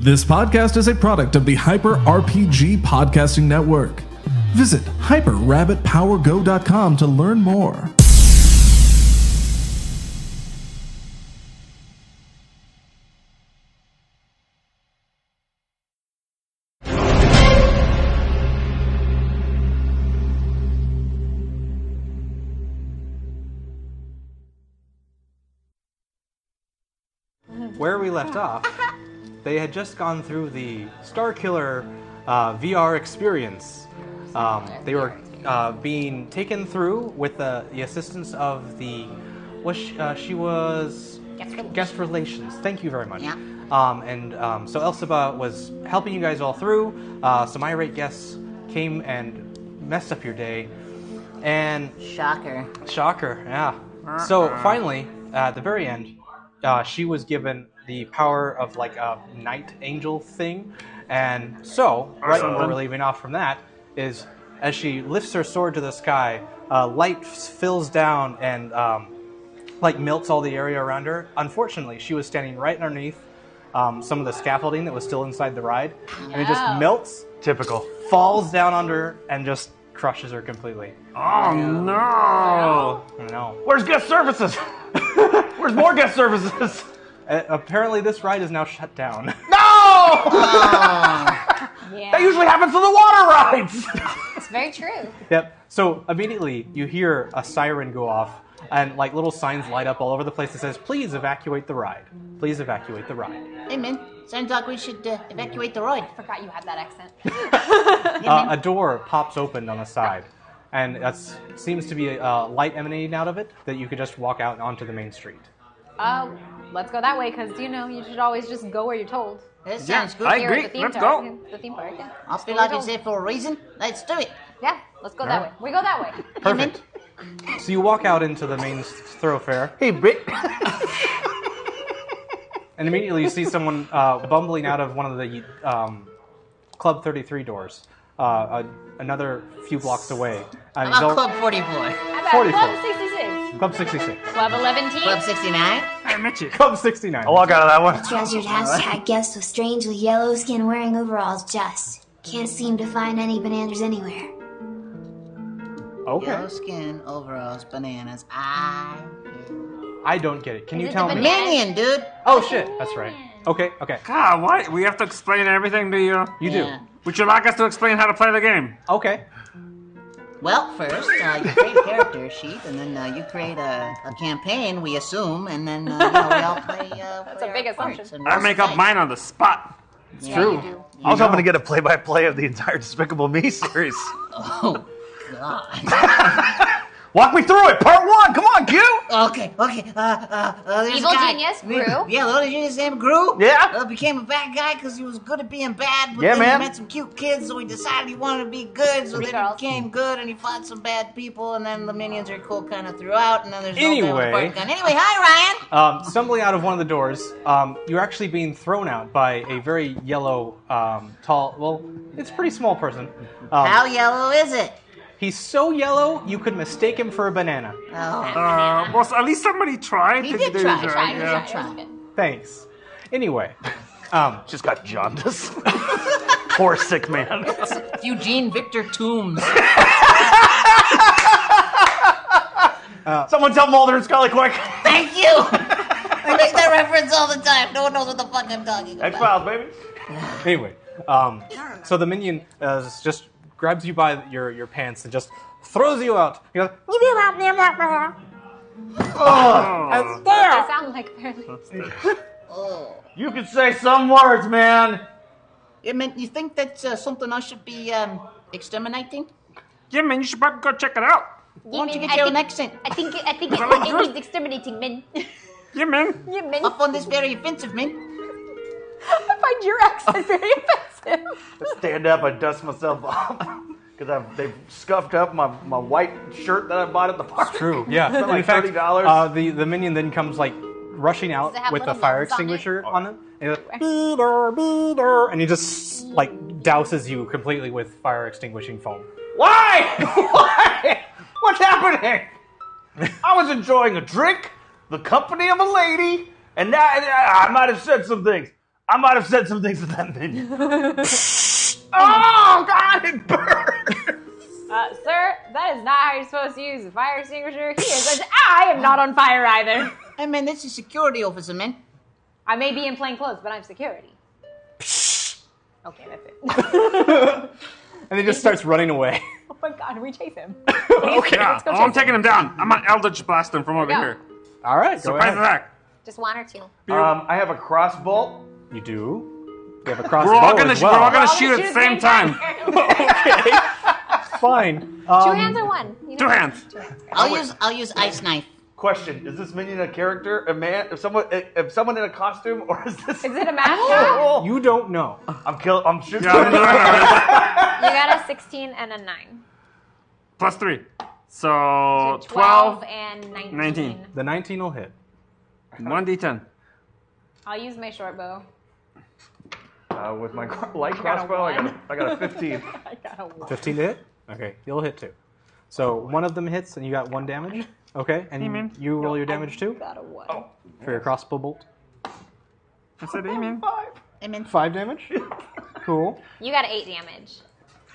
This podcast is a product of the Hyper RPG Podcasting Network. Visit hyperrabbitpowergo.com to learn more. where we Oh. left off, they had just gone through the Star Killer uh, VR experience. Um, they were uh, being taken through with the, the assistance of the was she, uh, she was Guest relations. guest relations. Thank you very much. Yeah. Um, and um, so Elphaba was helping you guys all through. Uh, some irate guests came and messed up your day, and Shocker. Shocker, yeah. So finally, at the very end, uh, she was given the power of like a night angel thing, and so right when we're leaving off from that is as she lifts her sword to the sky, uh, light f- fills down and um, like melts all the area around her. Unfortunately, she was standing right underneath um, some of the scaffolding that was still inside the ride, and it just No. melts, Typical. falls down under her, and just crushes her completely. Oh, Oh no! I know. Where's guest services? Where's more guest services? Uh, apparently, this ride is now shut down. No! Yeah. Oh. That usually happens to the water rides. It's very true. yep. So immediately you hear a siren go off, and like little signs light up all over the place that says, "Please evacuate the ride. Please evacuate the ride." Hey man, sounds like we should uh, evacuate the ride. Forgot you had that accent. Uh, a door pops open on the side, and that seems to be a, uh light emanating out of it that you could just walk out onto the main street. Uh, let's go that way because you know you should always just go where you're told. That sounds good. I Here at agree. The theme Let's park, go. The theme park. Yeah. I Just feel go where like it's you're there for a reason. Let's do it. told. Yeah. Let's go that way. We go that way. Perfect. So you walk out into the main s- thoroughfare, hey, Brit. and immediately you see someone uh, bumbling out of one of the um, Club 33 doors, uh, a, another few blocks away. And he's About al- Ah, Club 44. How about 44. Club 66? Club 66. Club 11 Club 69. I met you. Club 69. I'll walk out of that one. Treasured hashtag guest with strangely yellow skin wearing overalls just. Can't seem to find any bananas anywhere. Okay. Yellow skin, overalls, bananas. I. I don't get it. Can you it tell the me? banana? Minion, dude. Oh shit. That's right. Okay. Okay. God, why? ah, We have to explain everything to you. You Yeah. Would you like us to explain how to play the game? do. Okay. Well, first, uh, you create a character sheet, and then uh, you create a, a campaign, we assume, and then uh, you know, we all play. Uh, That's a big assumption. I make up mine on the spot. It's true. I was hoping to get a play-by-play of the entire Despicable Me series. Oh, God. Walk me through it, part one. Come on, Q. Okay, okay. Uh, uh, uh, there's Evil a guy. genius We- grew. Yeah, the little genius named Gru. Yeah. Uh, became a bad guy because he was good at being bad. But Yeah, then man. He met some cute kids, so he decided he wanted to be good. So then Girls. he became good, and he fought some bad people. And then the minions are cool, kind of throughout. And then there's no Anyway. guy with a gun. Anyway, hi Oh. Ryan. Um, stumbling out of one of the doors, um, you're actually being thrown out by a very yellow, um, tall. Well, it's a pretty small person. How Um, yellow is it? he's so yellow you could mistake him for a banana. Oh, Uh, well, at least somebody tried. he to did do try. that, Try, yeah. try, try. Thanks. Anyway, um, Just got jaundice. Poor sick man. Eugene Victor Toombs. Someone tell Mulder and Scully quick. Thank you. I make that reference all the time. No one knows what the fuck I'm talking about. X Files, baby. Anyway, um, so the minion uh, just grabs you by your, your pants and just throws you out. He goes, Oh. I sound like barely. Oh. You can say some words, man. I mean, you think that's uh, something I should be um, exterminating? Yeah, man, you should probably go check it out. Why don't you Yeah, get man, your I own think, accent? I think I think it, it needs exterminating men. Yeah, man. you men. I found this very offensive, man. I find your accent very offensive. stand up, I dust myself off because they've scuffed up my, my white shirt that I bought at the park. True. Yeah. Spent like in fact, thirty dollars. Uh, the the minion then comes like rushing out Does it have with a little fire buttons on it? extinguisher Oh. on him, and he's like, "Beater, beater," and he just like douses you completely with fire extinguishing foam. Why? Why? What's happening? I was uh, enjoying a drink, the company of a lady, and now and I I might have said some things. I might have said some things to that minion. oh God, it burned. Uh, sir, that is not how you're supposed to use a fire extinguisher. He is. A, I am not on fire either. Hey man, this is security officer, man. I may be in plain clothes, but I'm security. Okay, that's it. And he just starts running away. Oh my god, we chase him. Okay, Oh, Yeah, let's go I'm chase taking him down. I'm an Eldritch Blast him from over Go. here. All right, go Surprise ahead. attack. Just one or two. um, I have a crossbolt. You do. You have a crossbow We're all gonna, as sh- well. we're all gonna We're all shoot gonna at the same time. Fine. Two Um, hands or one? You know? Two hands. I'll use I'll use ice knife. Question: Is this minion a character, a man, if someone, if someone in a costume, or is this? Oh. Is it a mascot? Oh. you don't know. I'm kill. I'm shooting. Yeah, I'm doing it. You got a 16 and a 9. Plus three. So 12, 12, and 19. 19. The 19 will hit. 1d10. I'll use my short bow. Uh, with my cro- light got a crossbow, I got, a, one. I got a 15. I got a one. 15 to hit? Okay, you'll hit two. So one of them hits and you got one damage. Okay, and you roll your damage too Got a one. Oh. for your crossbow bolt. I said, hey, man. Hey man, Five damage? Cool. You got 8 damage.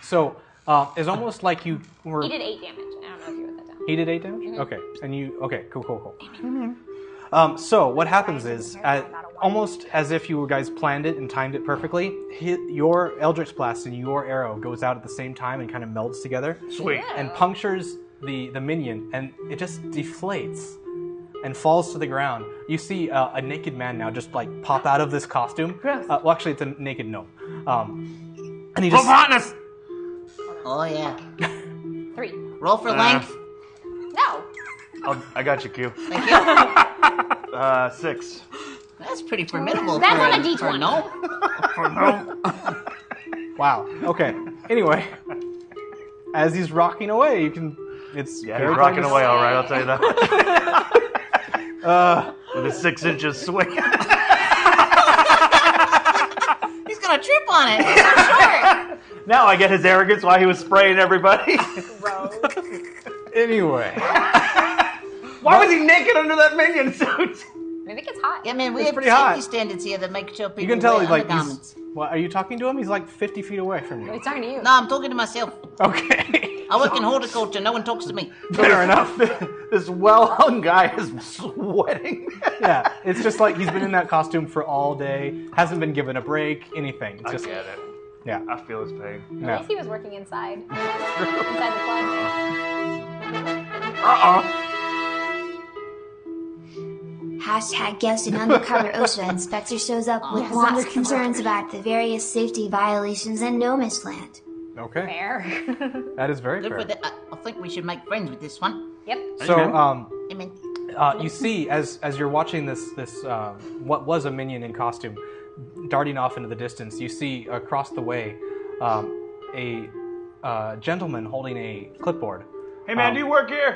So uh, it's almost like you were. You did 8 damage. I don't know if you wrote that down. He did eight damage. Okay, and you okay? Cool, cool, cool. Um, so what happens is, uh almost as if you guys planned it and timed it perfectly, hit your Eldritch Blast and your arrow goes out at the same time and kind of melds together. Sweet. And punctures the the minion, and it just deflates and falls to the ground. You see uh, a naked man now just like pop out of this costume. Uh, well, actually, it's a naked gnome. Um, and he Roll just for hotness. oh yeah. Three. Roll Ah. for Uh, length. No. I'll, I got you, Q. Thank you. Uh, six. That's pretty formidable. That's for on a for D20. gnome. Wow. Okay. Anyway, as he's rocking away, you can. It's Yeah, very he's rocking famous. away all right, I'll tell you that. uh, with a six inches swing. He's gonna trip on it. It's so short. now I get his arrogance while he was spraying everybody. Anyway, Why was he naked under that minion suit? Maybe it gets hot. Yeah, man, we It's have pretty safety hot. standards here that make sure people you can tell wear he's like. undergarments. He's, well, are you talking to him? He's like 50 feet away from you. It's talking to you. No, I'm talking to myself. Okay. I work in horticulture. No one talks to me. Fair enough. this well hung guy is sweating. yeah, it's just like he's been in that costume for all day, hasn't been given a break, anything. It's I just get it. yeah. I feel his pain. no. At least he was working inside. inside the club. Hashtag guest and undercover OSHA inspector shows up with lots of concerns about the various safety violations in Gnomish land. Okay. Fair. That is very Look for fair. the- I, I think we should make friends with this one. yep. So um, I mean, Uh, you see, as as you're watching this this um, what was a minion in costume darting off into the distance, you see across the way um, a uh, gentleman holding a clipboard. Hey, man, Um, do you work here?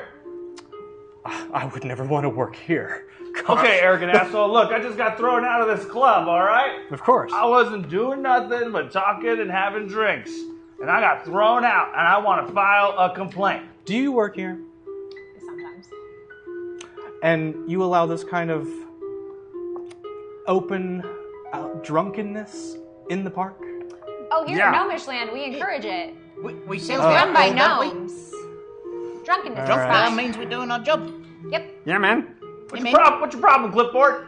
I would never want to work here. God. Okay, arrogant asshole. Look, I just got thrown out of this club, alright? Of course. I wasn't doing nothing but talking and having drinks. And I got thrown out, and I want to file a complaint. Do you work here? Sometimes. And you allow this kind of open uh, drunkenness in the park? Oh, here Yeah. in Gnomish land, we encourage it. we, we sell Run by alcohol, don't we? gnomes. Drunkenness. All is right. That fine. means we're doing our job. Yep. Yeah, man. What's Prob- what's your problem, clipboard?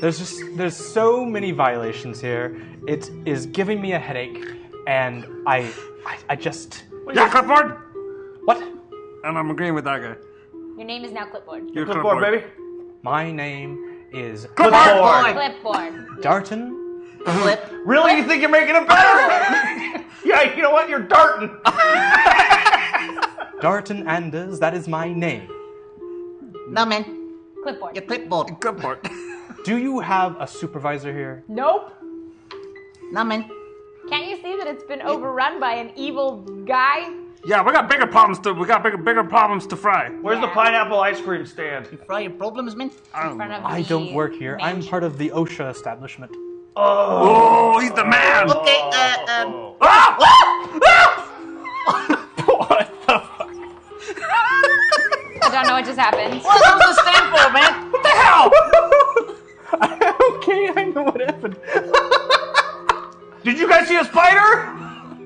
There's just there's so many violations here. It is giving me a headache, and I I, I just Yeah, clipboard. what? And I'm agreeing with that guy. Your name is now clipboard. You're Clipboard, baby. My name is Clipboard. Clipboard. Darton. Clip. Really? You think you're making it better? yeah, you know what? You're darting. Darton Anders. That is my name. No, man. Clipboard. Your clipboard. Clipboard. Do you have a supervisor here? Nope. No, man. Can't you see that it's been overrun by an evil guy? yeah, we got bigger problems to we got bigger bigger problems to fry. Where's the pineapple ice cream stand? Fry your problems, man. Oh. I don't In front know. of I the don't work here. I'm mansion. part of the OSHA establishment. Oh, he's the man. Okay, uh, Oh. um. Ah! I don't know what just happened. What does those stand for, man? okay, I know what happened? Did you guys see a spider?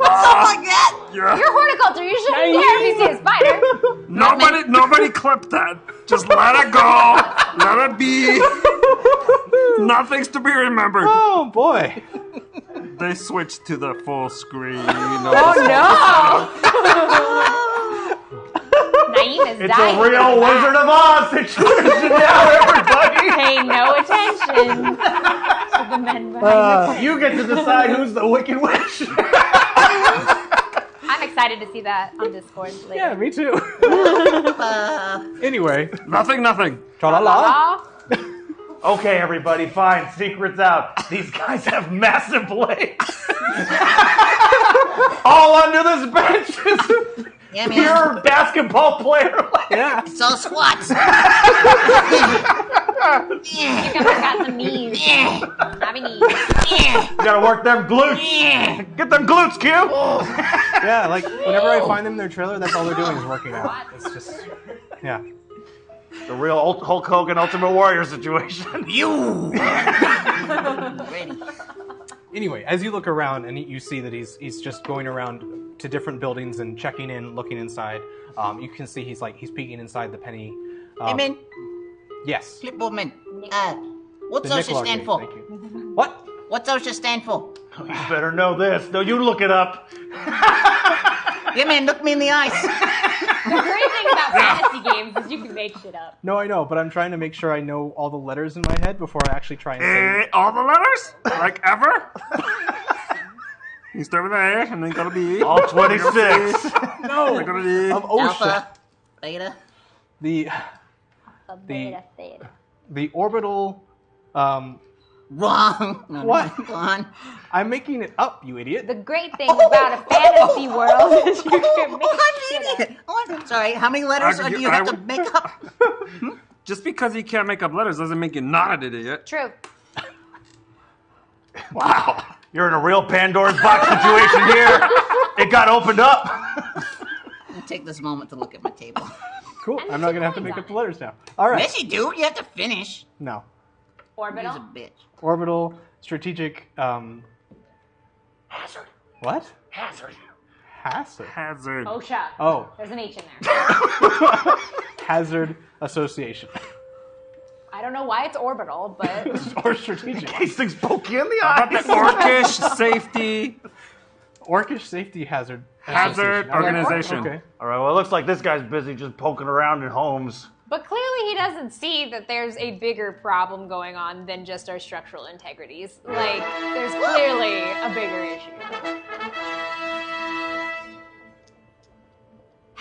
Ah. Something like that. Yeah. You're horticulture. You shouldn't care if you see a spider. Nobody, nobody clipped that. Just let it go. Let it be. Nothing's to be remembered. oh boy. They switched to the full screen. Oh no! Naeem is It's dying. a real Wizard of Oz situation now, everybody. Pay no attention to the men behind the curtain. Uh, You get to decide who's the Wicked Witch. I'm excited to see that on Discord later. Yeah, me too. anyway, Nothing, nothing. tra la la. Aw. okay, everybody, fine. Secrets out. These guys have massive blades. All under this bench is Yeah, man. pure basketball player. Yeah. It's all squats. You can work out the knees. Not knees. You gotta work them glutes. Get them glutes, Q. Oh. Yeah, like whenever I find them in their trailer, that's all they're doing is working out. It's just, yeah. The real Ult- Hulk Hogan Ultimate Warrior situation. you. Ready. Anyway, as you look around and you see that he's he's just going around to different buildings and checking in, looking inside. Um, you can see he's like he's peeking inside the penny. Um, Hey, man. Yes. Flip woman. Uh, what's The OSHA Nickel stand Arcade, for? thank you. What? What's OSHA stand for? You better know this. No, you look it up. Yeah, man, look me in the eyes. The great thing about fantasy games is you can make shit up. No, I know, but I'm trying to make sure I know all the letters in my head before I actually try and say. Eh, all the letters? Like ever? you start with an A and then go to B. All 26. no. Go to D. Of OSHA, Alpha, beta. Oh, the A beta theta. the orbital. Um, Wrong. No, no, What? Go on. I'm making it up, you idiot. The great thing about a fantasy world is you can make shit What up. Oh, idiot? What? Sorry, how many letters I- are- do you I- have to make up? Just because you can't make up letters doesn't make you not an idiot. True. Wow. You're in a real Pandora's box situation here. It got opened up. I'll take this moment to look at my table. Cool. And I'm two not gonna have to coins make on up it. the letters now. All right. Yes, you do. You have to finish. No. He's a Orbital. bitch. Orbital strategic. Um, Hazard. what? Hazard. Hazard. Hazard. OSHA. Oh, There's an H in there. hazard association I don't know why it's orbital, but or strategic. These things poke you in the How about eye. the Orcish safety Orcish safety hazard. hazard association. organization. Okay. All right, well, it looks like this guy's busy just poking around in homes. But clearly, he doesn't see that there's a bigger problem going on than just our structural integrities. Like, there's clearly a bigger issue.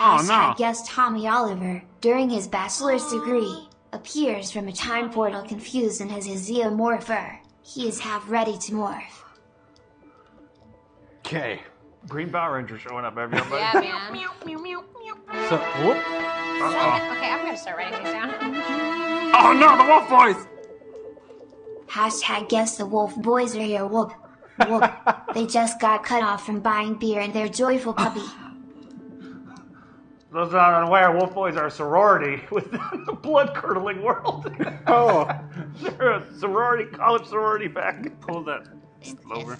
Oh, no. Hashtag guest Tommy Oliver, during his bachelor's degree, appears from a time portal confused and has a zeomorpher. He is half ready to morph. Okay. Green Power Ranger showing up, everybody. Yeah, man. So, whoop. Okay, I'm gonna start writing these down. Oh no, the wolf voice! Hashtag guess the wolf boys are here. Whoop. Whoop. they just got cut off from buying beer and their joyful puppy. Those not unaware, Wolf Boys are a sorority within the blood curdling world. Oh, They're a sorority, college sorority back. Pull that over.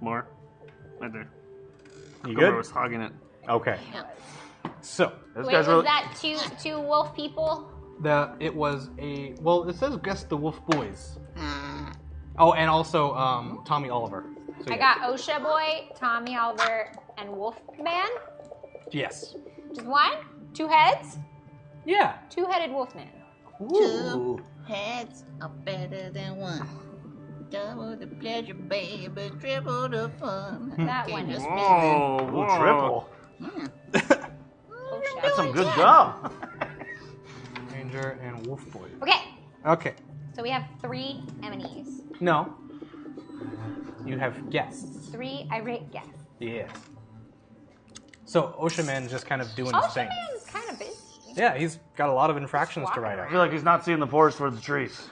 More. Right there. you Whoever good? was hogging it. Okay. So This Wait, guy's was really. that two two wolf people? the it was a well. It says guess the Wolf Boys. Hmm. Uh, Oh, and also um, Tommy Oliver. So, yeah. I got OSHA boy, Tommy Oliver, and Wolf Man. yes. Just one, two heads, Yeah. two-headed Wolf Man. two heads are better than one. Double the pleasure, baby. Triple the fun. That Okay, one. just me then. Whoa, Ooh, whoa. triple. OSHA. Hmm. That's some good gum. Ranger and Wolf Boy. Okay, Okay. so we have three M&Es, No. You have guests. three irate guests. Yes. So Ocean Man's just kind of doing his OSHA thing. Man's kind of busy. Yeah, he's got a lot of infractions to write I out. feel like he's not seeing the forest for the trees.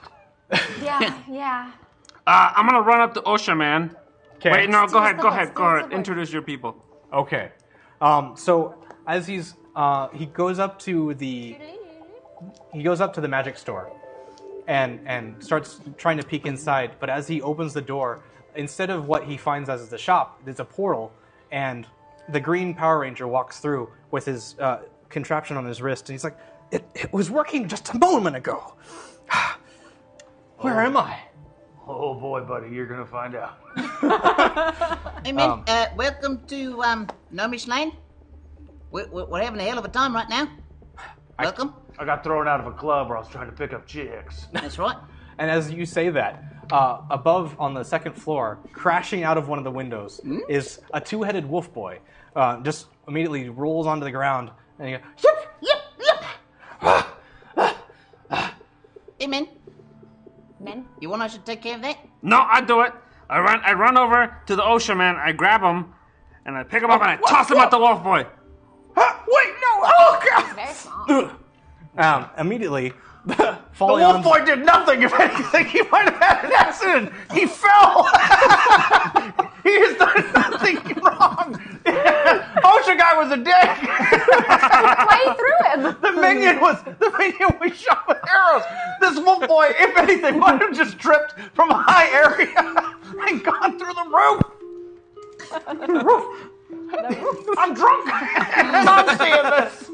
Yeah, yeah. Uh, I'm gonna run up to OSHA, man. Okay. Wait, no, go ahead, go Give us the ahead, voice, go give us ahead. the voice. Introduce your people. Okay. Um, so as he's uh, he goes up to the he goes up to the magic store and and starts trying to peek inside. But as he opens the door, instead of what he finds as the shop, there's a portal, and the green Power Ranger walks through with his uh, contraption on his wrist, and he's like, "It it was working just a moment ago. Where am I?" Oh boy, buddy, you're gonna find out. Hey man, Oh. uh, welcome to um, Nomish Lane. We, we, we're having a hell of a time right now. Welcome. I got thrown out of a club where I was trying to pick up chicks. That's right. And as you say that, uh, above on the second floor, crashing out of one of the windows, is a two headed wolf boy. Uh, just immediately rolls onto the ground and he goes, Yip! Yep, yep. hey man, Men? you want I should take care of that? No, I do it. I run. I run over to the ocean man. I grab him, and I pick him up and I toss him at the wolf boy. "Ah, Wait, no! Oh, God! Very small. Um, immediately, falling Wolf on- Boy did nothing. If anything, he might have had an accident. He fell. he has done nothing wrong. Osha guy was a dick. Play through him. the minion was the minion was shot with arrows. This Wolf Boy, if anything, might have just tripped from a high area and gone through the roof. I'm drunk. and I'm seeing this.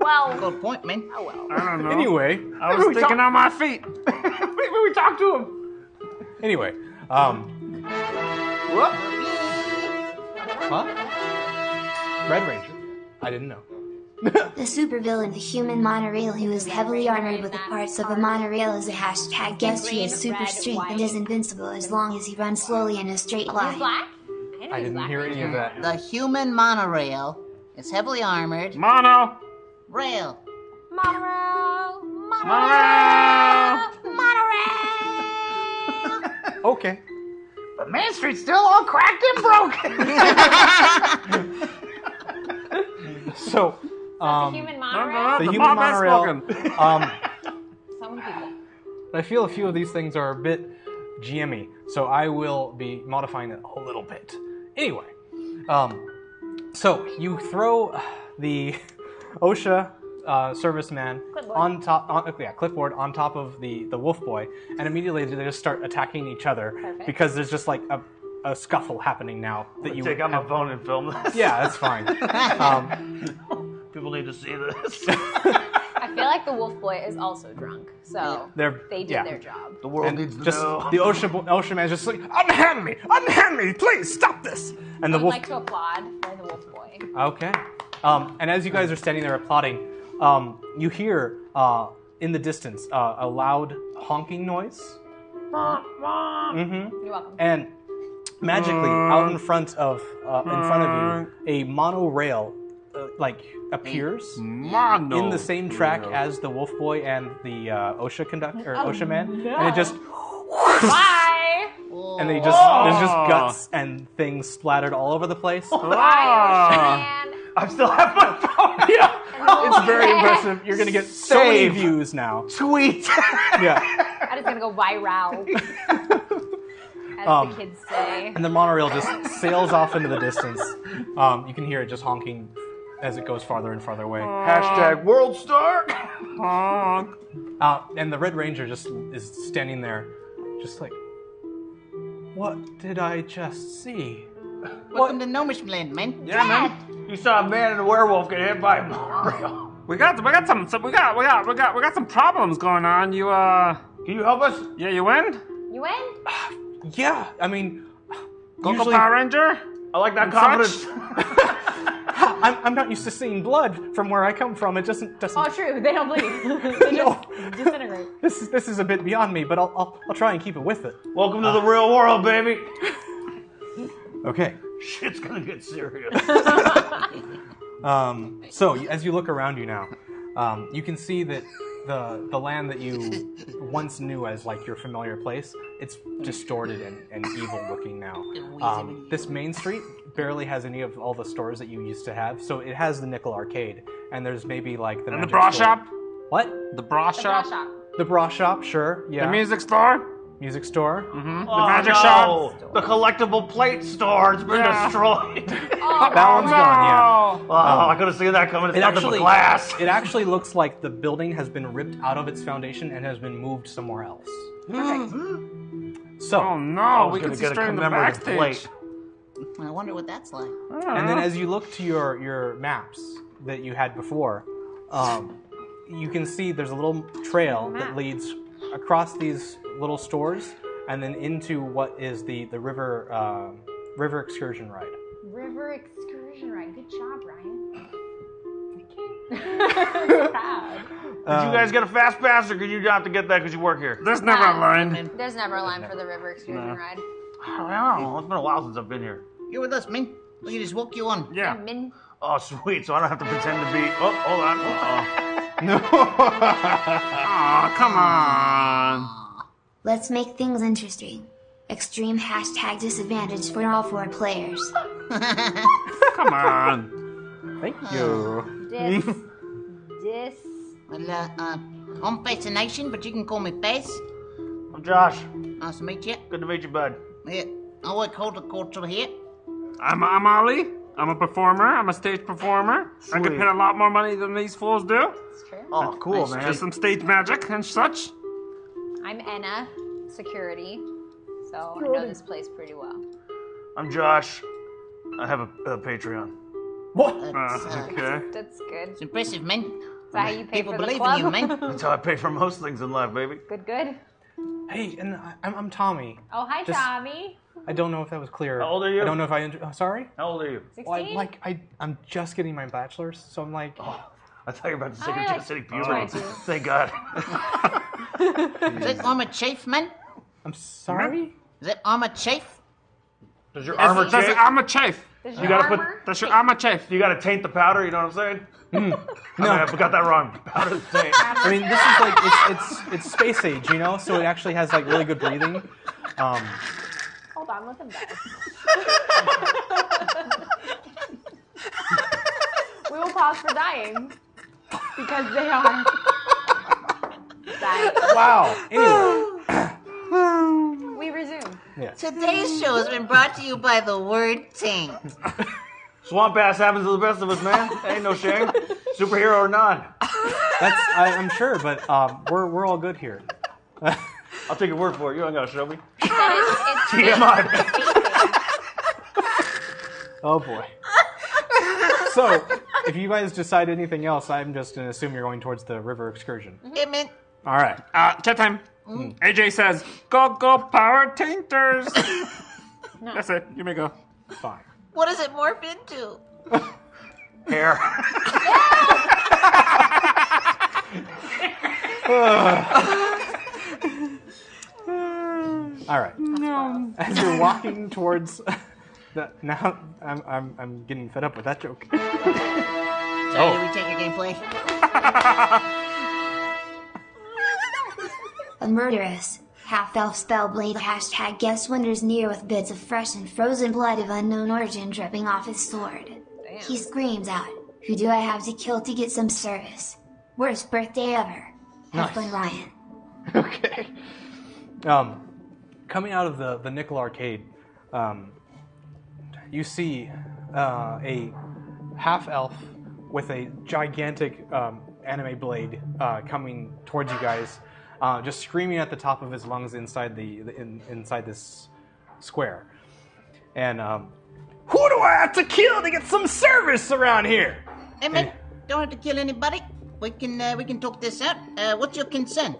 Well, Good point, man. oh well. I don't know. Anyway, I was we thinking talk- on my feet. Maybe we talk to him. anyway, um, huh? Red Ranger. I didn't know. The supervillain, the human monorail who is heavily armored with the parts of a monorail as a hashtag, guessed he has super red, strength and white. is invincible as long as he runs slowly in a straight He's line. black? I, know I he's didn't black. hear any of that. The human monorail is heavily armored. Mono. Rail. Monorail. Mono. Okay. But Main Street's still all cracked and broken. So, Um, human monorail. the The human bomb has monorail. Um, Some people. I feel a few of these things are a bit GMy, so I will be modifying it a little bit. Anyway, um, so you throw uh, the OSHA uh, serviceman Clipboard. on top, on, yeah, clipboard on top of the the wolf boy, and immediately they just start attacking each other Perfect. because there's just like a, a scuffle happening now that you Take out my phone and film this. yeah, that's fine. um, People need to see this. I feel like the wolf boy is also drunk, so they're they did yeah. their job. The world And needs to just know. the OSHA, bo- OSHA man's just like, unhand me, unhand me, please stop this. And the I'd wolf. like to applaud for the wolf boy. Okay. Um, and as you guys are standing there applauding, um, you hear uh, in the distance uh, a loud honking noise, You're welcome. and magically out in front of uh, in front of you, a monorail uh, like appears. Mono. in the same track as the Wolf Boy and the uh, OSHA conductor or OSHA man, and it just Bye. and they just there's just guts and things splattered all over the place. Bye, Ocean Man. I still have my phone. yeah, Ah. it's very impressive. You're gonna get so many Save. views now. Tweet. Yeah, I'm just gonna go viral, as Um. the kids say. and the monorail just sails off into the distance. Um, you can hear it just honking as it goes farther and farther away. Hashtag world star. Honk. Uh, and the Red Ranger just is standing there, just like, what did I just see? Welcome to Gnomish Land, man. Yeah, man. You saw a man and a werewolf get hit by a monorail. We got we got some, some we got we got we got we got some problems going on. You uh Can you help us? yeah you win. You in? Yeah, I mean, Go Usually- Power Ranger. I like that And confidence. I'm, I'm not used to seeing blood from where I come from. It doesn't doesn't. Oh, true. They don't bleed. they just disintegrate. This is this is a bit beyond me, but I'll I'll, I'll try and keep it with it. Welcome to the real world, baby. Okay. Shit's gonna get serious. Um, so y- as you look around you now, um, you can see that the the land that you once knew as like your familiar place, it's distorted and, and evil looking now. Um, this main street barely has any of all the stores that you used to have, so it has the nickel arcade, and there's maybe like the And the magic bra store. shop. What? The bra The bra shop. shop. The bra shop? Sure. Yeah. The music Mm-hmm. store. music store. Oh, magic no. shop. The collectible plate store has been Yeah. destroyed. That one's gone. Yeah. oh, I could have seen that coming. It's It nothing but actually, glass. it actually looks like the building has been ripped out of its foundation and has been moved somewhere else. So, Oh I no, was we can gonna see get a straight in the commemorative backstage. plate. I wonder what that's like. and then as you look to your your maps that you had before, um, you can see there's a little trail that leads across these little stores and then into what is the the river uh, river excursion ride. River excursion ride. Good job, Ryan. Okay. Proud. Did you um, guys get a fast pass, or could you have to get that because you work here? There's never a line. There's never a line for the river excursion ride. I don't know. It's been a while since I've been here. You're with us, Ming. We can just walk you on. Yeah. Min- Oh, sweet. So I don't have to pretend to be. Oh, hold on. Uh-oh. Aw, come on. Let's make things interesting. Extreme hashtag disadvantage for all four players. Come on. Thank you. dis. dis. Well, uh, uh, I'm Face the Nation, but you can call me Face. I'm Josh. Nice to meet you. Good to meet you, bud. Yeah, I work hold the culture here. I'm I'm Ollie. I'm a performer. I'm a stage performer. I could Sweet. pin a lot more money than these fools do. Oh, cool, Nice man. There's some stage magic and such. I'm Enna, security. So I know this place pretty well. I'm Josh. I have a, a Patreon. That's, Uh, uh, okay. That's good. it's impressive, man. Is that how you pay People for the believe club? in you, man. That's how I pay for most things in life, baby. good, good. Hey, and I, I'm, I'm Tommy. Oh, hi, Just- Tommy. I don't know if that was clear. How old are you? I don't know if I. Inter- oh, sorry. How old are you? 16? Well, I, like I, I'm just getting my bachelor's, so I'm like, I thought you were about to say I you're like- just sitting I puberty. do. Thank God. Is it I'm a chief, man? I'm sorry. Is it I'm a chief? Does your armor That's chafe? I'm a chafe. Does You your gotta put- armor? That's your I'm a chafe. You gotta taint the powder, you know what I'm saying? I, mean, I got that wrong. Powder's taint. I mean, this is like it's it's it's space age, you know. So it actually has like really good breathing. Um, Hold on, let them go. we will pause for dying because they are dying. wow. Anyway, We resume. Today's show has been brought to you by the word taint. Swamp ass happens to the best of us, man. Ain't no shame. Superhero or not. that's I, I'm sure, but um, we're we're all good here. I'll take your word for it. You ain't gotta show me. It's, it's TMI. Oh boy. So if you guys decide anything else, I'm just gonna assume you're going towards the river excursion. Hey, man. All right. Uh, chat time. AJ says, "Go, go, power tainters." That's it. You may go. Fine. What does it morph into? Hair. All right. As you're walking towards. The, now I'm, I'm, I'm getting fed up with that joke. Sorry, did we take your gameplay? A murderous, half elf spellblade hashtag guest wanders near with bits of fresh and frozen blood of unknown origin dripping off his sword. He screams out, Who do I have to kill to get some service? Worst birthday ever. Have fun, Ryan. Um, coming out of the, the nickel arcade, um, you see uh, a half elf with a gigantic um, anime blade uh, coming towards you guys, uh, just screaming at the top of his lungs inside the, the in, inside this square. And um, who do I have to kill to get some service around here? Hey, man. Don't have to kill anybody. We can uh, we can talk this out. Uh, what's your concern?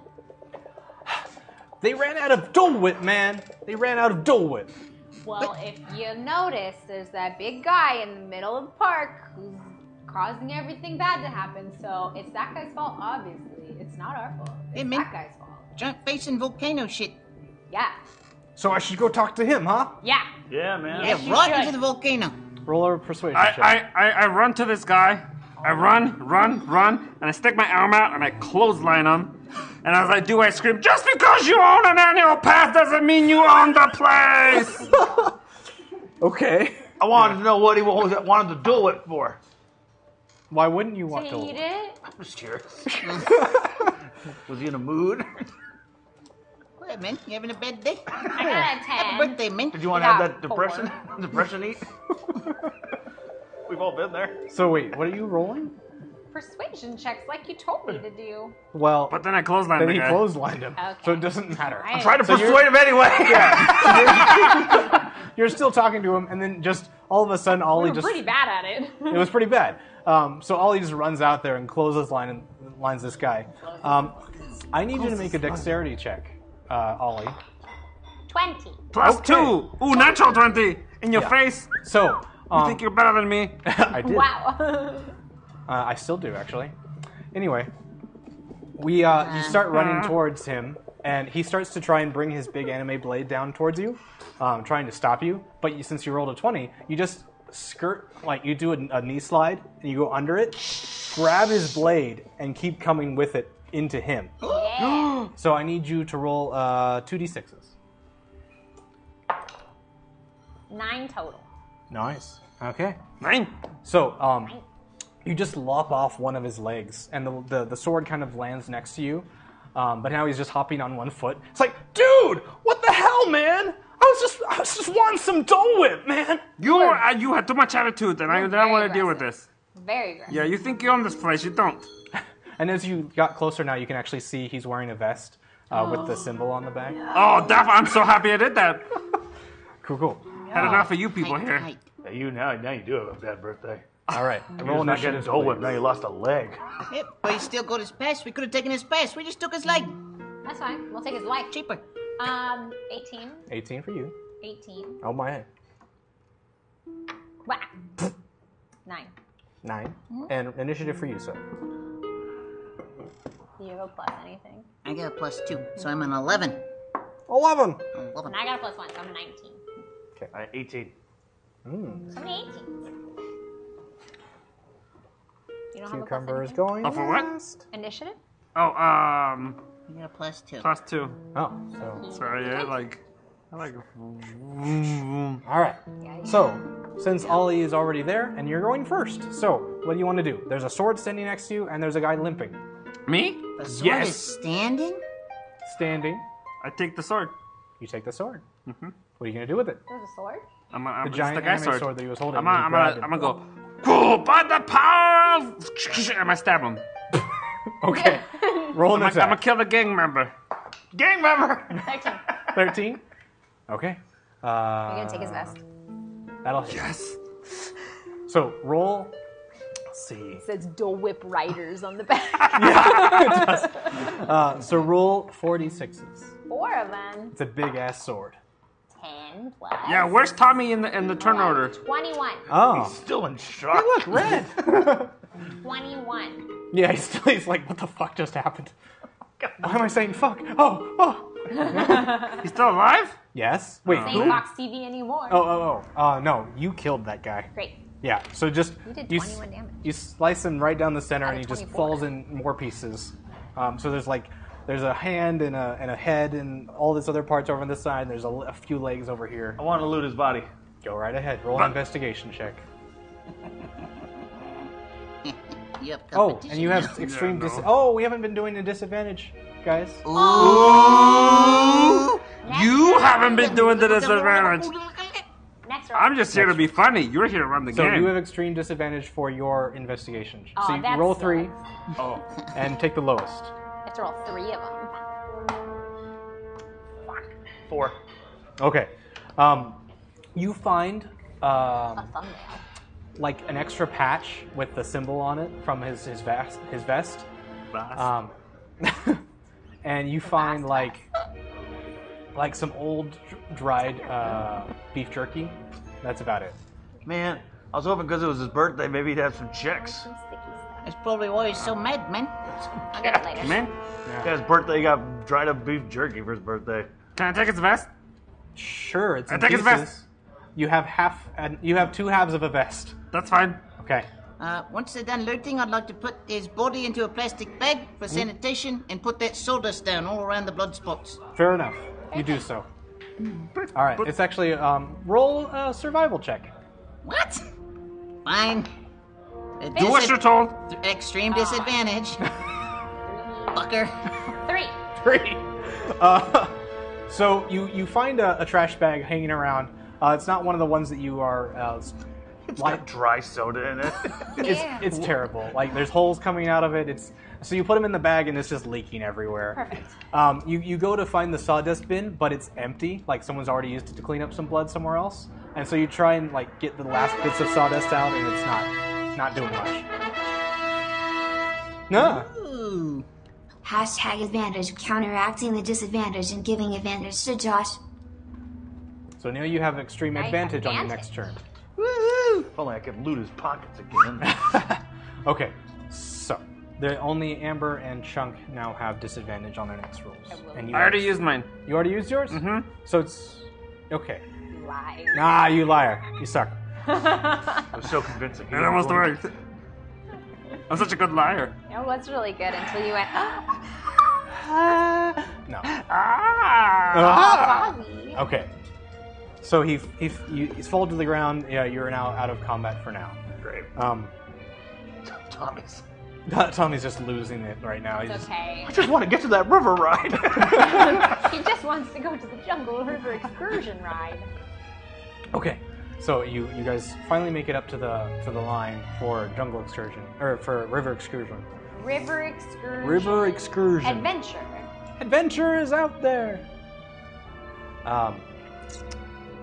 They ran out of Dole Whip, man. They ran out of Dole Whip. well, if you notice, there's that big guy in the middle of the park who's causing everything bad to happen. So it's that guy's fault, obviously. It's not our fault. It's Hey, man. that guy's fault. Giant face and volcano shit. Yeah. So I should go talk to him, huh? Yeah. Yeah, man. Yeah, Yes, you right should. into the volcano. Roll a persuasion check. I, I, I, I run to this guy. I run, run, run, and I stick my arm out and I clothesline him. And as I do, I scream, just because you own an annual pass doesn't mean you own the place! Okay. I wanted to know what he wa- wanted to do it for. Why wouldn't you want Did to? he eat it? I'm just curious. Was he in a mood? Well, Hey, man, you having a bad day? I got a 10. Happy birthday, man. Did you want to Yeah, have that depression? depression eat? We've all been there. So wait, what are you rolling? Persuasion checks like you told me to do. Well, But then I clotheslined then the he guy. clotheslined him, Okay. so it doesn't matter. Right. Try to So you're- persuade him anyway. You're still talking to him, and then just all of a sudden, Ollie We were just pretty bad at it. it was pretty bad. Um, so Ollie just runs out there and closes line and lines this guy. Um, I need you to make a dexterity check, uh, Ollie. 20. Plus Okay. two. Ooh, natural 20. In your Yeah. face. So um, You think you're better than me? I did. Wow. Uh, I still do, actually. Anyway, we uh, you start running towards him, and he starts to try and bring his big anime blade down towards you, um, trying to stop you. But you, since you rolled a twenty, you just skirt like you do a, a knee slide, and you go under it, grab his blade, and keep coming with it into him. yeah. So I need you to roll uh, two d sixes. Nine total. Nice. Okay. Nine. So, um, you just lop off one of his legs, and the, the, the sword kind of lands next to you. Um, but now he's just hopping on one foot. It's like, dude, what the hell, man? I was just, I was just wanting some Dole Whip, man. You uh, you had too much attitude, and I don't very want to deal with aggressive. this. Very aggressive. Yeah, you think you own this place, you don't. And as you got closer now, you can actually see he's wearing a vest uh, with the symbol on the back. Oh, Daph, I'm so happy I did that. Cool, cool. Had enough of you people Hey, here. hey, Yeah, you now, now you do have a bad birthday. All right, You're roll just not getting initiative. Dole Whip. Now please. you lost a leg. hey, But he still got his pass. We could have taken his pass. We just took his leg. That's fine. We'll take his life. Cheaper. Um, 18. 18 for you. 18. Oh my, Wow. Nine. nine. Mm-hmm. And initiative for you, sir. Do you have a plus anything? I got a plus two, so I'm an 11. Eleven. Eleven. And I got a plus one, so I'm 19. Uh, 18. So I'm 18. You don't have a plus Cucumber is anything? going. Oh, for what? last. Initiative? Oh, um, I got a plus two. plus two. Oh, so Sorry, yeah, like, I like. all right. Yeah, yeah. So, since Ollie is already there and you're going first, so what do you want to do? There's a sword standing next to you and there's a guy limping. Me? The sword Yes. is standing? Standing, I take the sword. you take the sword. What are you going to do with it? There's a sword? I'm, a, I'm The it's giant the guy's anime sword. sword that he was holding I'm when he gonna, grabbed I'm gonna, I'm gonna go. Go by the power of. I'm gonna stab him. Okay. Roll an I'm gonna attack. kill the gang member. Gang member. 13. 13. Okay. Uh, You're going to take his vest. That'll hit. Yes. So, roll. Let's see. It says Dole Whip Riders on the back. Uh, so, roll 46s. Four of them. It's a big ass sword. 10 plus. Yeah. Where's Tommy in the in the turn order? 21. Oh. Still in shock. Look, red. 21. yeah, he's, still, he's like, what the fuck just happened? Why am I saying fuck? Oh, oh. He's still alive? Yes. Wait, Same who? Fox TV anymore. Oh, oh, oh. Uh, no, you killed that guy. Great. Yeah, so just. You did s- 21 damage. You slice him right down the center Out and he of just 24. falls in more pieces. Um, so there's like. There's a hand and a, and a head and all this other parts over on this side. There's a, l- a few legs over here. I want to loot his body. Go right ahead. Roll an But- investigation check. You have Oh, competition. and you have Yeah, extreme no. Oh, dis. Oh, we haven't been doing a disadvantage, guys. Ooh. You haven't been doing the disadvantage. Next round. I'm just here to be funny. You're here to run the So game. you have extreme disadvantage for your investigation. Aw, so you that roll three oh. and take the lowest. I have to roll three of them. Four. Okay. Um, you find A um, thumbnail. like an extra patch with the symbol on it from his his vest. His vest. Uh, Um, and you find like like some old dr- dried uh, beef jerky. That's about it. Man, I was hoping because it was his birthday, maybe he'd have some chicks. Some sticky stuff. That's probably why he's so mad, man. I'll get it later. Man, Yeah, his birthday he got dried up beef jerky for his birthday. can I take his vest? Sure, it's in I think it's pieces. vest. You have half, and you have two halves of a vest. That's fine. Okay. Uh, once they're done looting, I'd like to put his body into a plastic bag for sanitation and put that sawdust down all around the blood spots. Fair enough. You do so. All right. It's actually um, roll a survival check. What? Fine. A Do what disad- you're told. th- Extreme disadvantage. Fucker. Three. Three. Uh, So you you find a, a trash bag hanging around. Uh, it's not one of the ones that you are. Uh, s- like- Got dry soda in it. Yeah. it's it's terrible. Like there's holes coming out of it. It's so you put them in the bag and it's just leaking everywhere. Perfect. Um, you you go to find the sawdust bin, but it's empty. Like someone's already used it to clean up some blood somewhere else. And so you try and like get the last bits of sawdust out, and it's not not doing much. No. Ooh. Hashtag advantage, counteracting the disadvantage and giving advantage to Josh. So now you have extreme Nice advantage on your advantage. next turn. if only I could loot his pockets again. Okay, so the only Amber and Chunk now have disadvantage on their next rolls. will. And you I already used mine. You already used yours. Mm-hmm. So it's okay. Lie. Nah, you liar. You suck. I was so convincing. It almost worked. I'm such a good liar. It was really good until you went, oh, No. Oh, Ah! Bobby. Okay. So he he you, he's fallen to the ground. Yeah, you're now out of combat for now. Great. Um, Tommy's. Tommy's just losing it right now. He's It's just, okay. I just want to get to that river ride. He just wants to go to the Jungle River excursion ride. Okay, so you you guys finally make it up to the to the line for jungle excursion or for river excursion. River excursion. River excursion. Adventure. Adventure is out there. Um,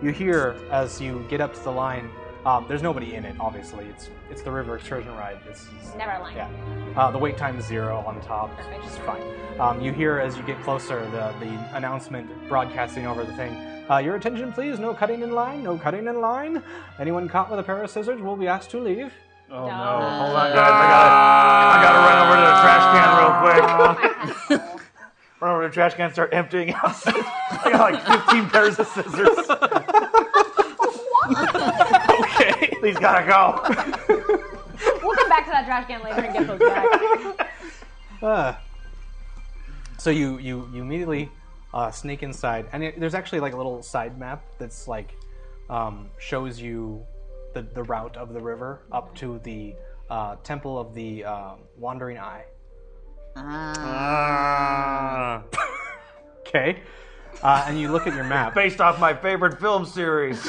you hear as you get up to the line. Um, there's nobody in it, obviously. It's it's the river excursion ride. It's, it's- Never a line. yeah. Uh, the wait time is zero on top, Perfect. which is fine. Um, you hear as you get closer the the announcement broadcasting over the thing. Uh, your attention, please. No cutting in line. No cutting in line. Anyone caught with a pair of scissors will be asked to leave. Oh No. Hold on, guys. I gotta, I gotta run over to the trash can real quick. run over to the trash can and start emptying out. I got like 15 pairs of scissors. okay, these gotta go. We'll come back to that trash can later and get those back. Ah. So you you you immediately uh, sneak inside, and it, there's actually like a little side map that's like um, shows you the the route of the river up to the uh, temple of the uh, Wandering Eye. Ah. Ah. Okay, uh, and you look at your map. Based off my favorite film series,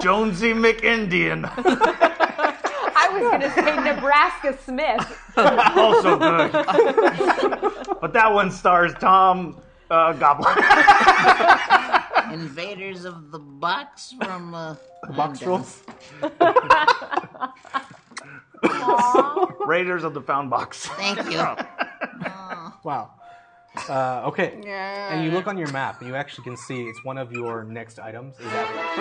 Jonesy McIndian. I was going to say Nebraska Smith. also good. but that one stars Tom uh, Goblin. Invaders of the box from uh, Box I'm rules. Raiders of the Found Box. done. Thank you. Wow. Uh, okay. And you look on your map, and you actually can see it's one of your next items. Is that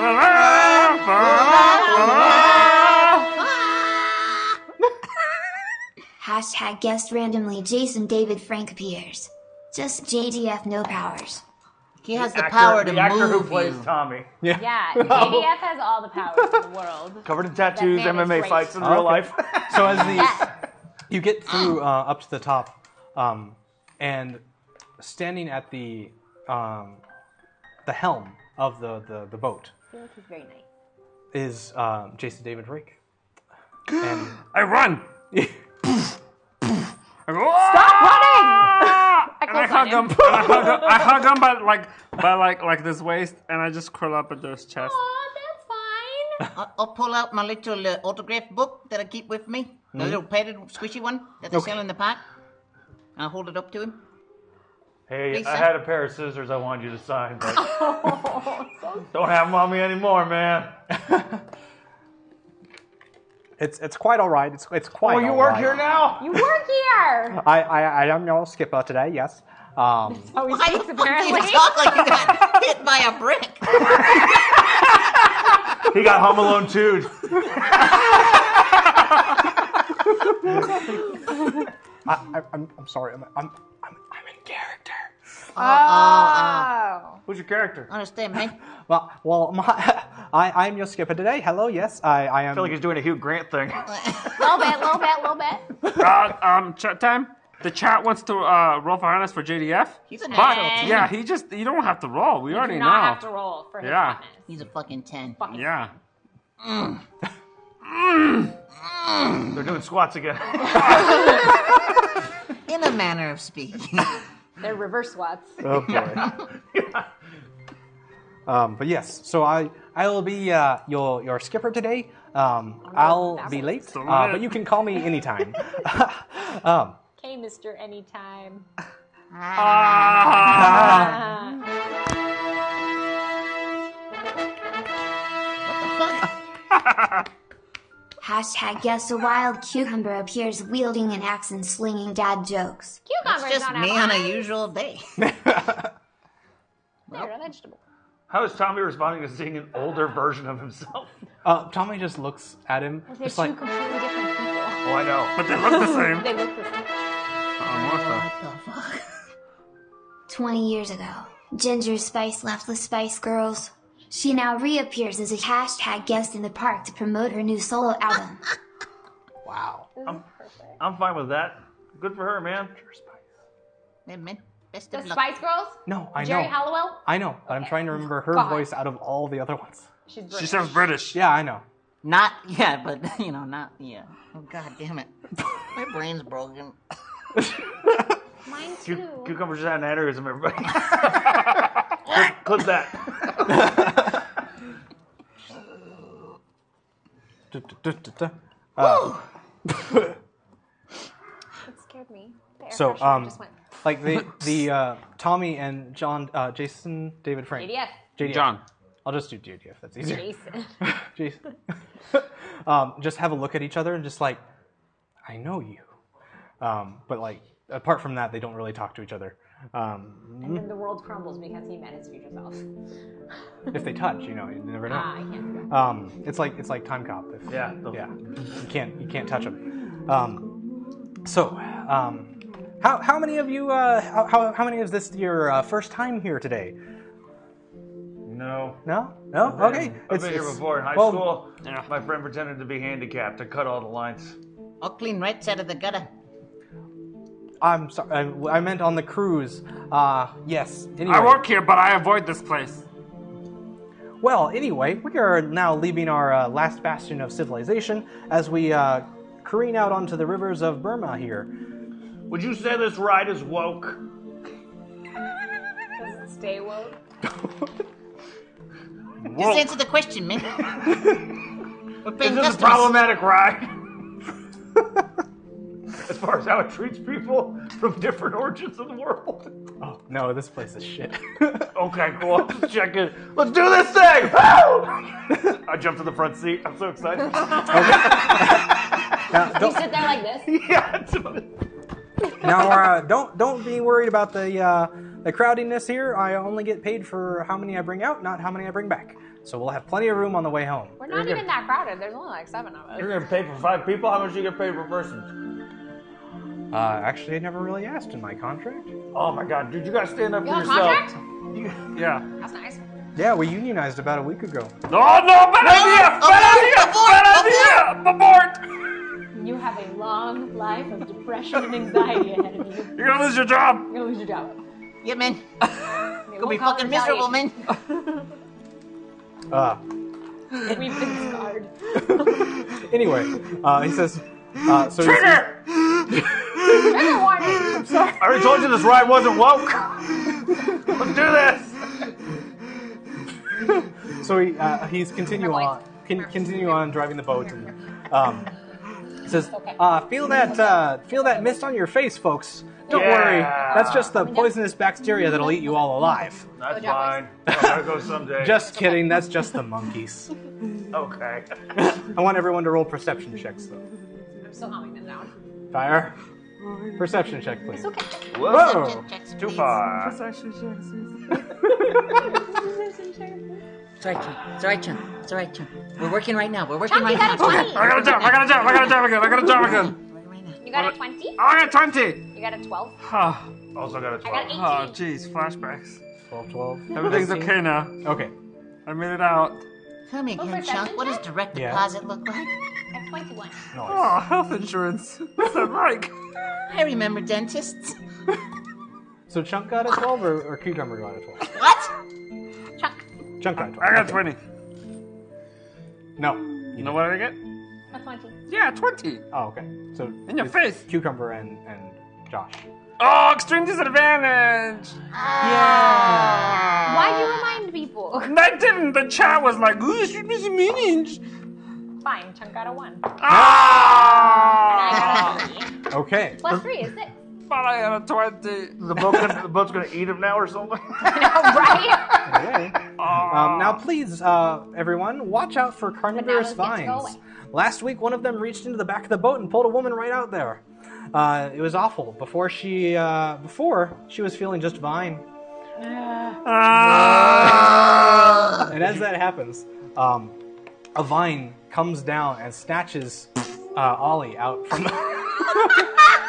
Ah. Hashtag guessed randomly, Jason David Frank appears. Just JDF, no powers. He has the Actor- power to the actor move who plays you. Tommy. Yeah, JDF has all the powers in the world. Covered in tattoos, That man is MMA great. fights in real Okay. life. so? As the Yes. you get through uh, up to the top, um, and standing at the um, the helm of the, the, the boat I feel like he's very nice. is um, Jason David Rake. And I run. I go, Stop running! "Ah!" I And I close hug on him. him. I hug him. I hug him, but like, but like, like this waist, and I just curl up into his chest. Aw, that's fine. I'll, I'll pull out my little uh, autograph book that I keep with me, the Hmm? little padded, squishy one that they sell in the park. I'll hold it up to him. Hey, Lisa? I had a pair of scissors I wanted you to sign, but don't have them on me anymore, man. it's it's quite all right. It's it's Oh, quite. all right. now? You work here. I I, I am your skipper today. Yes. Um, Oh, he Why speaks the fuck do you apparently. talk like you got hit by a brick? He got Home Alone 2. I, I'm I'm sorry. I'm I'm I'm, I'm in character. Oh. Who's your character? I Understand, man? Well, well, my, I I'm your skipper today. Hello. Yes, I I am. feel like he's doing a Hugh Grant thing. Little bit, little bit, little bit. Uh, um, chat time. The chat wants to uh, roll for honest for JDF. He's an But asshole, too. yeah, he just you don't have to roll. We Do already not know. have to roll for his Yeah. hotness. He's a fucking ten. Fucking Yeah. They're doing squats again. In a manner of speaking. They're reverse swats. Oh boy. um, but yes, so I I will be uh, your your skipper today. Um, I'll be late, uh, but you can call me anytime. um, Okay, Mister Anytime. Hashtag guess a wild cucumber appears wielding an axe and slinging dad jokes. Cucumber's It's just not me on out. a usual day. They're a vegetable. How is Tommy responding to seeing an older version of himself? uh, Tommy just looks at him, They're just two like completely different people. Oh, I know. But they look the same. They look the same. Oh, What the fuck? 20 years ago, Ginger Spice left the Spice Girls. She now reappears as a hashtag guest in the park to promote her new solo album. wow. I'm fine with that. Good for her, man. Hey, man, Best The of luck. Spice Girls. No, I Jerry know. Halliwell. I know, but I'm trying to remember her God. voice out of all the other ones. She's Mosta. British. She sounds British. Yeah, I know. Not yeah, but you know, not yeah. Oh god damn it. My brain's broken. Mine Cu- too. Cucumber's just had an aneurysm, everybody. clip, clip that. Du- du- du- du- du. It scared me. The air So, freshener um, just went. like the the uh, Tommy and John, uh, Jason, David, Frank, JDF. JDF. John. I'll just do JDF. That's easier. Jason. Jason. um, just have a look at each other and just like, I know you. Um, but like, apart from that, they don't really talk to each other. Um, and then the world crumbles because he met his future self. if they touch, you know, you never know. Ah, I can't do that. Um, it's like it's like time cop. If, Yeah, the- yeah. You can't you can't touch them. Um, so, um, how how many of you uh, how- how how many is this your uh, first time here today? No. No, no. I've Okay, been- I've been here before in high well, school. Yeah. My friend pretended to be handicapped to cut all the lines. I'll clean right side of the gutter. I'm sorry. I, I meant on the cruise. Uh, yes. Anyway. I work here, but I avoid this place. Oh, Well, anyway, we are now leaving our uh, last bastion of civilization as we uh, careen out onto the rivers of Burma here. Would you say this ride is woke? Does it stay woke? Just answer the question, man. We're paying Is this customers. a problematic ride? as far as how it treats people from different origins of the world. Oh no, this place is shit. Okay, cool. I'm just checking. Let's do this thing! Woo! I jumped in the front seat. I'm so excited. You sit there like this. yeah, it's about it. now, uh, don't don't be worried about the uh, the crowdiness here. I only get paid for how many I bring out, not how many I bring back. So we'll have plenty of room on the way home. We're not even that crowded. There's only like seven of us. You're gonna pay for five people? How much you get paid per person? Uh, actually, I never really asked in my contract. Oh my god, dude, you gotta stand up You for have a yourself. contract? You- yeah. That's nice. Yeah, we unionized about a week ago. No, no, bad idea! Bad idea! Bad idea! Abort! You have a long life of depression and anxiety ahead of you. You're gonna lose your job! You're gonna lose your job. Yeah, man. They Gonna be won't call it fucking miserable, man. retaliation. Uh, We've been scarred. anyway, uh, he says. Uh, so he sees- Trigger! Trigger warning. I already told you this ride wasn't woke. Let's do this. So he, uh, he's continue on, can, continue on driving the boat, and um, says, uh, "Feel that, uh, feel that mist on your face, folks. Don't Yeah. worry, that's just the poisonous bacteria that'll eat you all alive." That's job, fine. I gotta go someday. Just kidding. That's just the monkeys. okay. I want everyone to roll perception checks, though. I'm still calming them down. Fire. Perception check, please. It's okay. Whoa. Check, checks, Too please. far. It's alright, Chum. It's alright, Chum. It's alright, Chum. We're working right now. We're working Chunky right now. got a twenty. I got a job, I got a job, I got a job again, I got a job again. Working right now. You got a twenty. Oh, I got 20! You got a twelve. Oh, Also got a I got 12. eighteen. oh, jeez, flashbacks. 12, 12. Everything's okay now. Okay. I made it out. Come Oh, again, perception Chunk. What does check? direct Yeah. deposit look like? I have twenty-one. Oh, health insurance. What's that like? I remember dentists. So Chunk got a 12 or, or Cucumber got a 12? What? Chuck. Chunk got a 12. I got Okay. 20. No. You know what I get? A twenty. Yeah, 20. Oh, okay. So In your it's face. Cucumber and, and Josh. Oh, extreme disadvantage. Why'd Uh. you remind people? I didn't. The chat was like, ooh, extreme disadvantage. Fine, chunk out of Uh. one. Ah! I got a three. Okay. Plus three is six. But I got a 20. The boat gonna, the boat's gonna eat him now or something. right? Um, now, please, uh, everyone, watch out for carnivorous But now those get to go vines. Last week, one of them reached into the back of the boat and pulled a woman right out there. Uh, it was awful. Before she, uh, before she was feeling just fine. Ah. and as that happens, um, a vine comes down and snatches uh, Ollie out from the,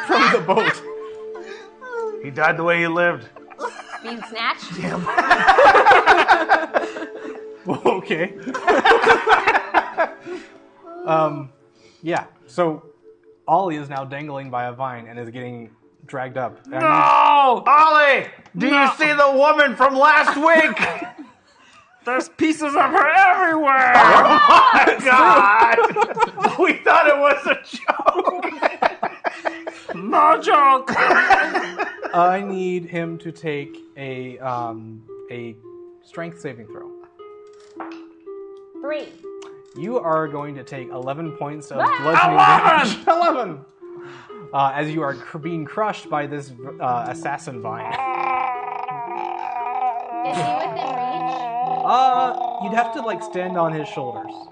from the boat. he died the way he lived. Being snatched. okay. um, yeah. So Ollie is now dangling by a vine and is getting dragged up. I need- Oh! Ollie, do you see the woman from last week? There's pieces of her everywhere! Oh God, we thought it was a joke. no joke! I need him to take a um, a strength saving throw. Three. You are going to take 11 points of Ah! bludgeoning Eleven! damage. 11! Uh, as you are cr- being crushed by this uh, assassin vine. Is he within reach? Uh, you'd have to like stand on his shoulders. I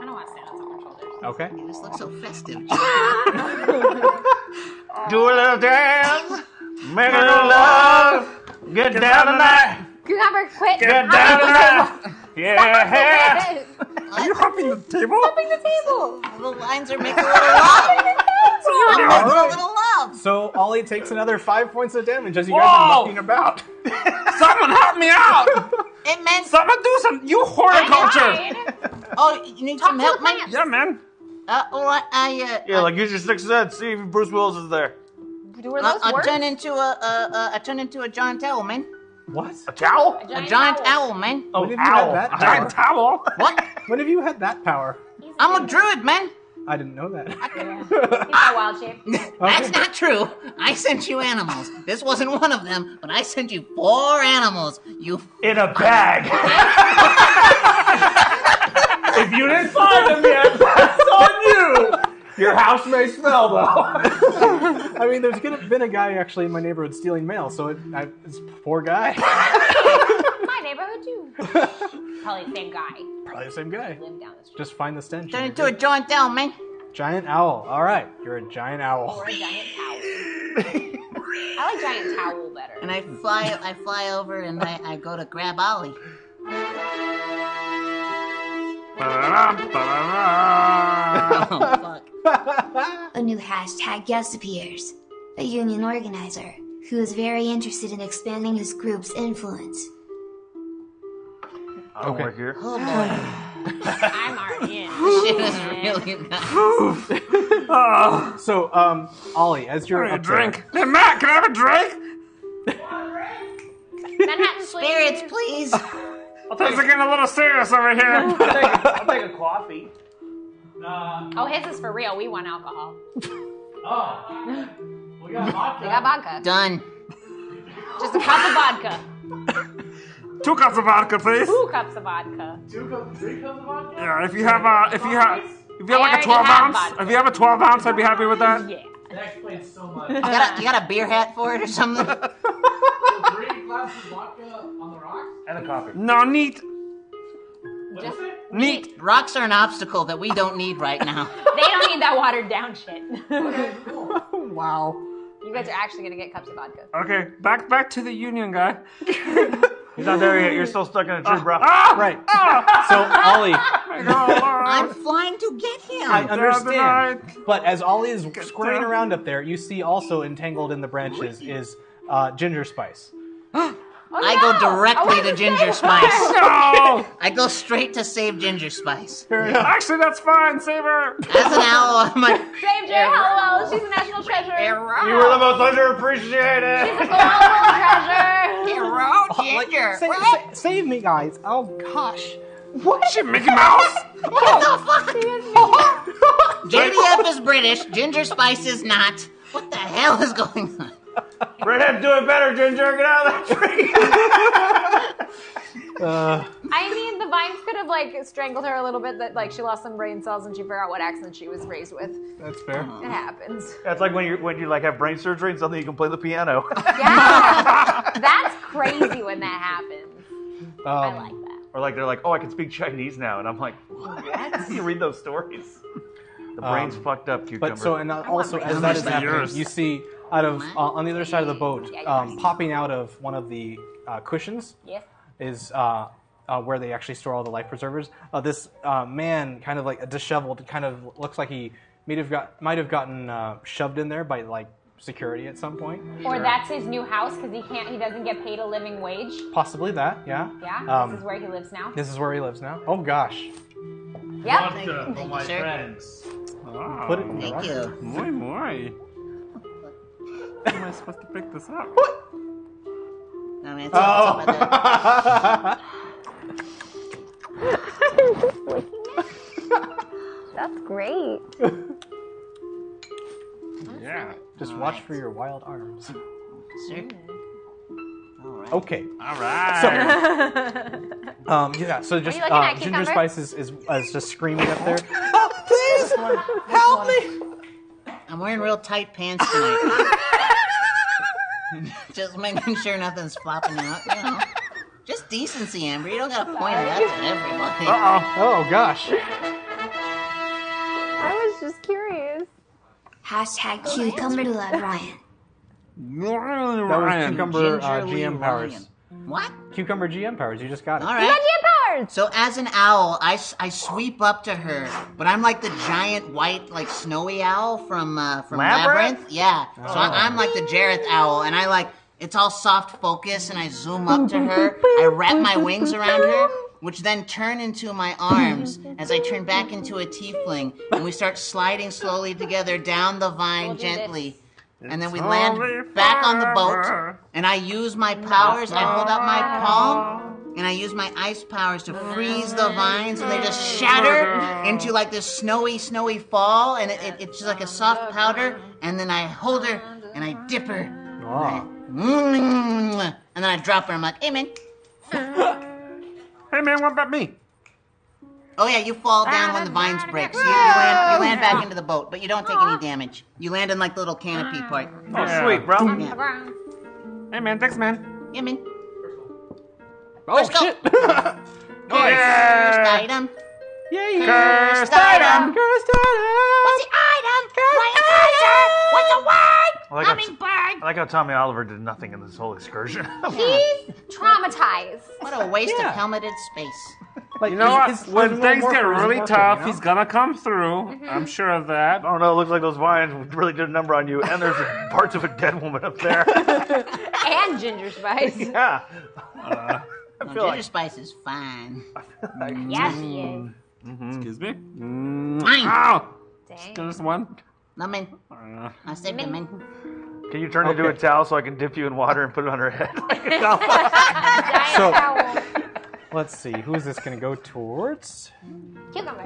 don't want to stand on someone's shoulders. Okay. You just look so festive. Do a little dance, make a little love, get, down tonight, Cucumber, quit. get down tonight. Yeah, Are you hopping the table? the table. the lines are making a little love. I'm making a little love. So Ollie takes another five points of damage as you guys are Whoa! mucking about. Someone help me out! It meant. Someone do some. You horticulture! Oh, you need some help, Talk to the man? Yeah, man. Uh, all right, I, uh, yeah. Like use your sixth sense, see if Bruce Willis is there. Do we I, those I words? turn into a, a, a, I turn into a giant owl, man. What? Towel? A giant owl, man. Oh, when have owl. you had that Giant power? towel. What? When have you had that power? I'm a druid, man. I didn't know that. He's not wild shape. That's not true. I sent you animals. This wasn't one of them, but I sent you four animals. You In a bag. if you didn't find him yet, that's on you. Your house may smell though. I mean, there's gonna been a guy actually in my neighborhood stealing mail, so it, I, it's poor guy. My neighborhood too. Probably the same guy. Probably the same guy. Lived down the street. Just find the stench. turn into a giant eh? owl, man. giant owl. All right, you're a giant owl. Or a giant towel. I like giant towel better. And I fly, I fly over, and I, I go to grab Ollie. Oh fuck! A new hashtag guest appears. A union organizer who is very interested in expanding his group's influence. Okay. Over here. Oh boy, I'm already in. shit is really nice. So, um, Ollie, as you're A up there- drink. Hey, Matt, can I have a drink? Manhattan Spirits, please. Things are getting a little serious over here. I'll take a coffee. Oh, his is for real. We want alcohol. Oh. We got We vodka. got vodka. Done. Just a cup of vodka. Two cups of vodka, please. Two cups of vodka. Two cups, three cups of vodka? Yeah, if you have a, if you have, if you have I like a already 12 have ounce, vodka. if you have a 12 ounce, I'd be happy with that. Yeah. That explains so much. You got a, you got a beer hat for it or something? three glasses of vodka on the rocks? And a coffee. No, neat, What is it? neat. Rocks are an obstacle that we don't need right now. They don't need that watered down shit. you Wow. guys are actually gonna get cups of vodka. Okay, back back to the union guy. He's not there yet. You're still stuck in a tree, bro. Ah, Right. So, Ollie, uh, I'm flying to get him. I understand. Dynamite. But as Ollie is squirming down. around up there, you see also entangled in the branches is uh, Ginger Spice. Oh, I go directly to Ginger Spice. no. I go straight to save Ginger Spice. Actually, that's fine. Save her. As an owl, I'm like, Save Jerry Hallwell. She's a national treasure. You were the most underappreciated. She's a global treasure. Hero Like, Ginger. sa- what? sa- save me, guys. Oh, gosh. What? She Mickey Mouse? What the fuck? JDF is British, Ginger Spice is not. What the hell is going on? Redhead, do it better, Ginger. Get out of that tree. I mean, the vines could have like strangled her a little bit. That like she lost some brain cells and she forgot what accent she was raised with. That's fair. It happens. That's like when you when you like have brain surgery and suddenly you can play the piano. Yeah, that's crazy when that happens. Um, I like that. or like they're like, oh, I can speak Chinese now, and I'm like, what? you read those stories. The brain's fucked up, cucumber. Um, But so, and uh, also my as brain. that is That's happening, yours. you see out of Mine. uh, on the other side of the boat, Yeah, um, yours. popping out of one of the uh, cushions Yes. is uh, uh, where they actually store all the life preservers. Uh, this uh, man, kind of like disheveled, kind of looks like he might have got might have gotten uh, shoved in there by like security at some point. Or that's his new house because he can't. He doesn't get paid a living wage. Possibly that, yeah. Yeah, Um, this is where he lives now. this is where he lives now. Oh gosh. Yep. Thank you, sir. friends. Wow. Put it in the Thank right. you. Muy, muy. How am I supposed to pick this up? I mean, it's all, it's all about That's great. Yeah. Just watch for your wild arms. the sir. All right. Okay. All right. Um, yeah, so just you looking uh, at, Ginger cucumber? Spice is, is, uh, is just screaming up there. I'm wearing real tight pants tonight. Just making sure nothing's flopping out, you know. Just decency, Amber. You don't gotta point it out to everybody. Uh, Oh gosh. I was just curious. Hashtag cucumber to love Ryan. That was Ryan. cucumber uh, Gingerly GM powers. What? Cucumber GM powers. You just got it. All Got right. GM powers! So as an owl, I, s- I sweep up to her, but I'm like the giant white like snowy owl from uh, from Labyrinth. Labyrinth? Yeah. So I, I'm like the Jareth owl, and I like it's all soft focus, and I zoom up to her. I wrap my wings around her, which then turn into my arms as I turn back into a tiefling, and we start sliding slowly together down the vine We'll do this. gently. And then we It's only land back on the boat, forever. and I use my powers. I hold up my palm, and I use my ice powers to freeze the vines, and they just shatter into like this snowy, snowy fall, and it, it, it's just like a soft powder. And then I hold her, and I dip her, Oh. and then I drop her. I'm like, hey man, Hey man, what about me? oh yeah, you fall down when the vines break, so you, you land, you land back into the boat, but you don't take any damage. You land in like the little canopy part. oh, sweet, bro. Yeah, Hey man, thanks man. yeah man. Oh go. shit. First Yeah. item. Yay. Uh, First item. What's the item? Why is it? What's the word? I like, how, I Hummingbird. like how Tommy Oliver did nothing in this whole excursion. He's traumatized. What a waste Yeah. of helmeted space. Like, You know what? his- his- when his things warforged get is really working, tough, you know? he's gonna come through. I'm sure of that. I don't know. It looks like those vines really did a number on you. And there's parts of a dead woman up there. And Ginger Spice. yeah. No, feel ginger like- spice is fine. Yeah, she is. Mm. Excuse me. Mm. Mine. Ow! Dang. Just one. Lemon. I said lemon. Can you turn into a towel so I can dip you in water and put it on her head? Giant So- towel. Let's see. Who is this going to go towards? Cucumber.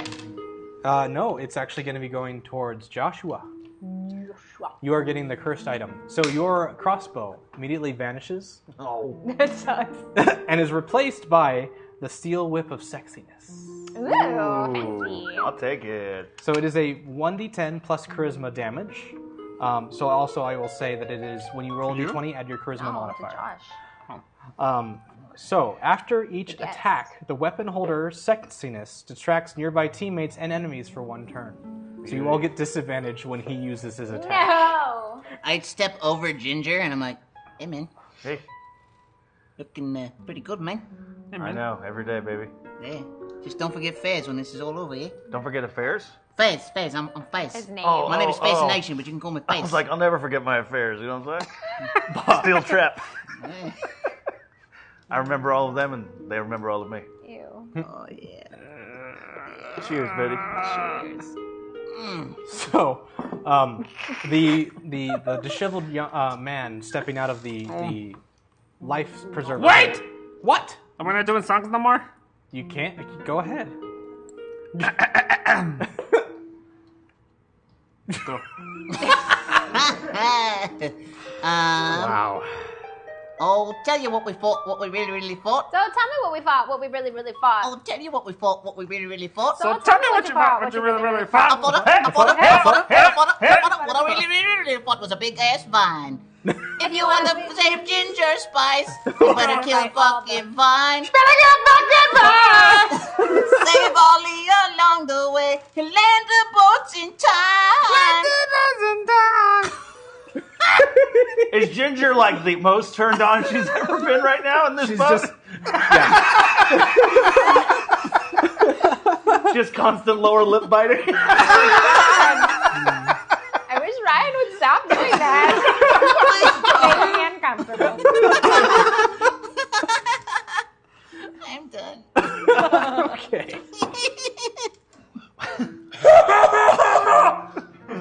Uh, no, it's actually going to be going towards Joshua. You are getting the cursed item. So your crossbow immediately vanishes That sucks. and is replaced by the steel whip of sexiness. Ooh, fancy. I'll take it. So it is a 1d10 plus charisma damage. Um, so also I will say that it is when you roll a d20, add your charisma Oh, to modifier. Josh. Um, so, after each Yes. attack, the weapon holder's sexiness distracts nearby teammates and enemies for one turn. So, you all get disadvantage when he uses his attack. No. I'd step over Ginger and I'm like, hey man, Hey, looking uh, pretty good, man. I know. Every day, baby. Yeah. Just don't forget Fez when this is all over, yeah? Don't forget affairs. Fez, Fez, I'm, I'm Fez. His name. Oh, My name is Fez oh. in Action, but you can call me Fez. I was like, I'll never forget my affairs. You know what I'm saying? Steel trap. Eh. I remember all of them, and they remember all of me. Ew. oh yeah. Cheers, baby. So, um, the, the, the disheveled young, uh, man stepping out of the, the life preserver. Wait! What? Am I not doing songs no more? You can't? Go ahead. Go. um, Wow. I'll tell you what we fought, what we really, really fought. So tell me what we fought, what we really, really fought. I'll tell you what we fought, what we really, really fought. So So tell me what you want, what you really, really fought. I fought up, I fought up, I fought up, I fought up, I fought up. What I really, really, really fought was a big ass vine. If you want to save ginger spice, you better kill fucking vine. Save Ollie along the way. He'll land the boats in time. Is Ginger like the most turned on she's ever been right now in this She's boat? just- Just constant lower lip biting. I wish Ryan would stop doing that. Making me uncomfortable. I'm done. Okay.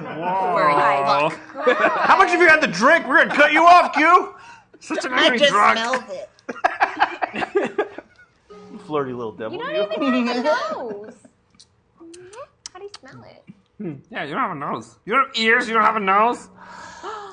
Whoa. How much have you had to drink? We're gonna cut you off, Q. Such an I angry just drunk. smelled it. Flirty little devil. You don't even have a nose. How do you smell it? Yeah, you don't have a nose. You don't have ears. You don't have a nose.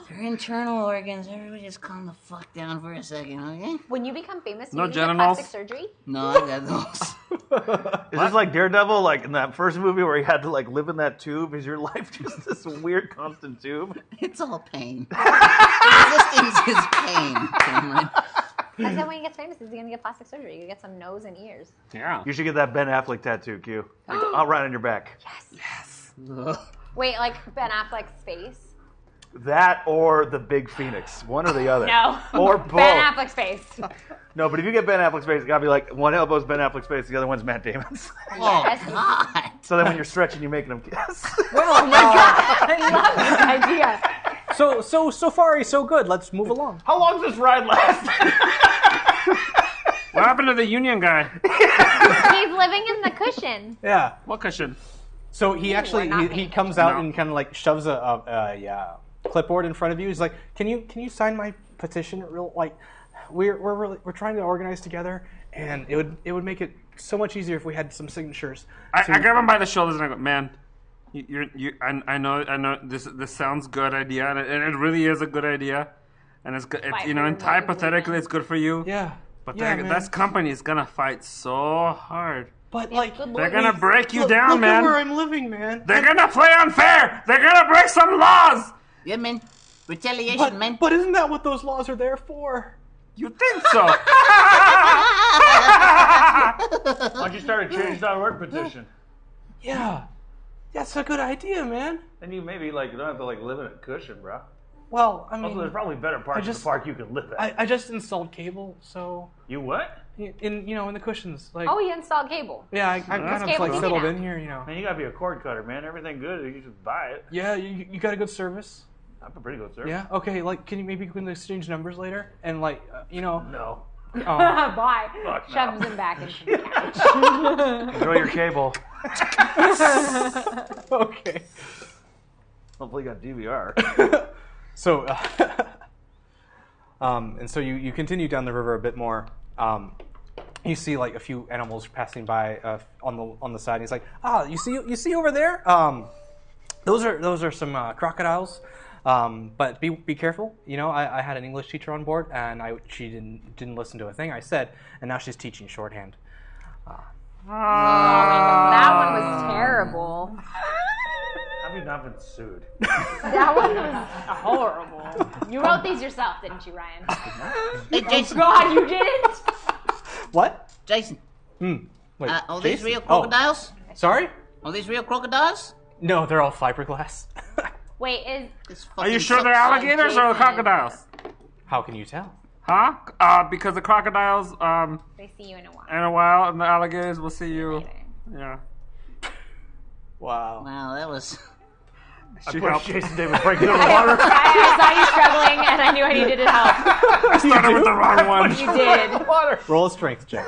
Your internal organs, everybody just calm the fuck down for a second, okay? When you become famous, you No need to get genitals. plastic surgery. No, I got those. Is this like Daredevil, like in that first movie where he had to like live in that tube? Is your life just this weird constant tube? It's all pain. Existence is pain, Cameron. I said when he gets famous, he's gonna get plastic surgery. You get some nose and ears. Yeah. You should get that Ben Affleck tattoo, Q. Like, I'll ride on your back. Wait, like Ben Affleck's face? That or the Big Phoenix, one or the other. No. Or both. Ben Affleck's face. No, but if you get Ben Affleck's face, it gotta be like one elbow's Ben Affleck's face, the other one's Matt Damon's. Oh, Yes. God. so then when you're stretching, you're making him kiss. I love this idea. Uh, So so so far so good. Let's move along. How long does this ride last? What happened to the union guy? He's living in the cushion. Yeah. What cushion? So he actually we're he, not he comes out No. and kind of like shoves a, a, a yeah, clipboard in front of you. He's like, "Can you can you sign my petition? Real like, we're we're really, we're trying to organize together, and it would it would make it so much easier if we had some signatures." I, I grab him by the shoulders and I go, man. You, you're, you, I, I know, I know. This this sounds good idea, and it, and it really is a good idea, and it's, good- it's you know, and hypothetically, it's good for you. yeah, But yeah, that man. this company is gonna fight so hard. but like They're gonna break you down, look at man. where I'm living, man. They're gonna play unfair. They're gonna break some laws. Yeah, man. Retaliation, man. But, but isn't that what those laws are there for? You think so? Why don't you start a change.org petition? Yeah, that's a good idea, man. Then you maybe like you don't have to like live in a cushion, bro. Well, I Also, mean, there's probably better parts of just- the park you could live at. I, I just installed cable, so you what? in you know in the cushions, like Oh, he installed cable. yeah, I, I'm kind of cable like easy settled now. in here, you know. Man, you gotta be a cord cutter, man. Everything good, you just buy it. Yeah, you, you got a good service. I'm a pretty good service. Yeah. Okay. Like, can you maybe we can exchange numbers later? And like, uh, you know, No. um, Bye. Fuck no. Shoves him back into the couch. Enjoy your cable. okay. Hopefully, you got DVR. So, uh, um, and so you you continue down the river a bit more. Um, you see like a few animals passing by uh, on the on the side. And he's like, ah, you see you see over there. Um, those are those are some uh, crocodiles. Um, but be be careful. You know, I, I had an English teacher on board, and I she didn't didn't listen to a thing I said, and now she's teaching shorthand. Oh, that one was Ah. terrible. Have you not been sued? That one was horrible. You wrote these yourself, didn't you, Ryan? Hey, Jason. God, you didn't. What? Jason. Wait, Uh, are these Jason? real Oh, crocodiles? sorry? Are these real crocodiles? No, they're all fiberglass. Wait, is This Are fucking you sure they're sucks. alligators or Jason. crocodiles? How can you tell? Huh? Uh, because the crocodiles, um, they see you in a while? in a while, and the alligators will see you. Yeah. Wow. Wow, that was. She helped. Jason David breaking the water. I, I saw you struggling, and I knew I needed help. I started with the wrong one. You did. water. Roll a strength check.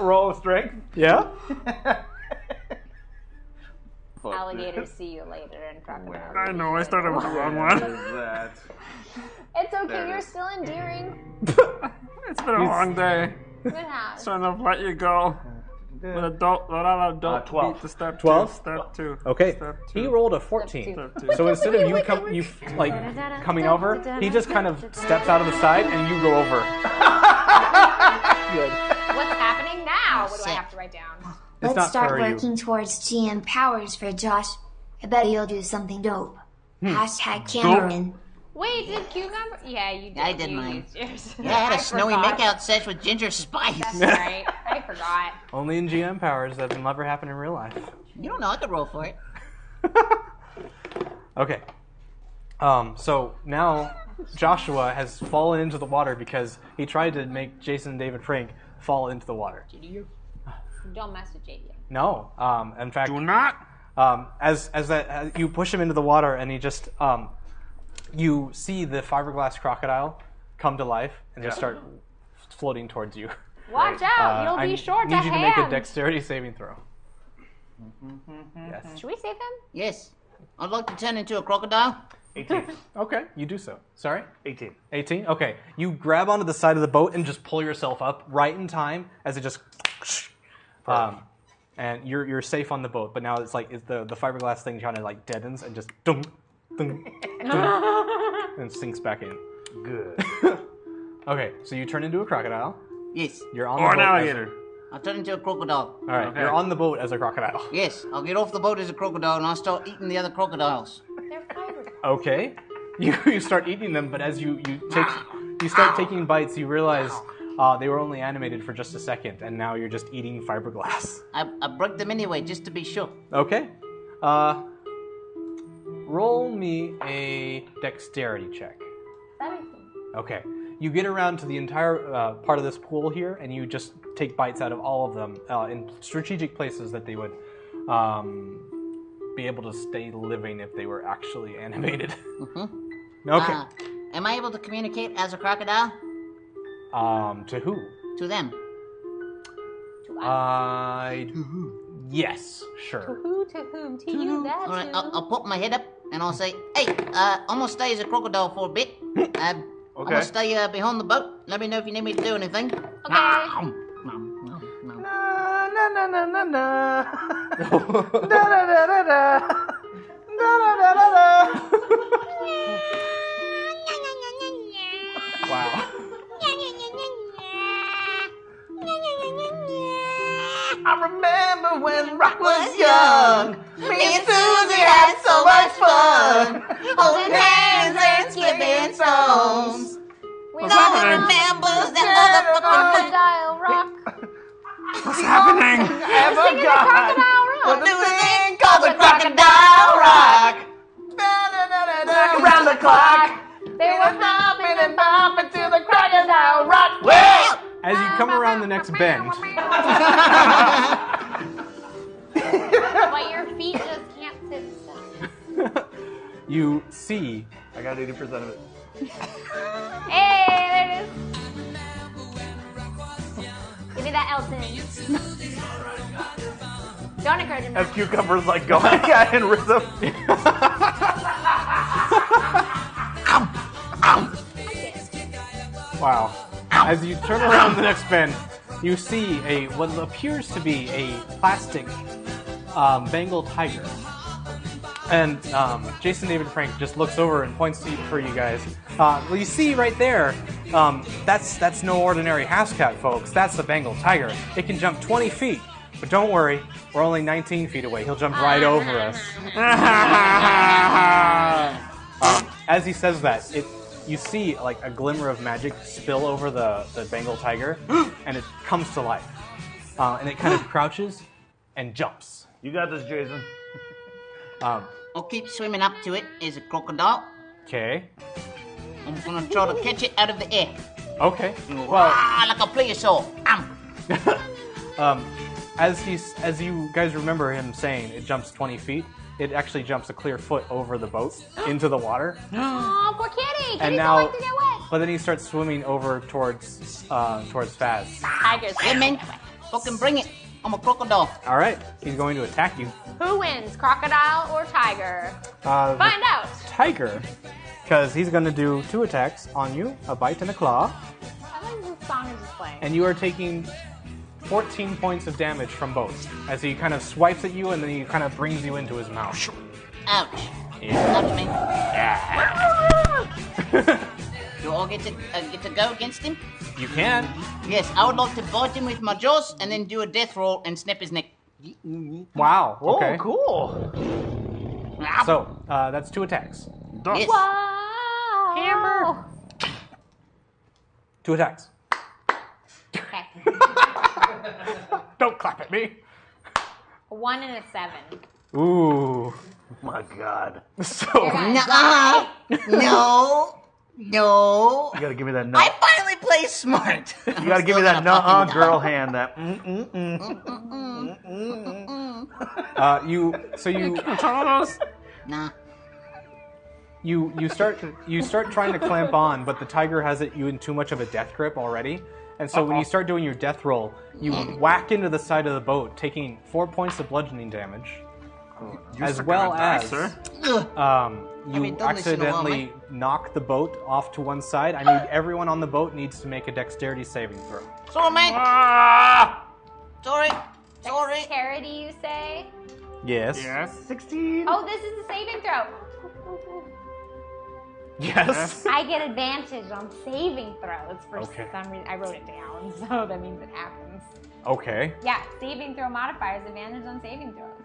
Roll of strength. yeah? Alligators see you later, and crocodiles. I know. I started with the wrong one. That. It's okay. You're still endearing. It's been a long day. Good house. Trying to let you go. But adult, but not adult. Uh, 12. beat the Step 12? Two, step two. Okay, Step two. he rolled a fourteen. Step two. So instead of you come, you like coming over, he just kind of steps out of the side, and you go over. What's happening now? What do I have to write down? It's Let's not start for you. working towards GM powers for Josh. I bet he'll do something dope. Hmm. Hashtag Cameron. Wait, did cucumber? Yeah, you did. I did you mine. used yours. Yeah, I had a snowy forgot. makeout sesh with Ginger Spice. That's right. I forgot. Only in GM powers that will never happen in real life. You don't know. I could roll for it. Okay. Um, so now Joshua has fallen into the water because he tried to make Jason and David Frank fall into the water. Don't mess with JD. No. Um, in fact, Do not. um, as as that as you push him into the water and he just um, you see the fiberglass crocodile come to life and just start floating towards you. Watch out! Uh, You'll I be short need a you hand. to make a dexterity saving throw. Yes. Should we save them? Yes. I'd like to turn into a crocodile. 18. Okay, you do so. Sorry. 18. 18? Okay. You grab onto the side of the boat and just pull yourself up right in time as it just. Um, and you're, you're safe on the boat, but now it's like it's the, the fiberglass thing kind of like deadens and just dung, dung, dung, and sinks back in. Good. Okay, so you turn into a crocodile. Yes. You're on Or the an boat as- alligator. I'll turn into a crocodile. all right, you're on the boat as a crocodile. Yes. I'll get off the boat as a crocodile and I'll start eating the other crocodiles. They're fiber. Okay, you, you start eating them, but as you you take you start taking bites, you realize uh, they were only animated for just a second, and now you're just eating fiberglass. I, I broke them anyway, just to be sure. Okay. Uh, roll me a dexterity check. Seventeen. Okay. You get around to the entire uh, part of this pool here, and you just take bites out of all of them uh, in strategic places that they would um, be able to stay living if they were actually animated. Okay. Uh, am I able to communicate as a crocodile? Um, to who? To them. Uh, yes, sure. Who to whom? To you, that All right, who. I'll, I'll pop my head up and I'll say, "Hey, uh, I'm gonna stay as a crocodile for a bit. Um, I'm Okay. gonna stay uh, behind the boat. Let me know if you need me to do anything." Okay. Nom, nom, nom, nom. Na na na na na. Da da da da da. Da da da da da. Wow. I remember when rock was young. Me and Susie had so much fun. Holding hands and skipping songs. We What's happening? Members that motherfucking crocodile rock. What's happening? Ever Singing the got crocodile with rock. the thing called the crocodile rock. back around the clock. They were hopping and bumping to the crocodile rock. As you come around the next bend, but your feet just can't sit still. you see I got 80% of it. Hey, there it is. Give me that Elton. Don't encourage him. As cucumbers like going yeah, in rhythm. Wow. As you turn around the next bend, you see a what appears to be a plastic um, Bengal tiger. And um, Jason David Frank just looks over and points to for you guys. Uh, well, you see right there, um, that's that's no ordinary house cat, folks. That's the Bengal tiger. It can jump 20 feet. But don't worry, we're only 19 feet away. He'll jump right over us. As he says that, it you see like a glimmer of magic spill over the, the Bengal tiger, and it comes to life. Uh, and it kind of crouches and jumps. You got this, Jason. I'll keep swimming up to it as a crocodile. Okay. I'm gonna try to catch it out of the air. Okay. Well, Ah, like a plesiosaur. Um, um, as he's as you guys remember him saying, it jumps 20 feet. It actually jumps a clear foot over the boat into the water, Aw, poor kitty. and Kitties now, don't like to get wet. but then he starts swimming over towards uh, towards Faz. Tigers. yeah, man. Fucking bring it. I'm a crocodile. All right, he's going to attack you. Who wins, crocodile or tiger? Uh, the Find out. tiger because he's going to do two attacks on you a bite and a claw I like this song is just playing. and you are taking 14 points of damage from both as he kind of swipes at you and then he kind of brings you into his mouth. Ouch. Ouch me. Do all get to uh, get to go against him? You can. Yes, I would like to bite him with my jaws and then do a death roll and snap his neck. Wow. Oh, Okay. cool. So uh, that's two attacks. Yes. Wow. Hammer. Two attacks. Don't clap at me. One and a seven. Ooh. My God. So Nuh-uh. Uh-huh. No. No. You gotta give me that I nut. finally play smart. You gotta give me that nuh-uh girl hand. That mm, uh, you so you Nah. you you start you start trying to clamp on, but the tiger has it you in too much of a death grip already. And so when you start doing your death roll, you whack into the side of the boat, taking four points of bludgeoning damage, as well as um, you mean, don't listen to a accidentally knock the boat off to one side. I need everyone on the boat needs to make a dexterity saving throw. Sorry, man. Sorry. Sorry. Charity, you say? Yes. Yes. sixteen. Oh, this is a saving throw. Yes. I get advantage on saving throws for Okay. some reason. I wrote it down, so that means it happens. Okay. Yeah, saving throw modifiers, advantage on saving throws.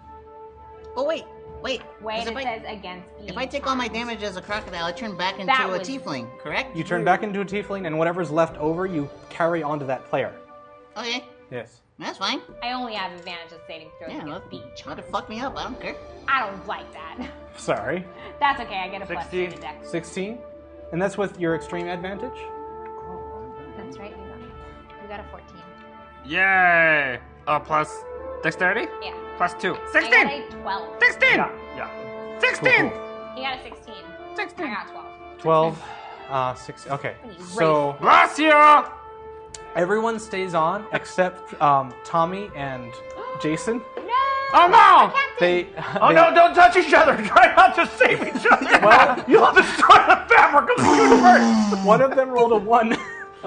Oh wait, wait. 'Cause Wait, if it I, says against if I take all my damage as a crocodile, I turn back into That a was- tiefling, correct? You turn back into a tiefling, and whatever's left over, you carry onto that player. Okay, Yes. that's fine. I only have advantage on saving throws Yeah, against let beach. let it fuck me up. I don't care. I don't like that. Sorry. That's okay, I get a plus two 16. to dex. 16. And that's with your extreme advantage? That's right, you got, you got a 14. Yay. Oh, plus dexterity? Yeah. Plus two. I got a 16! 12. 16! Yeah. 16! He got a 16. 16. I got 12. 12. Uh, six. Okay. So Bless you! everyone stays on except um, Tommy and Jason. No! Oh no! They. Oh no! Don't touch each other. Try not to save each other. You'll destroy the fabric of the universe. One of them rolled a one.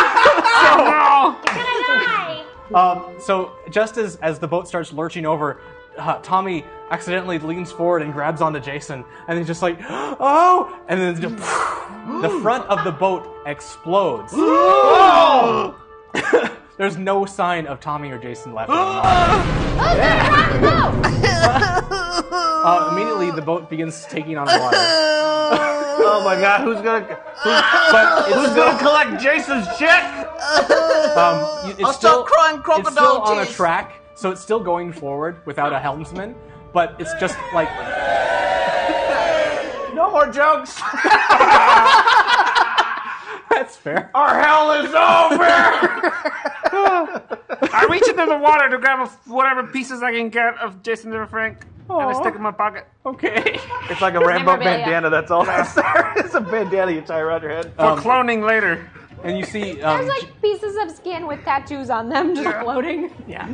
Oh, Hi! Um, so just as as the boat starts lurching over, uh, Tommy accidentally leans forward and grabs onto Jason, and he's just like, "Oh!" And then just, the front of the boat explodes. There's no sign of Tommy or Jason left. anymore. uh, immediately, the boat begins taking on water. Oh my God! Who's gonna But it's Who's still, gonna collect Jason's check? um, you- it's I'll still, start crying it's still crocodile on a tears. track, so it's still going forward without a helmsman. But it's just like No more jokes. that's fair. Our hell is over. I reach into the water to grab a- whatever pieces I can get of Jason River Frank, and I stick it in my pocket. Um, Okay. It's like a Rambo Memorabilia. bandana. That's all that's there. It's a bandana you tie around your head. For cloning later. Um, And you see, um, There's like pieces of skin with tattoos on them just floating. uh,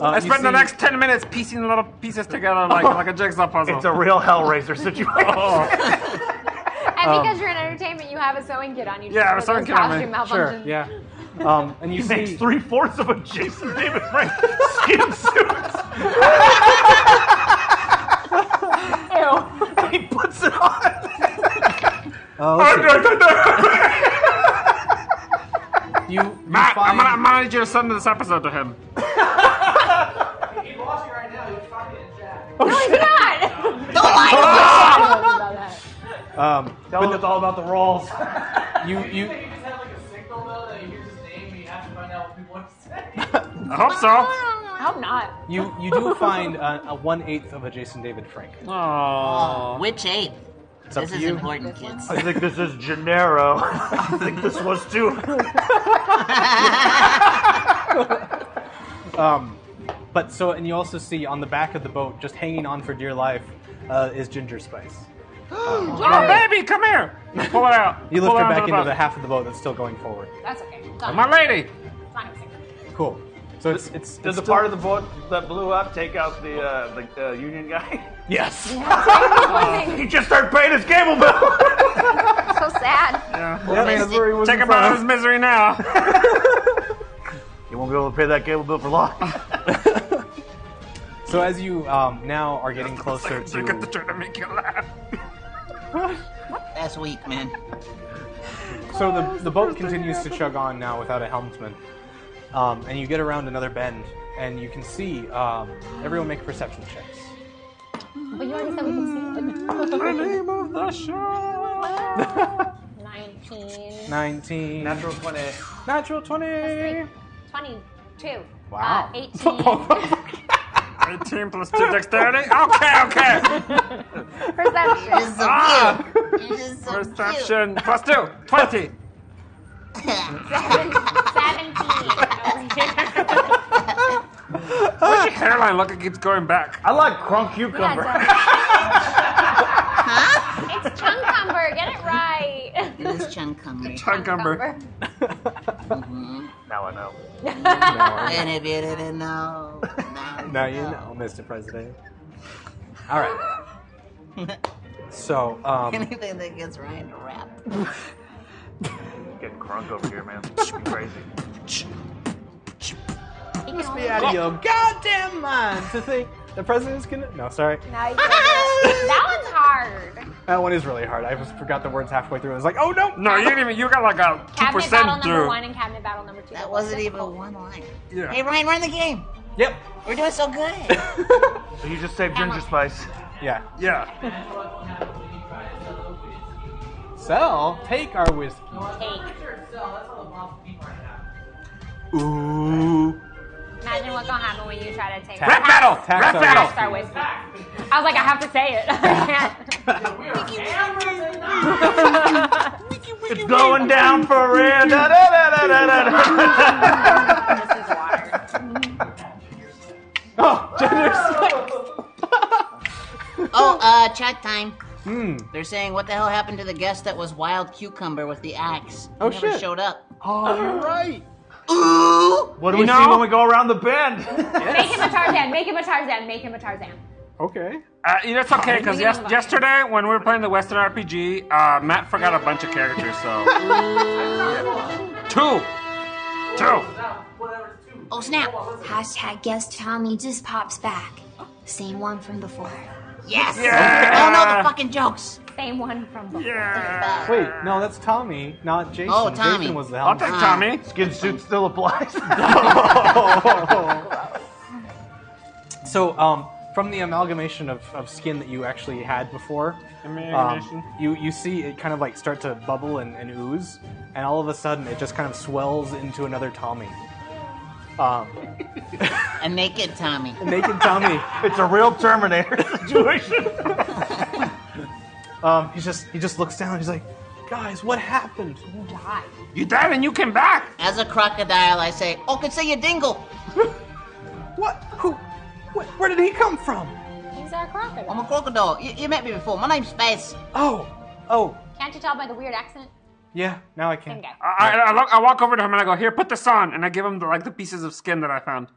I you spend the see- next 10 minutes piecing little pieces together like, like a jigsaw puzzle. It's a real Hellraiser situation. And because you're in entertainment, you have a sewing kit on you. Oh. Yeah, just a for sewing those kit on me. costume Sure. malfunctions. Yeah. Um, and you Makes see, three fourths of a Jason David Frank skin suit. He puts it on. uh, Oh, let's see. you, you Matt, Ah, I'm find- gonna manage your son this episode to him. No, he's not. Oh, Don't lie to me. um, Tell him it's all about the rolls. you, you, I hope so. I hope not. you, you do find uh, a one eighth of a Jason David Frank. Aww. Which eight? It's up This to is you. important, kids. I think this is Gennaro. I think this was too. But so, and you also see on the back of the boat, just hanging on for dear life, uh, is Ginger Spice. Oh, baby, come here! Pull it out. You lift Pull her out back of into the box. half of the boat that's still going forward. That's okay. It's My not, lady! it's not a secret. Cool. So it's it's, Did it's the still- part of the boat that blew up take out the uh, the uh, union guy? yes. Oh. He just started paying his cable bill. so sad. Yeah. Yeah, that's where he was Take in him out front of his misery now. you You won't be able to pay that cable bill for long. So as you um, now are getting closer They get to, to try to make you laugh. That's weak, man. so the the boat continues to chug on now without a helmsman, um, and you get around another bend, and you can see um, everyone make perception checks. But you already said we could see it. Name of the show. 19. Nineteen Natural 20. natural twenty. 22. Wow. Uh, 18. 18 plus 2 dexterity? Okay, okay. Perception. This is so Ah! cute. You're just so cute. Perception plus 2. 20. Seven- 17. What's your hairline look? It keeps going back. I like crunk cucumber. it's Chunkumber. Get it right. It is Chunkumber. Cucumber. now I know. And if you didn't know, now you Now you know, Mr. President. All right. So um, Anything that gets Ryan to rap. Getting crunk over here, man. It's crazy. You can only- out of your Oh, goddamn mind to think the president's gonna. No, sorry. Now you get it. That one's hard. That one is really hard. I just forgot the words halfway through. I was like, oh no. No, you didn't even. You got like a Cabinet battle 2% number through. one and cabinet battle number two. That wasn't even one line. Yeah. Hey, Ryan, we're in the game. Yep. We're doing so good. So you just saved Ginger Spice. Yeah. Yeah. So take our whiskey. Take. Ooh. Imagine what's gonna happen when you try to take. Rap battle! Tax Rap our battle! whiskey. Tax our whiskey. I was like, I have to say it. I can't. It's going down for real. Da, da, da, da, da, da, da. this is water. Oh, genders. Oh, uh, chat time. Hmm. They're saying, what the hell happened to the guest that was Wild Cucumber with the axe? Oh, Never shit. showed up. oh, you're right. What do You we see know- when we go around the bend? Make him a Tarzan. Make him a Tarzan. Make him a Tarzan. Okay. Uh, you know, it's okay, because We yes, know about yesterday when we were playing the Western RPG, uh, Matt forgot a bunch of characters, so. Two! Two! Oh, snap. Hashtag guest Tommy just pops back. Same one from before. Yes. Yeah. I don't know the fucking jokes. Same one from before. Yeah! Wait, no, that's Tommy, not Jason. Oh, Tommy. Jason was the I'll helmet. take Tommy. Skin suit still applies. So, um, from the amalgamation of, of skin that you actually had before, um, Amalgamation. you, you see it kind of like start to bubble and, and ooze, and all of a sudden it just kind of swells into another Tommy. Um, A naked Tommy. naked Tommy. it's a real Terminator situation. Um, he's just he just looks down. He's like, guys, what happened? God. You died and you came back! As a crocodile, I say, oh, could say you dingle. What? Who? What, where did he come from? He's our crocodile. I'm a crocodile. You, you met me before. My name's Space. Oh, oh, Can't you tell by the weird accent? yeah. Now I Same can. guy. I, I, I, look, I walk over to him and I go, here, put this on. And I give him the, like the pieces of skin that I found.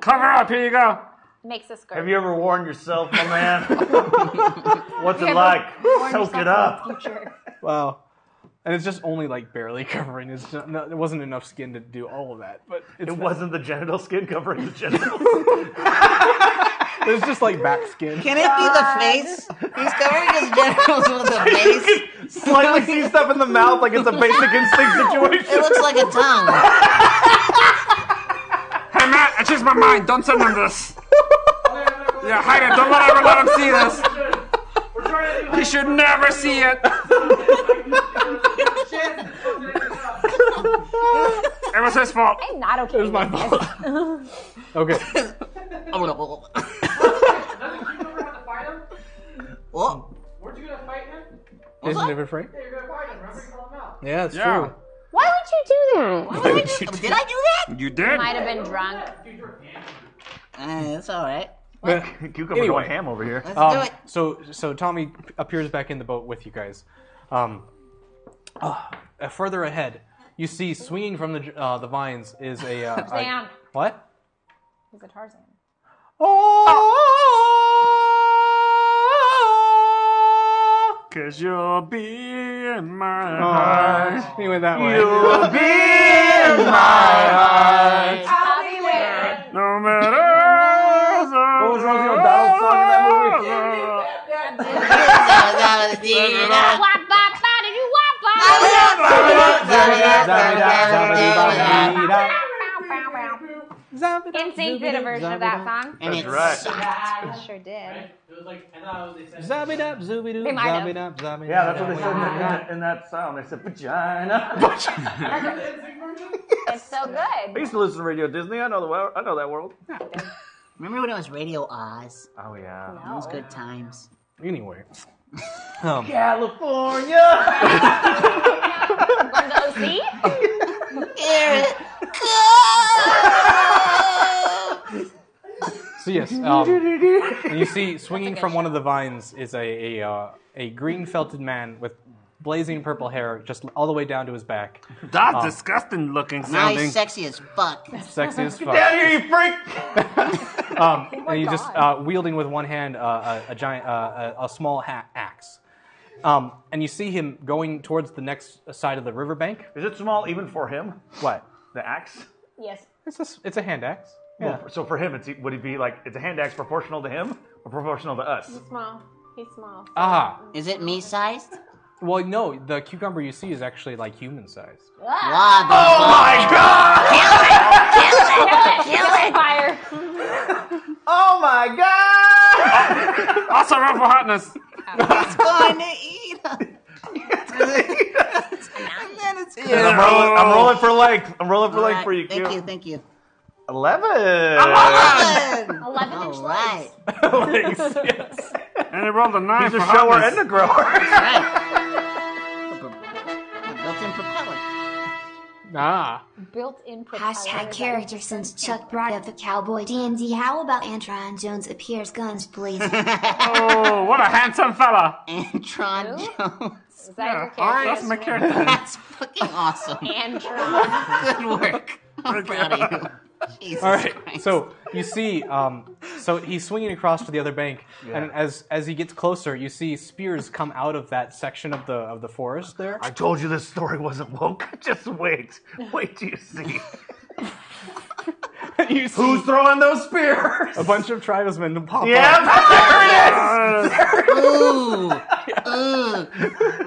Cover up, here you go. Makes a skirt. Have you ever worn yourself, my man? What's You it ever like? warn Soak yourself it up. in the future? Wow. And it's just only like barely covering. It's not, no, there wasn't enough skin to do all of that, but it's It not- wasn't the genital skin covering the genitals. It's just like back skin. Can it be the face? He's covering his genitals with a face. Slightly see stuff in the mouth like it's a basic instinct situation. It looks like a tongue. Oh, Hey, Matt, I changed my mind. Don't send him this. yeah, hide it. Don't let, ever let him see this. He should never see it. it was his fault. I'm not okay. with my this. fault. Okay. Whoa. Isn't it different, Frank? Yeah, it's Yeah. true. Why would you do that? Did I do that? You did? Might have been drunk. Uh, it's all right. Cucumber Anyway. going ham over here. Let's do Um, it. so so Tommy appears back in the boat with you guys. Um, ah, uh, further ahead, you see swinging from the uh, the vines is a, uh, a- Sam. what? He's a Tarzan. Oh! Cause you'll be in my heart. Anyway, that way. You'll be in my heart. Dee-da. Wop, bop, bop, did you wop, bop? NSYNC did a version of that song. And That's it right. sucked. It sure did. Zombie up, zombie doo, They might have. zombie up, zombie Yeah, that's what they said in that, in that sound. They said vagina. vagina. It's so I good. used to listen to Radio Disney. I know the world. I know that world. Remember when it was Radio Oz? Oh yeah. Those good times. Anyway. Um, California. On the OC? Here it comes! so yes, um, and you see swinging from one of the vines is a a, uh, a green felted man with blazing purple hair, just all the way down to his back, That's Ah. disgusting looking Now sounding. he's sexy as fuck. sexy as fuck. Down here, you freak. Um, and he's just uh, wielding with one hand uh, a, a giant, uh, a, a small ha- axe. Um, and you see him going towards the next side of the riverbank. Is it small even for him? What? The axe. Yes. It's a, s- it's a hand axe. Well, so for him, it's e, would it be like it's a hand axe proportional to him or proportional to us? Small. He's small. Aha. Is it me sized? Well, no, the cucumber you see is actually like human sized. Oh. Wow, my god! Fire. Oh my god! also, run for hotness. he's going to eat us. And then it's I'm here. rolling, I'm rolling for length. I'm rolling for length for you, Thank you, Q. thank you. Eleven. 11 inch All legs. right. And he rolled a nine He's for a shower hotness. and a grower. Right. Built-in propeller. Ah. Built in propeller. Hashtag character since Chuck brought up the cowboy D&D. How about Antron Jones appears guns blazing? Oh, what a handsome fella. Antron Jones. Is that your All character? right, that's my character. That's fucking awesome. Andrew. Good work. I'm proud of you. Jesus All right. Christ. So you see, um, so he's swinging across to the other bank, and as as he gets closer, you see spears come out of that section of the of the forest there. I told you this story wasn't woke. Just wait. Wait till you see. you see Who's throwing those spears? a bunch of tribesmen pop up. Yeah, there it is. Ooh, ooh.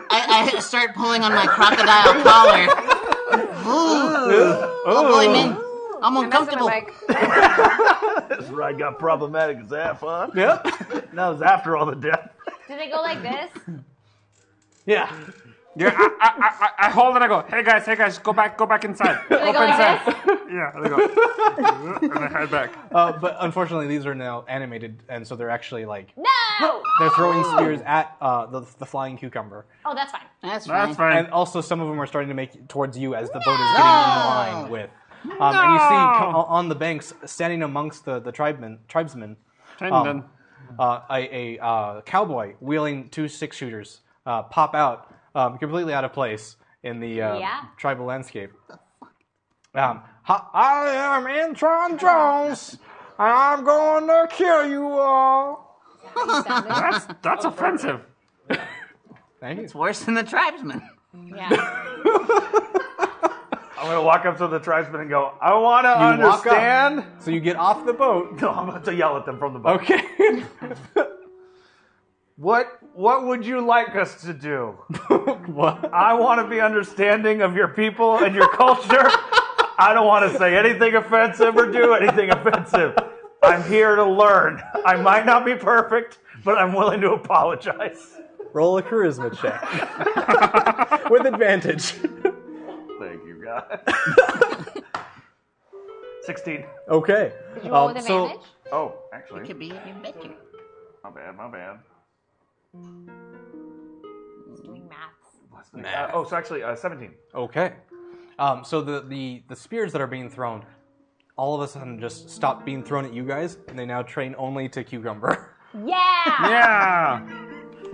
I, I start pulling on my crocodile collar. Ooh. Oh boy, man. I'm uncomfortable. That's right. Got problematic as that, huh? Yep. That was after all the death. Did they go like this? Yeah. Yeah, I, I, I, I hold and I go, hey guys, hey guys, go back, go back inside. Did they go like this? yeah, they go. and I head back. Uh, but unfortunately, these are now animated, and so they're actually like No! they're throwing spears at uh, the, the flying cucumber, Oh, that's fine. That's fine. That's fine. and also some of them are starting to make it towards you as the boat is getting in line with. Um, And you see co- on the banks, standing amongst the the tribemen, tribesmen, Tendon. uh, a, a uh, cowboy wheeling two six shooters uh, pop out um, completely out of place in the uh, Yeah. tribal landscape. Um, "Hi- I am Intron Jones, and I'm going to kill you all. that's that's offensive. Thank you. Worse than the tribesman. Yeah. I'm gonna walk up to the tribesmen and go, I wanna You walk up. understand. So you get off the boat. No, I'm about to yell at them from the boat. Okay. What what would you like us to do? what? I wanna be understanding of your people and your culture. I don't wanna say anything offensive or do anything offensive. I'm here to learn. I might not be perfect, but I'm willing to apologize. Roll a charisma check with advantage. Thank you, God. 16. Okay. You roll Um, with so- advantage? Oh, actually. Could be even better. My bad, my bad. Doing maths. Uh, oh, so actually, uh, 17. Okay. Um, so the, the, the spears that are being thrown all of a sudden just stop being thrown at you guys, and they now train only to cucumber. Yeah! Yeah.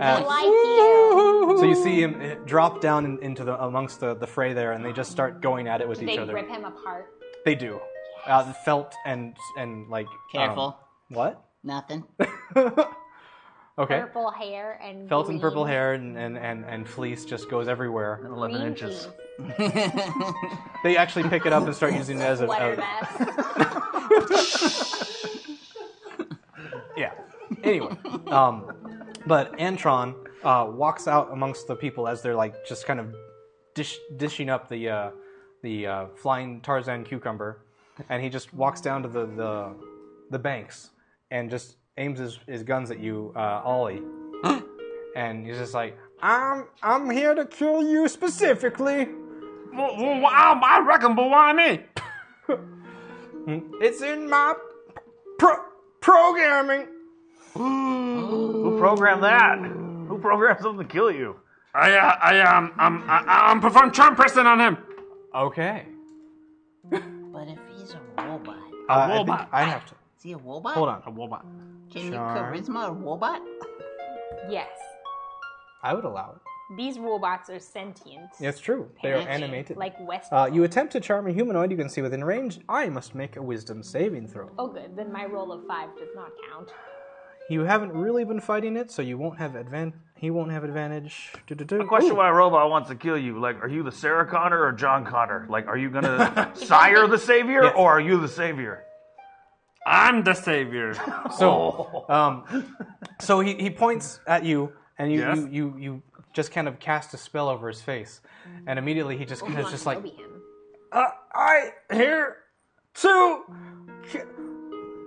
I And like you. so you see him eh, drop down in, into the amongst the, the fray there, and they just start going at it with each They other. rip him apart. They do. Uh, the felt and and like um, Careful. what? Nothing. Okay. Purple hair and Felt and purple green- hair and, and, and, and fleece just goes everywhere. 11 green inches. jeans. They actually pick it up and start using it as a, Sweater a vest. Yeah. Anyway, um, but Antron uh, walks out amongst the people as they're like just kind of dish, dishing up the uh, the uh, flying Tarzan cucumber, and he just walks down to the the, the banks and just aims his, his guns at you, uh, Ollie, and he's just like, "I'm I'm here to kill you specifically. Well, well, I, I reckon, but why me? It's in my pro- programming." Who programmed that? Who programmed something to kill you? I, uh, I, um, um, I, I'm performing charm person on him. Okay, But if he's a robot, uh, I think robot. I have to is he a robot? hold on. A robot. Can Charm. you charisma a robot? Yes. I would allow it. These robots are sentient. It's true. They are Apparently, animated. Like West. Uh, you attempt to charm a humanoid you can see within range. I must make a wisdom saving throw. oh, good. Then my roll of five does not count. You haven't really been fighting it, so you won't have advan. He won't have advantage. Do-do-do. The question Ooh. why a robot wants to kill you, like, are you the Sarah Connor or John Connor? Like, are you gonna sire the savior Yes. or are you the savior? I'm the savior. So, um, so he, he points at you, and you, Yes? you, you you just kind of cast a spell over his face, and immediately he just kind of just like, It'll be him. uh, I here to ki-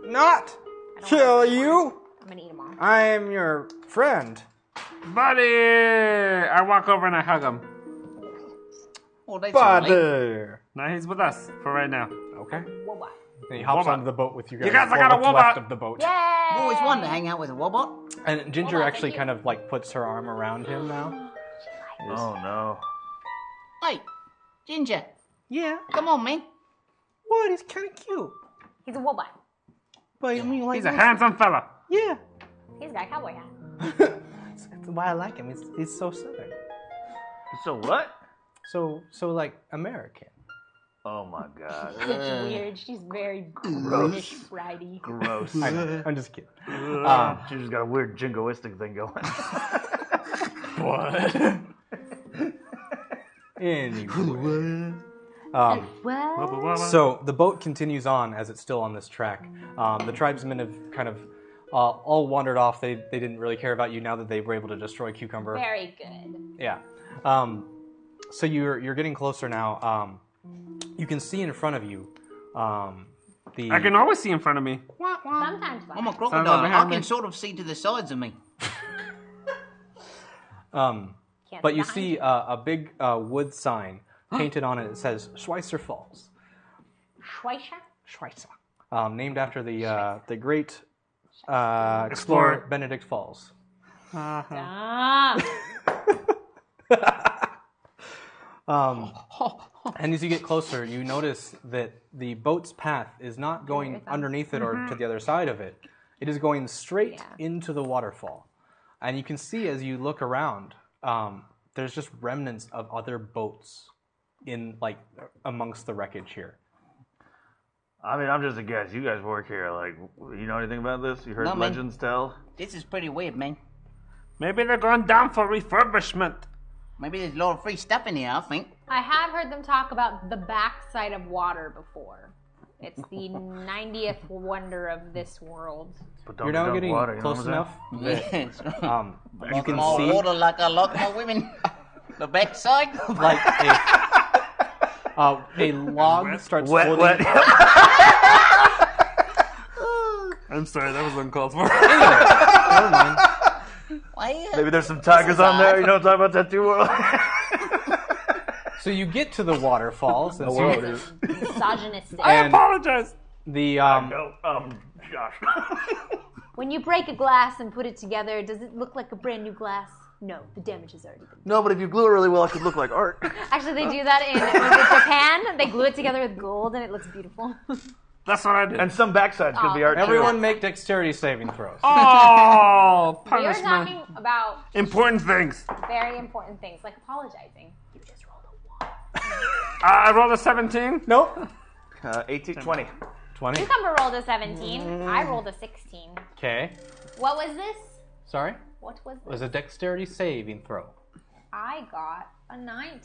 not kill you. I'm gonna eat them all. I am your friend. Buddy! I walk over and I hug him. Oh, that's alright. Father. Now he's with us for right now. Okay. And he hops Wobbat. onto the boat with you guys. You guys, I Well, got a what's left wobbat. of the boat. I always wanted to hang out with a robot. And Ginger actually kind of like puts her arm around him now. Oh no. Hey, Ginger, Yeah. come on, man. What? He's kind of cute. He's a robot. But I mean, like, He's a handsome fella. yeah. He's got a cowboy hat. That's why I like him. He's, he's so southern. So what? So so like American. Oh my god. It's Uh. weird. She's very British Friday. Gross. I know. I'm just kidding. Um, she just got a weird jingoistic thing going. What? Anyway. Um, So the boat continues on as it's still on this track. Um, the tribesmen have kind of uh, all wandered off. They, they didn't really care about you now that they were able to destroy Cucumber. Very good. Yeah. Um, so you're you're getting closer now. Um, you can see in front of you. Um, the I can always see in front of me. Sometimes I'm a fun. crocodile. Sounds like I behind can me. sort of see to the sides of me. um, Can't but you behind see uh, a big uh, wood sign painted on it that says Schweitzer Falls, Schweitzer? Schweitzer, um, named after the uh, the great uh, explorer Benedict Falls. Ah, Um, and as you get closer, you notice that the boat's path is not going underneath it or to the other side of it. It is going straight into the waterfall. And you can see as you look around, um, there's just remnants of other boats in like amongst the wreckage here. I mean, I'm just a guest. You guys work here. Like, you know anything about this? You heard No, man. legends tell? This is pretty weird, man. Maybe they're going down for refurbishment. Maybe there's a lot of free stuff in here, I think. I have heard them talk about the backside of water before. It's the 90th wonder of this world. But don't You're now drink getting water, you know close what I'm saying? enough. Yes. Um, you can More see water like I like my Oh, women. the backside. like a, uh, a log starts Wet, floating wet. I'm sorry, that was uncalled for. Why? Maybe there's some tigers on there. You know what I'm talking about? Tattoo world. So you get to the waterfalls and, so- Misogynistic. Oh, and Apologize. the um, no, um, Josh. when you break a glass and put it together, does it look like a brand new glass? No, the damage has already been. no, but if you glue it really well, it could look like art. Actually, they do that in was it Japan. They glue it together with gold, and it looks beautiful. That's what I did. And some backsides could be art. too. everyone make dexterity saving throws. oh, we are punishment. talking about Important things. Uh, very important things, like apologizing. You just rolled a one. I I rolled a 17. Nope. Uh, 18, 20. 20. Cucumber rolled a 17. I rolled a 16. Okay. What was this? Sorry? What was this? It was a dexterity saving throw. I got a 19.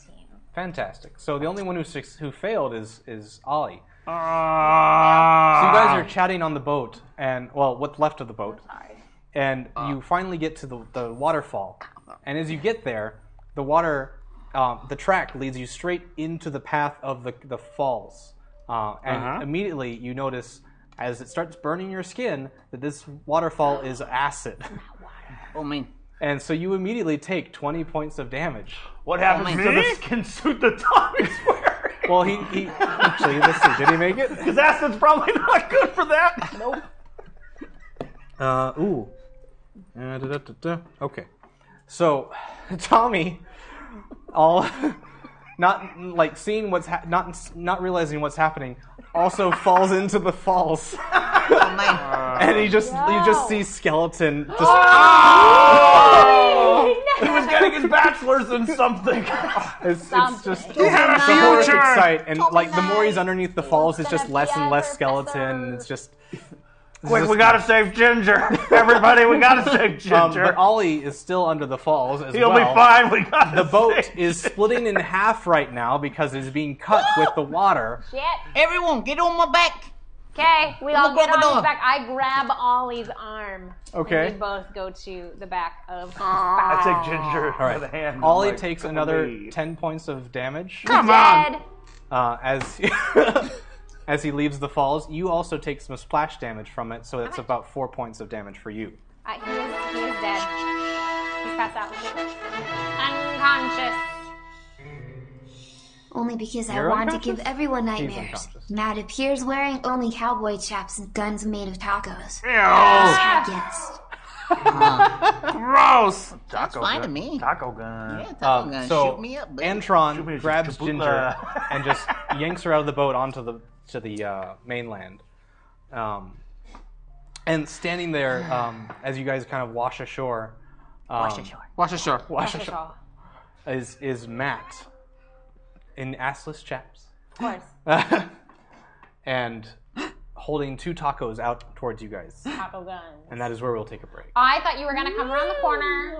Fantastic. So the only one who six, who failed is is Ollie. Ah. Uh, Ah. So you guys are chatting on the boat and well, what's left of the boat. Sorry. and you finally get to the, the waterfall. And as you get there, the water, um, the track leads you straight into the path of the, the falls. Uh, and immediately you notice, as it starts burning your skin, that this waterfall is acid. Oh man. And so you immediately take 20 points of damage. What happens my- to the Me? skin suit that Tommy's wearing? Well, he, he actually, let's see, did he make it? His acid's probably not good for that. Nope. Uh, ooh. Uh, da, da, da, da. Okay. So, Tommy, all not like seeing what's ha- not not realizing what's happening, also falls into the falls, Oh man. and he just you just see skeleton just ah, He was Ah, getting his bachelor's in something. it's, it's just He had a the horrific future! sight, and like the more he's Tonight, underneath the falls, it's just gonna less be and our less skeleton. and It's just Quick, we gotta save Ginger. Everybody, we gotta save um, Ginger. but Ollie is still under the falls as He'll well. be fine. We got The boat is splitting in half right now because it's being cut with the water. Shit. Everyone, get on my back. Okay, we all grab get on another. his back. I grab Ollie's arm. Okay. And we both go to the back of. I take Ginger All right. by the hand. Ollie I'm like, takes another "Please." ten points of damage Come on. Dead. uh, as as he leaves the falls. You also take some splash damage from it, so that's about four points of damage for you. Uh, he, is, he is dead. He's passed out. Unconscious. Only because You're I want to give unconscious? everyone nightmares. unconscious. Matt appears wearing only cowboy chaps and guns made of tacos. Ew, I guess. gross. That's fine to me. Taco gun. Yeah, Um, gonna so shoot me up, baby. Antron me, just grabs kaboom. Ginger and just yanks her out of the boat onto the to the uh, mainland. Um, and standing there um, as you guys kind of wash ashore. Um, wash ashore. Watch the show. Wash ashore. Is is Matt in assless chaps? Of course. and holding two tacos out towards you guys. Taco gun. And that is where we'll take a break. I thought you were gonna come around the corner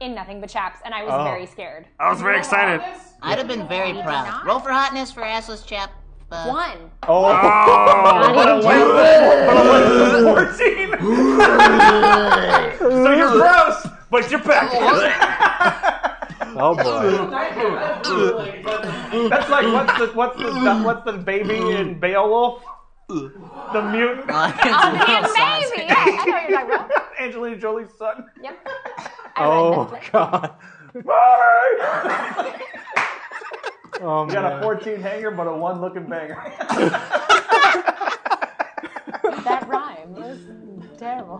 in nothing but chaps, and I was Oh. very scared. I was very excited. I'd have been very proud. Roll for hotness for assless chap. but- One. Oh. Oh, So you're gross, but you're back. Oh boy. That's like what's the what's the what's the baby in Beowulf? The mutant Damn baby. Yeah, I know what you're talking about. Angelina Jolie's son. Yep. Oh god. Oh, Got a man. 14 hanger, but a one looking banger. Oh. That rhyme was terrible.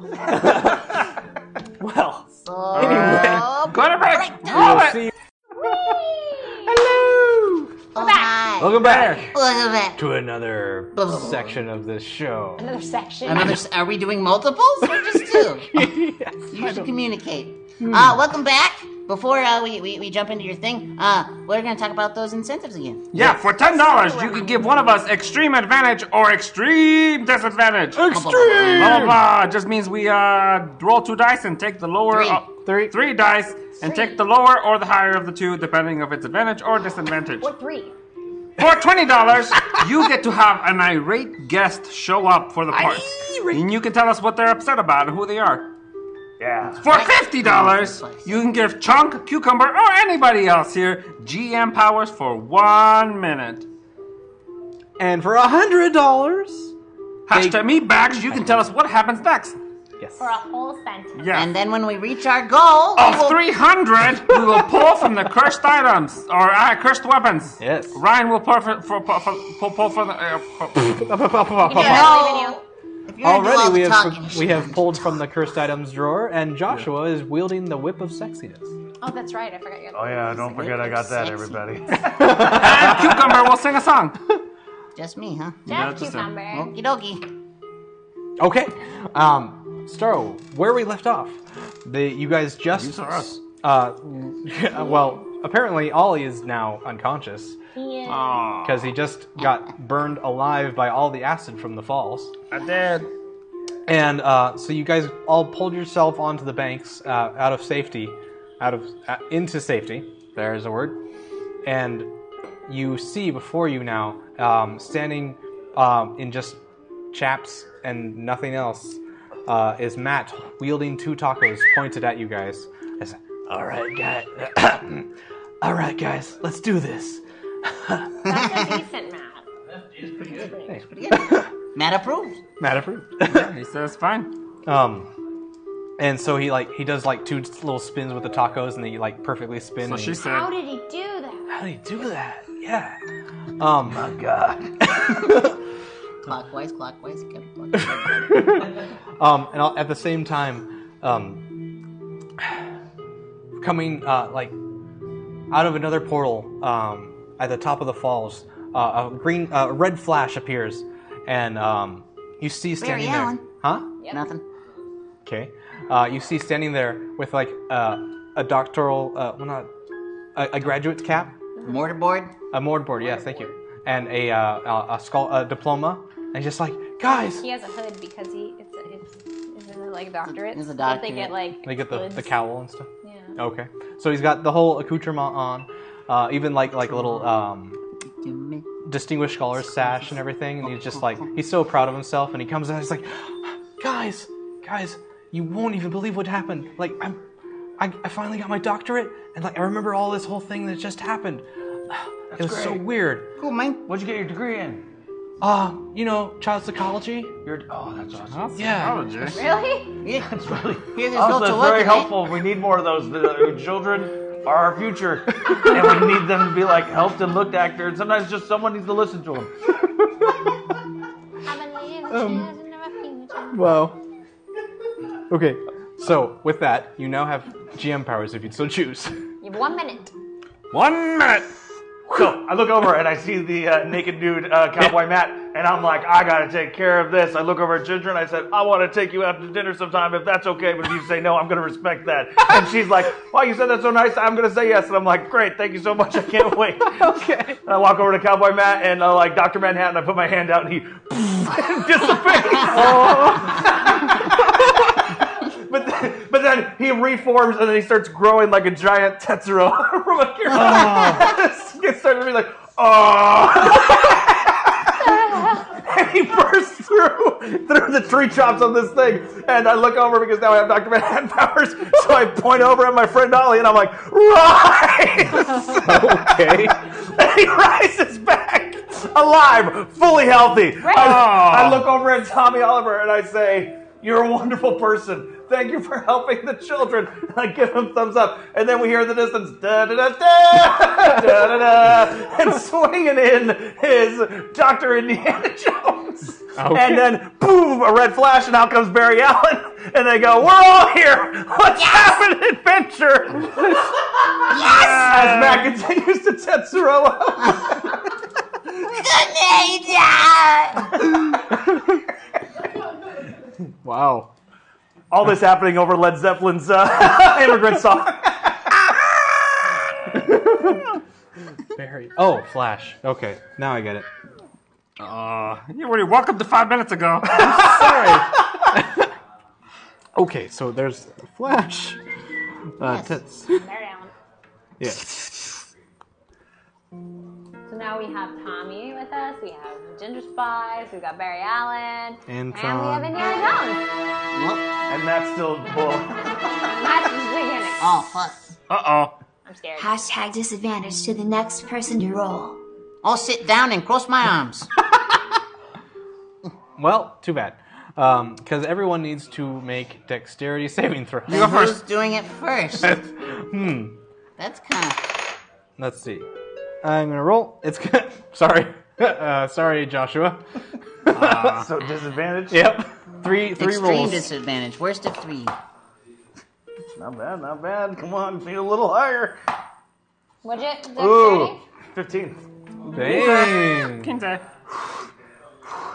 Well, Oh, Go to break. we'll see. oh my. Welcome back Look at that. to another section of this show. Another section. Another, s- are we doing multiples or just two? you should communicate. Hmm. Uh, welcome back. Before uh, we, we, we jump into your thing, uh, we're going to talk about those incentives again. Yeah, for ten dollars, you could give one of us extreme advantage or extreme disadvantage. Extreme! Blah blah blah. It just means we uh roll two dice and take the lower Three. uh, three three dice and take the lower or the higher of the two, depending of its advantage or disadvantage. Or three. For twenty dollars, you get to have an irate guest show up for the party, and you can tell us what they're upset about and who they are. Yeah. For fifty dollars, you can give Chunk, Cucumber, or anybody else here GM powers for one minute. And for a hundred dollars. Hashtag me bags. You can tell us what happens next. Yes. For a whole sentence. Ah. Yeah. And then when we reach our goal, we of will- 300, we will pull from the cursed items or uh, cursed weapons. Yes. Ryan will pull for, for, for, for, pull- pull from the. Uh, for- Oh. you know, if you're gonna do all Already the we talking, have you we should have pulled from the cursed items drawer, and Joshua is wielding the whip of sexiness. Oh, that's right. I forgot you. Oh yeah, don't forget I got that, everybody. and Cucumber will sing a song. Just me, huh? That's just a- cucumber. Okie dokie. Okay. Um, Starro, where we left off, the you guys just saw us. Uh, well, apparently Ollie is now unconscious Ah. Yeah. because he just got burned alive by all the acid from the falls. I did. And uh, so you guys all pulled yourself onto the banks uh, out of safety, out of uh, into safety. There's a word. And you see before you now, um, standing um, in just chaps and nothing else, uh, is Matt wielding two tacos pointed at you guys. As, All right, guys. All right, guys. Let's do this. That's a decent map. Matt approved. Matt approved. He says fine. Um, and so he like he does like two little spins with the tacos, and they like perfectly spin. So and she said, How did he do that? How do you do that? Yeah. Um. My God. Clockwise, clockwise, kept clockwise. Um. And I'll, at the same time, um, coming uh, like out of another portal um, at the top of the falls, uh, a green, uh, a red flash appears, and um, you see standing Allen. there, huh? Nothing. Okay. Uh, you see standing there with like uh, a doctoral, uh, well, not a, a graduate's cap, Mortarboard. a mortarboard. yes, thank you, and a uh, a, a, skull, a diploma, and he's just like guys, He has a hood because he it's a, it's isn't it like a doctorate. It's a Don't They doctorate. get like they get the, Oh. the hoods? cowl and stuff. Yeah. Okay, so he's got the whole accoutrement on, uh, even like like a little um, distinguished scholar sash and everything, and he's just like he's so proud of himself, and he comes out, he's like, guys, guys, you won't even believe what happened. Like I'm, I, I finally got my doctorate, and like I remember all this whole thing that just happened. it was so great. weird. Cool, man. What'd you get your degree in? Uh, you know, child psychology. Your oh, that's awesome. "That's Yeah. psychology." Really? Yeah, it's really. Here, there's no Also, to it's look very at. helpful. We need more of those. The, the children are our future, and we need them to be like helped and looked after. And sometimes just someone needs to listen to them. I believe the Um, children of a future. Wow. Okay, so with that, you now have GM powers if you so choose. You have one minute. One minute. So I look over and I see the uh, naked dude uh, cowboy Matt, and I'm like, I gotta take care of this. I look over at Ginger and I said, I want to take you out to dinner sometime if that's okay. But if you say no, I'm gonna respect that. And she's like, Wow, you said that so nice. I'm gonna say yes. And I'm like, Great, thank you so much. I can't wait. okay. And I walk over to Cowboy Matt and uh, like Doctor Manhattan. I put my hand out and he disappears. But then, but then he reforms and then he starts growing like a giant Tetsuro from a oh. It starts to be like, oh. and he bursts through through the tree chops on this thing. And I look over because now I have Dr. Manhattan powers. So I point over at my friend Ollie and I'm like, rise! Okay. and he rises back alive, fully healthy. I, I look over at Tommy Oliver and I say, "You're a wonderful person. Thank you for helping the children." And I give him thumbs up, and then we hear in the distance, da da da da da da, and swinging in is Doctor Indiana Jones. And then boom, a red flash, and out comes Barry Allen, and they go, "We're all here. Let's have an adventure." As Matt continues to Tetsuro up. Wow. All this happening over Led Zeppelin's uh, immigrant song. Barry. Oh, Flash. Okay, now I get it. Uh, you already woke up to five minutes ago. Sorry. okay, so there's Flash. Uh, tits. They're down. Yeah. So now we have Tommy with us. We have Ginger Spice. We've got Barry Allen. And and we have Tron. Indiana Jones. Well, And that's still well, That's just the beginning. oh fuck. Uh oh. I'm scared. Hashtag disadvantage to the next person to roll. I'll sit down and cross my arms. Well, too bad. Because everyone needs to make dexterity saving throws. Then who's doing it first? hmm. That's kind of. Let's see. I'm gonna roll. It's good. sorry. Uh, sorry, Joshua. so disadvantage. Yep. Three three Extreme rolls. disadvantage. Worst of three. Not bad, not bad. Come on, need a little higher. Would you? Is that Ooh, ready? 15. Dang. Kinsey.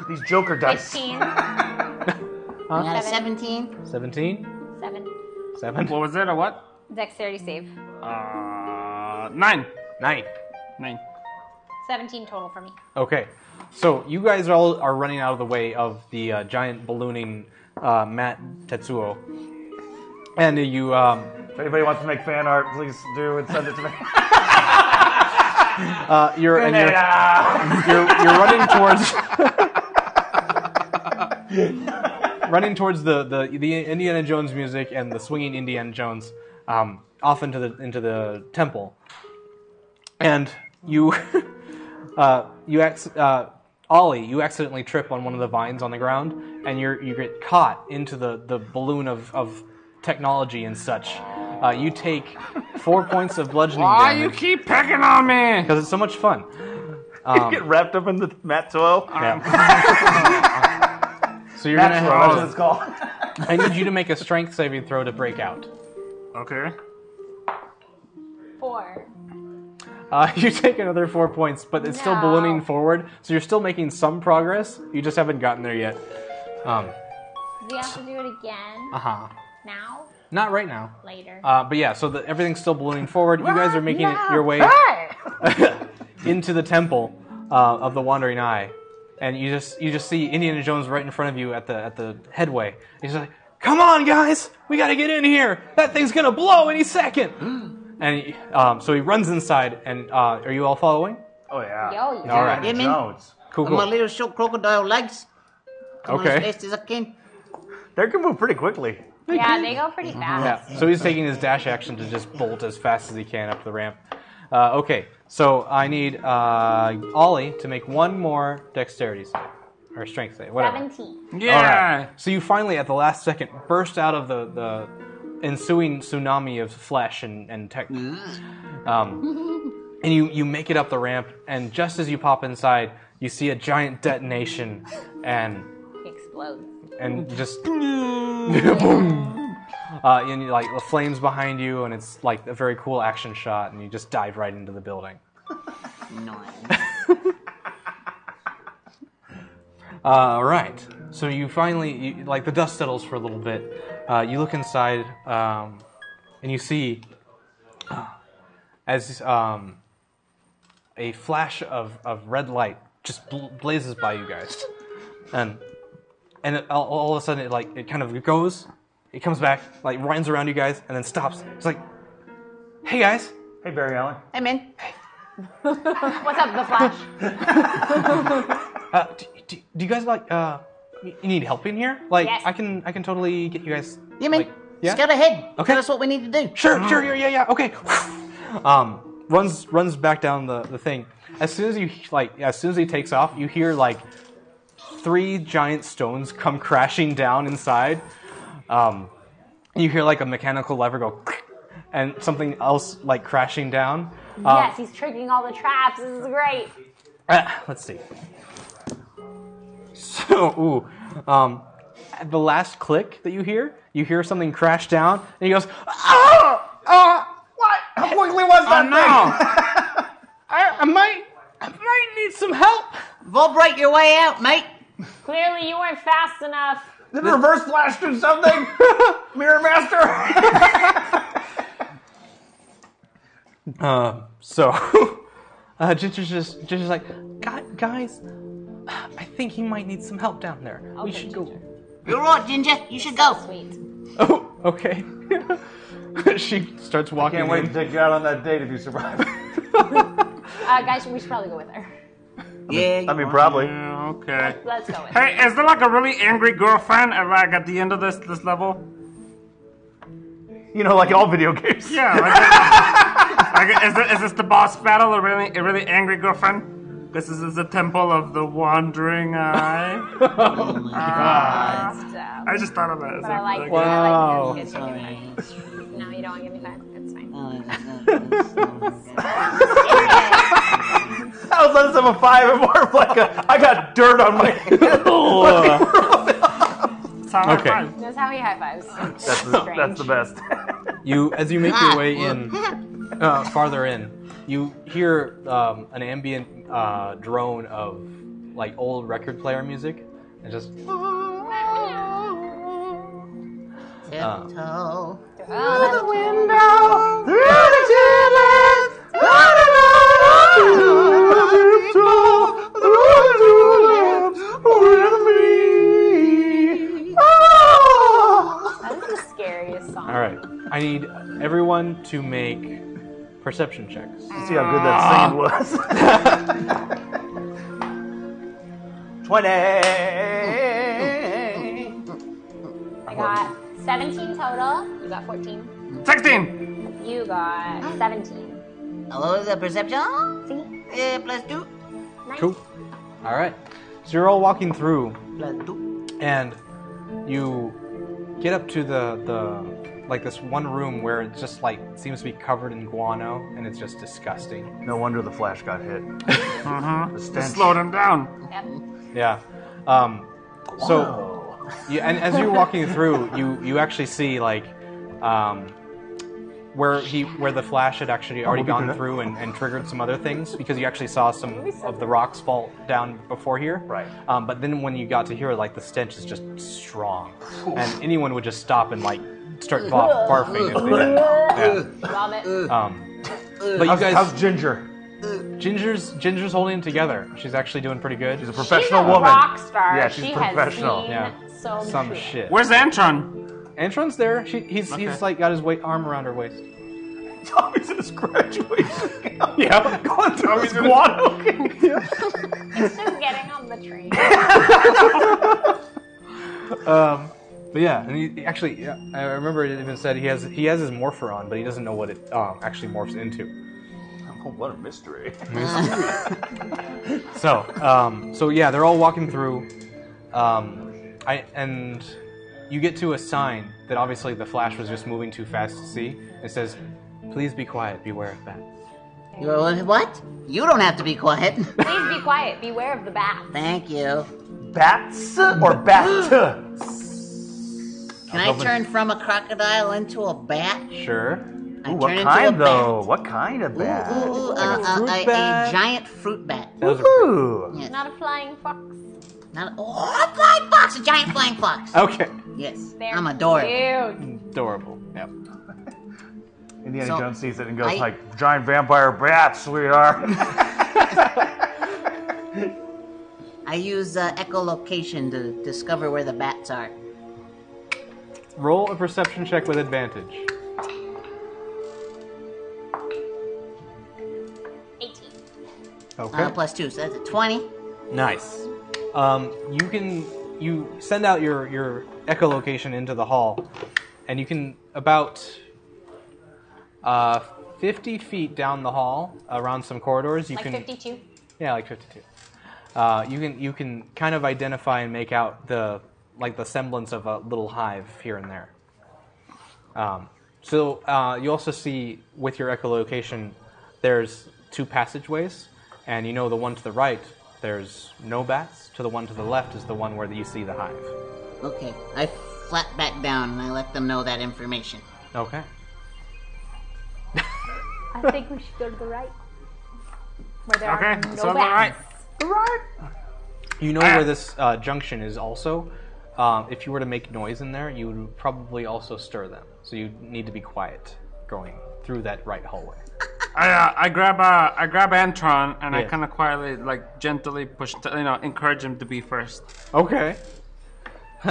These Joker dice. 15, I got a 17. Seventeen. 7. Seven. What was it? A what? Dexterity save. Uh, nine. Nine. Nine. 17 total for me. Okay, so you guys all are running out of the way of the uh, giant ballooning uh, Matt Tetsuo, and you um, If anybody wants to make fan art, please do and send it to me. uh, you're and you're, Ah, you're, you're running towards running towards the, the, the Indiana Jones music and the swinging Indiana Jones um, off into the into the temple, and you uh, you ac- uh, Ollie you accidentally trip on one of the vines on the ground, and you you get caught into the, the balloon of, of technology and such. Uh, you take four points of bludgeoning Why you damage keep picking on me? because it's so much fun. You get wrapped up in the matzo. So you're That's gonna. what it's called. I need you to make a strength saving throw to break out. Okay. Four. Uh, you take another four points, but it's still No. ballooning forward, so you're still making some progress. You just haven't gotten there yet. Um, Do we have to do it again? uh-huh. Now? Not right now. Later? Uh, but yeah, so the, everything's still ballooning forward. You guys are making it your way into the temple uh, of the Wandering Eye, and you just you just see Indiana Jones right in front of you at the at the headway. He's like, "Come on, guys, we got to get in here. That thing's gonna blow any second. And he- um, so he runs inside. And uh, are you all following? Oh yeah. Yo, yo. All right. Women, Jones. Cool. I'm a cool. little show crocodile legs. Come Okay. On, space is a king. They can move pretty quickly. Yeah, they go Mm-hmm. pretty fast. Yeah. So he's taking his dash action to just bolt as fast as he can up the ramp. Uh, okay. So I need uh, Ollie to make one more dexterity save or strength save, whatever. Seventeen. All Yeah. right. So you finally, at the last second, burst out of the, the ensuing tsunami of flesh and, and tech. Um, and you, you make it up the ramp, and just as you pop inside, you see a giant detonation and Explodes. and just boom. Uh, and you, like the flames behind you, and it's like a very cool action shot, and you just dive right into the building. Nice. All Uh, right. So you finally, you, like, the dust settles for a little bit. Uh, you look inside, um, and you see, uh, as um, a flash of, of red light just bl- blazes by you guys, and and it, all, all of a sudden, it like it kind of goes, it comes back, like runs around you guys, and then stops. It's like, hey guys, Hey Barry Allen. Hey, man. What's up, the Flash? uh, do, do, do you guys like uh, you you need help in here? Like, Yes. I can I can totally get you guys. Yeah, man. like- yeah? Scout ahead. Okay. Tell us what we need to do. Sure, sure, yeah, yeah, yeah. Okay. um, runs runs back down the, the thing. As soon as you like, as soon as he takes off, you hear like three giant stones come crashing down inside. Um, you hear like a mechanical lever go, click, and something else like crashing down. yes, he's tricking all the traps. This is great. Ah, let's see. So, ooh, um, at the last click that you hear, you hear something crash down, and he goes, "Ah, ah, what? How quickly was that no. I, I might, I might need some help." Volbrite your way out, mate. Clearly, you weren't fast enough. Did it reverse flash do something? Mirror Master. Um, So, uh, Ginger's just, Ginger's like, "Gu- "Guys, I think he might need some help down there. we should go." You're right, Ginger. You should go. Sweet. Oh, okay. she starts walking. Can't wait to in. take you out on that date if you survive. Uh, guys, we should probably go with her. Yeah. I mean, probably. Yeah, okay. Let's go with her. Hey, is there like a really angry girlfriend at like at the end of this this level? You know, like all video games. Yeah. Like, like, is, this, is this the boss battle? A really a really angry girlfriend? This is, is the temple of the wandering eye. Stop. I just thought of that. It's uh, But I like like- it. I Wow. like it. No, you don't want to give me five. That's fine. I was letting some a five and more of like a, I got dirt on my it's all right, Okay. fine. That's how he high fives. That's the, that's the best. You, as you make your way in, uh, farther in, you hear um, an ambient uh, drone of like old record player music, and just Tiptoe. Oh, That is the scariest song. all right. I need everyone to make perception checks. See how good that singing was. Twenty. got 17 total. You got 14. 16! You got 17. Hello, the perception. See? Eh, plus two. Nice. Cool. All right. So you're all walking through, Plus two. and you get up to the the like this one room where it just like seems to be covered in guano, and it's just disgusting. No wonder the flash got hit. The To stench. slow them down. Yeah. Um, so, you, and as you're walking through, you you actually see like. Um, where he, where the flash had actually already gone through and, and triggered some other things because you actually saw some of the rocks fall down before here. Right. Um, but then when you got to here, like the stench is just strong, and anyone would just stop and like start bar- barfing. if they- Love it. yeah. Um, but you How's, guys, how's Ginger? Ginger's Ginger's holding it together. She's actually doing pretty good. She's a She's professional a woman. rock star. Yeah, she's she professional. Has seen Yeah. So some much shit. Where's Antron? Antron's there. She, he's Okay. he's like got his weight arm around her waist. Tommy's in his graduation. Yeah. Going through Tommy's his in- guano. It's just getting on the train. Um, but yeah, and he actually, yeah, I remember it even said he has he has his morpher on, but he doesn't know what it um, actually morphs into. Oh, what a mystery. So, um, so yeah, they're all walking through, um, I and you get to a sign that obviously the flash was just moving too fast to see. It says, "Please be quiet. Beware of bats." You are- what? You don't have to be quiet. Please be quiet. Beware of the bat. Thank you. Bats or bat? Can I turn from a crocodile into a bat? Sure. I Ooh, turn what into a kind bat. though? What kind of Ooh, bat? ooh, ooh, Like a uh, uh, a- a fruit bat? giant fruit bat. Those are Ooh. Yes. Not a flying fox. Not, oh, a flying fox! A giant flying fox! okay. Yes. There. I'm adorable. Cute. Adorable. Yep. Indiana So, Jones sees it and goes I- like, "Giant vampire bats, sweetheart." I use uh, echolocation to discover where the bats are. Roll a perception check with advantage. 18. Okay. Uh, plus two, so that's a 20. Nice. Um, you can you send out your your echolocation into the hall, and you can about uh, fifty feet down the hall around some corridors. You Like can 52. yeah, like fifty-two. Uh, you can you can kind of identify and make out the like the semblance of a little hive here and there. Um, so uh, you also see with your echolocation, there's two passageways, and you know the one to the right there's no bats. To the one to the left is the one where you see the hive. Okay. I flap back down and I let them know that information. Okay. I think we should go to the right. Where there Okay, are no so I'm bats. alright. You know where this uh, junction is also. Um, if you were to make noise in there, you would probably also stir them. So you need to be quiet going through that right hallway. I, uh, I grab uh, I grab Antron and I Yeah. kind of quietly, like gently push, t- you know, encourage him to be first. Okay.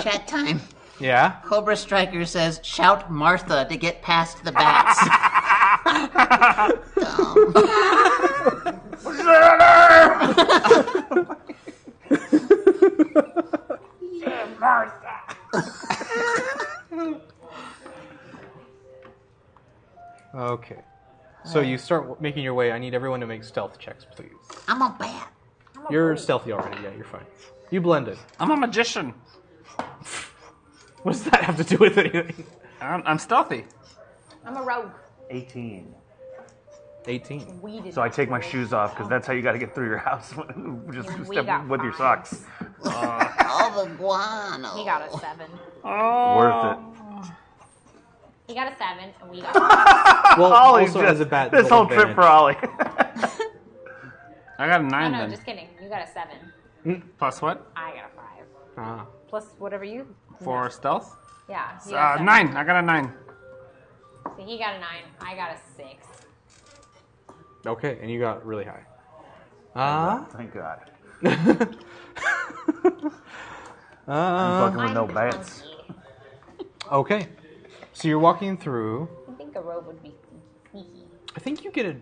Chat time. Yeah. Cobra Striker says, shout Martha to get past the bats. Okay. So you start w- making your way. I need everyone to make stealth checks, please. I'm a bat. You're stealthy already. Yeah, you're fine. You blended. I'm a magician. What does that have to do with anything? I'm, I'm stealthy. I'm a rogue. 18. 18. We did. So I take my shoes off because that's how you got to get through your house. Just We step got with your five. socks. All the guano. He got a seven. Oh. Worth it. He got a seven, and we got. Well, Ollie's also just- as a bat. This whole advantage. trip for Ollie. I got a no, nine no, then. just kidding. You got a seven. Plus what? I got a five. Ah. Plus whatever you. For stealth? Yeah. he got a Uh, seven. nine. I got a nine. So he got a nine. I got a six. Okay, and you got really high. Ah. Thank God. Uh, Fucking with no I'm bats. funky. okay. So you're walking through. I think a rogue would be sneaky. I think you get a.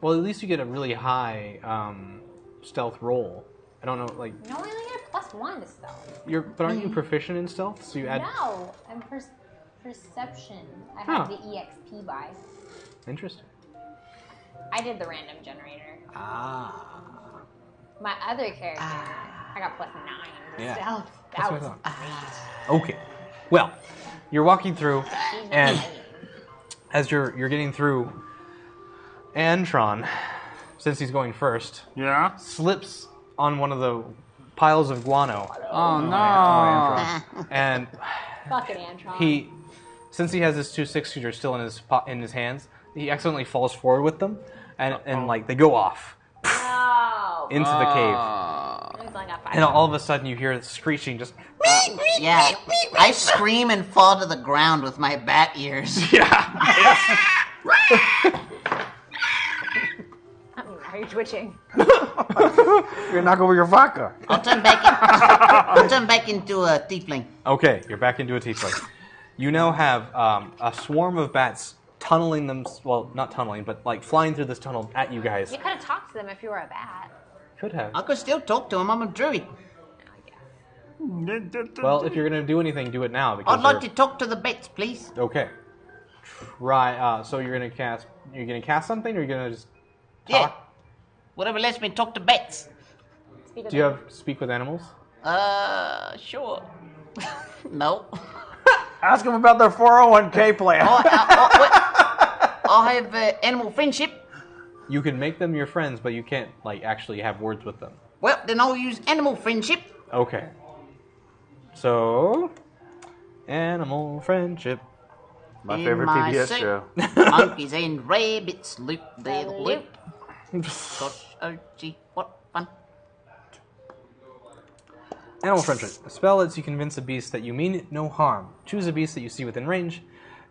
Well, at least you get a really high um, stealth roll. I don't know, like No, I only got a plus one to stealth. You're, but aren't you proficient in stealth? So you add. No, I'm per- perception. I Huh. have the E EXP by. Interesting. I did the random generator. Ah. My other character, I got plus nine to Yeah. stealth. That's That what I was Okay. Well, you're walking through, She's and amazing. as you're you're getting through, Antron, since he's going first, Yeah? slips on one of the piles of guano, Oh, no. and fucking Antron. he, since he has his two six shooter still in his po- in his hands, he accidentally falls forward with them, and and like they go off No. into the cave, Uh, He's only got five. and all of a sudden you hear screeching just. Yeah, I scream and fall to the ground with my bat ears. I mean, Are you twitching? You're not over your vodka. I'll turn back. In, I'll turn back into a tiefling. Okay, you're back into a tiefling. You now have um, a swarm of bats tunneling them. Well, not tunneling, but like flying through this tunnel at you guys. You could have talked to them if you were a bat. Could have. I could still talk to him. I'm a druid. Well, if you're gonna do anything, do it now because. I'd like to they're- talk to the bats, please. Okay. Try. Uh, so you're gonna cast. You're gonna cast something, or you're gonna just. Yeah, Talk. whatever lets me talk to bats. Speak Do you have speak with animals? Uh, sure. no. Ask them about their 401k plan. I, I, I, I have uh, animal friendship. You can make them your friends, but you can't like actually have words with them. Well, then I'll use animal friendship. Okay. So, animal friendship. My In favorite my PBS suit. show. Monkeys and rabbits, loop they loop. Gosh, oh gee, what fun. Animal friendship. A spell lets you convince a beast that you mean it no harm. Choose a beast that you see within range.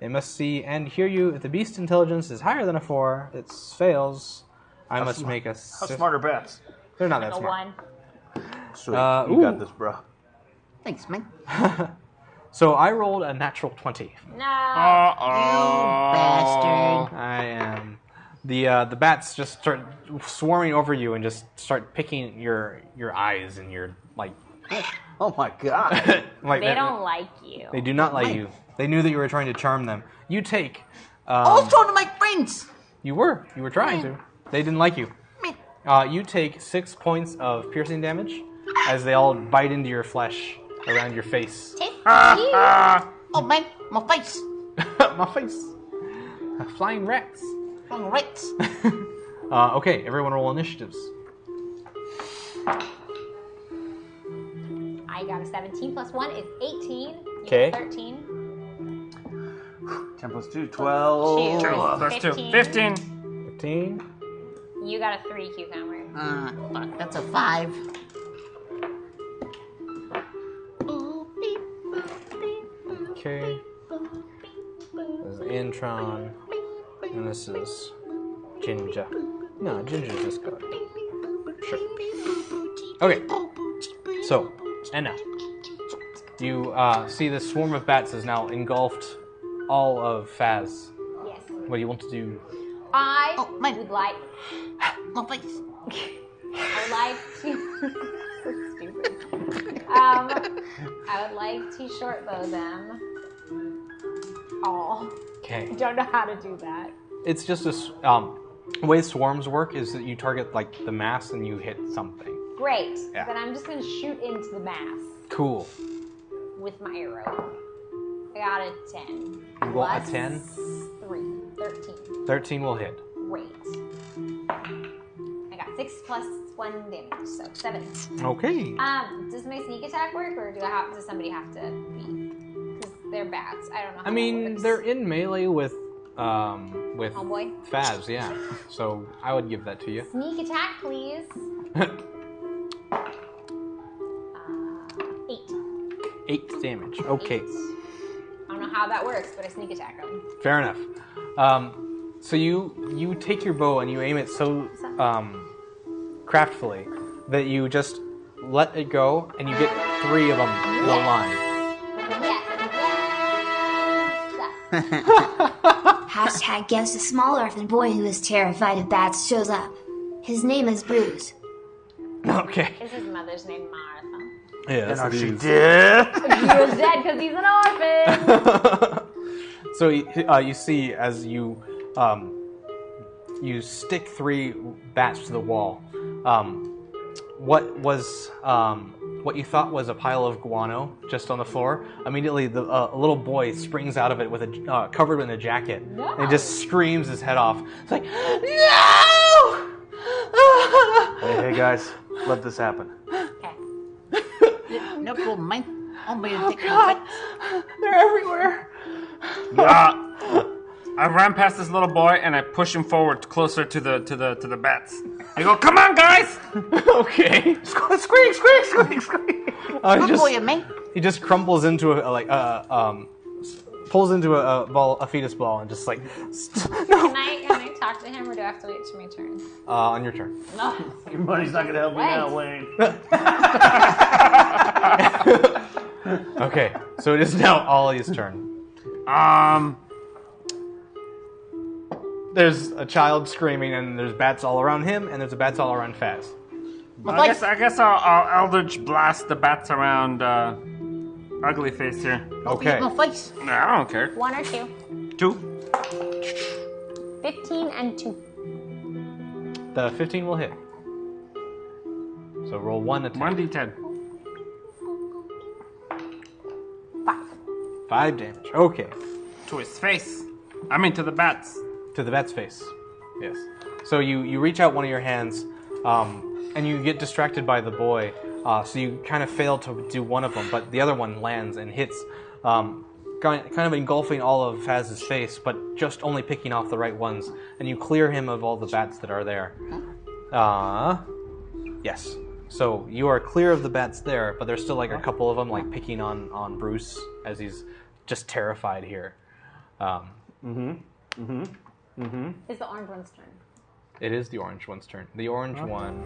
It must see and hear you. If the beast's intelligence is higher than a four, it fails. I must make a. How sif- smart are bats? They're not that a smart. one. Sweet. Uh, you got ooh. this, bro. Thanks, man. So I rolled a natural twenty. Oh, No. Uh-oh. Bastard. I am. The uh, the bats just start swarming over you and just start picking your your eyes and your like Oh my god. like They don't like you. they do not like you. They knew that you were trying to charm them. You take. Um, I was trying to make friends. You were. You were trying to. They didn't like you. Me. Uh, you take six points of piercing damage as they all bite into your flesh around your face. Ah, Oh man, my face. My face. Flying rats. Wrong rats. Uh, okay, everyone roll initiatives. I got a 17 plus 1 is 18. You got 'Kay. 13. 10 plus 2, 12. Two. Plus two. 15. 15. 15. You got a 3 cucumber. Ah, fuck, that's a five. Boop, beep, boop, beep, boop, Okay. boop, beep, boop. This is Antron. And this is Ginger. No, Ginger's this guy. Okay. So, Anna, you uh, see this swarm of bats has now engulfed all of Faz. Yes. What do you want to do? I Oh, my- would like My face. I would like to so stupid. Um I would like to short bow them. All. Okay. Don't know how to do that. It's just a s- um, way swarms work is that you target like the mass and you hit something. Great. Yeah. Then I'm just gonna shoot into the mass Cool. with my arrow. I got a 10. You roll a Plus 10? 3. 13. Thirteen will hit. Great. I got 6 plus 1 damage, so 7. Okay. Um, does my sneak attack work, or do I have, does somebody have to be? Because they're bats. I don't know. How I mean, that works. they're in melee with um, with Homeboy? Faz, yeah. So I would give that to you. sneak attack, please. Uh, Eight. Eight damage. Okay. Eight. I don't know how that works, but I sneak attack them. Fair enough. Um, so you you take your bow and you aim it so um, craftfully that you just let it go and you get three of them in a line. Yes. Yes. yes. Hashtag guess a small orphan boy who is terrified of bats shows up. His name is Bruce. Okay. Is his mother's name Martha? Yes, No, it she is. did. He was dead because he's an orphan. So y- uh, you see, as you um, you stick three bats to the wall, um, what was um, what you thought was a pile of guano just on the floor. Immediately, the, uh, a little boy springs out of it with a uh, covered in a jacket, and he just screams his head off. It's like, Oh no! Hey, hey guys, let this happen. No problem, mate. I'm being oh, They're everywhere. Ah. I ran past this little boy and I push him forward closer to the to the to the bats. I go, "Come on, guys!" okay. Squeak, squeak, squeak, squeak. Uh, he Good just- boy, mate. he just crumbles into a, like uh, um, pulls into a, a ball, a fetus ball, and just like Can I can I talk to him or do I have to wait till my turn? uh, on your turn. No. Your money's not gonna help me now, Wayne. Okay, so it is now Ollie's turn. Um, There's a child screaming, and there's bats all around him, and there's a bats all around Faz. I guess I guess I'll, I'll Eldritch blast the bats around uh, ugly face here. Okay, My face. No, I don't care. One or two. Two. Fifteen and two. the 15 will hit. So roll one attack. One d ten. Five. Five damage. Okay, To his face. I mean to the bats. to the bat's face. Yes. So you you reach out one of your hands, um, and you get distracted by the boy. Uh, so you kind of fail to do one of them, but the other one lands and hits, um, kind kind of engulfing all of Faz's face, but just only picking off the right ones. And you clear him of all the bats that are there. Uh, yes. So you are clear of the bats there, but there's still like a couple of them like picking on on Bruce as he's just terrified here. Um, It's the orange one's turn. it is the orange one's turn. The orange one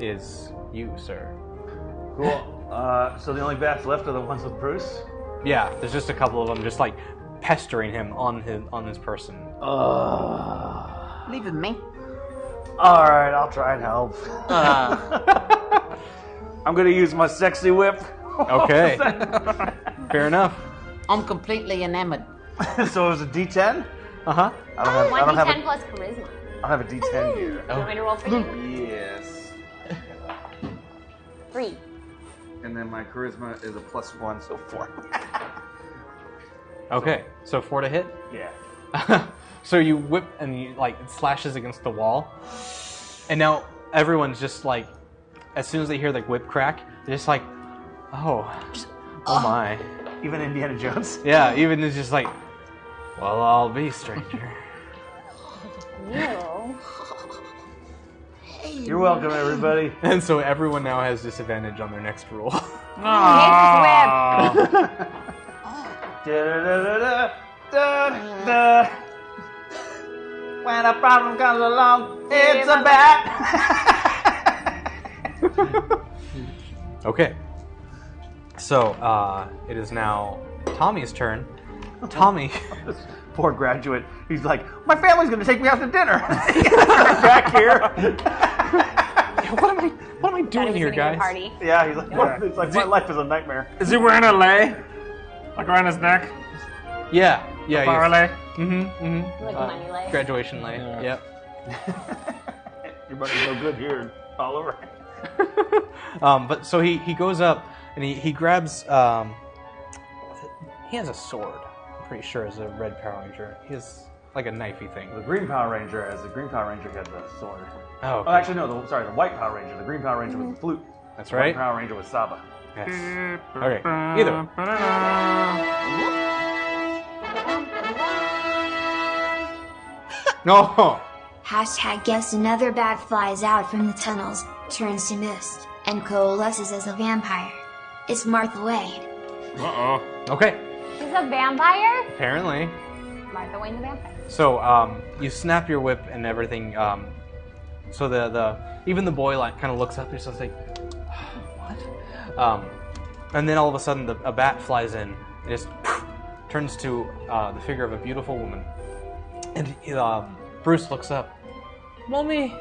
is you, sir. Cool. Uh, so the only bats left are the ones with Bruce. Yeah, there's just a couple of them just like pestering him on his on his person. Uh, Leave him, mate. all right, I'll try and help. Uh, I'm gonna use my sexy whip. Okay. Fair enough. I'm completely enamored. so it was a D10. Uh huh. I don't have. I don't have, a, One d10 plus charisma. I don't have a D10 here. Oh. You want me to roll for you? Yes. Three. And then my charisma is a plus one, so four. Okay. So four to hit. yeah. so you whip and you like it slashes against the wall, and now everyone's just like, as soon as they hear like whip crack, they're just like, oh, oh my. Even Indiana Jones. Yeah. Even it's just like, well, I'll be stranger. Ew. You're welcome, everybody. and so everyone now has disadvantage on their next roll. Ah. Da-da-da-da-da, da-da. When a problem comes along, it's a bat. Okay. So uh, it is now Tommy's turn. Tommy, Poor graduate. He's like, my family's gonna take me out to dinner. Back here. what am I? What am I doing here, guys? Party. Yeah, he's like, "What?" it's like my life is a nightmare. Is he wearing a lay? Like around his neck? Yeah, yeah. Bar lay? yes. Mm-hmm. Mm-hmm. Like money life. Graduation lay. Yep. Everybody's so good here, all over. Um, but so he he goes up and he he grabs. Um, he has a sword. I'm pretty sure is a red Power Ranger. He has like a knifey thing. The Green Power Ranger, as the Green Power Ranger had the sword. Oh, Oh, actually, no, the, sorry, the White Power Ranger. The Green Power Ranger was the flute. that's The White right. Power Ranger was Saba. Yes. Okay. Either. way. No. Hashtag guess another bat flies out from the tunnels, turns to mist, and coalesces as a vampire. It's Martha Wade. Uh-oh. Okay. She's a vampire. Apparently. Martha Wayne the vampire. So um, you snap your whip and everything. Um, so the, the even the boy like kind of looks up and says like, "What?" Um, and then all of a sudden, the, a bat flies in and just turns to uh, the figure of a beautiful woman. And uh, Bruce looks up. Mommy,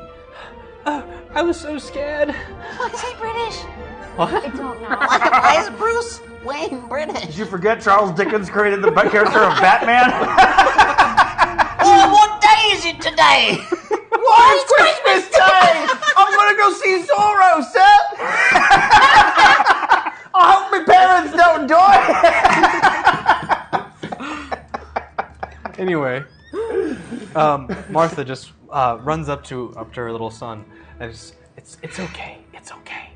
uh, I was so scared. Why is he British? I don't know. Why is Bruce Wayne British? Did you forget Charles Dickens created the character of Batman? Oh, what day is it today? Why it's Christmas Day? I'm gonna go see Zorro, Seth. I hope my parents don't die. anyway, um, Martha just uh, runs up to up to her little son and it's it's, it's okay, it's okay.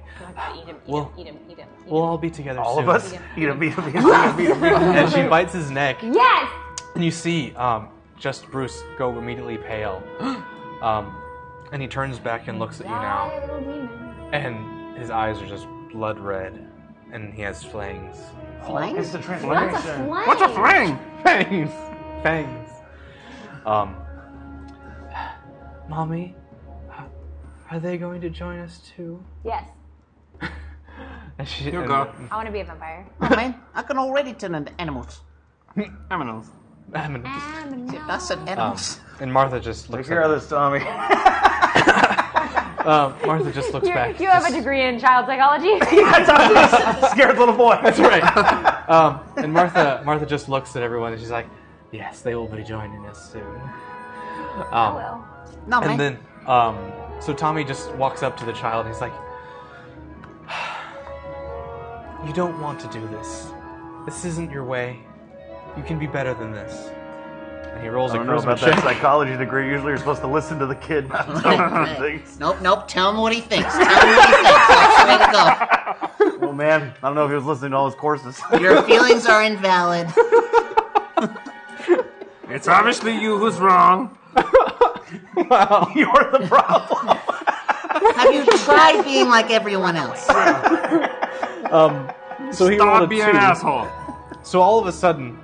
Eat him, eat Well- him, eat him, eat him. eat We'll all be together All soon. of us. Eat him, eat him, eat him, eat him, eat him, eat him. And she bites his neck, Yes! and you see um, just Bruce go immediately pale. Um, and he turns back and looks at you now, Die, little demon. and his eyes are just blood red, and he has flangs. Flanks? It's What's the a transformation. flame? What's a fling? Fangs! Fangs! Um, Mommy, uh, are they going to join us too? Yes. And she, You and- go. I want to be a vampire. Oh, man, I can already turn into animals. Aminals. I mean, just- I said animals. Um. and Martha just looks. Here at are her. this, Tommy. Um, Martha just looks You're- back. you have a just- degree in child psychology. Scared little boy. That's right. um, and Martha, Martha just looks at everyone and she's like, "Yes, they will be joining us soon." Um, well, no, man. And then, um, so Tommy just walks up to the child and he's like, You don't want to do this. This isn't your way. You can be better than this. And he rolls I a don't know charisma about that check. psychology degree. Usually you're supposed to listen to the kid, not tell him things. Nope, nope. Tell him what he thinks. Tell him what he thinks. That's the way to Oh, man. I don't know if he was listening to all his courses. go. Your feelings are invalid. It's obviously you who's wrong. You're the problem. Have you tried being like everyone else? So he rolled a Stop being an two. asshole. So all of a sudden,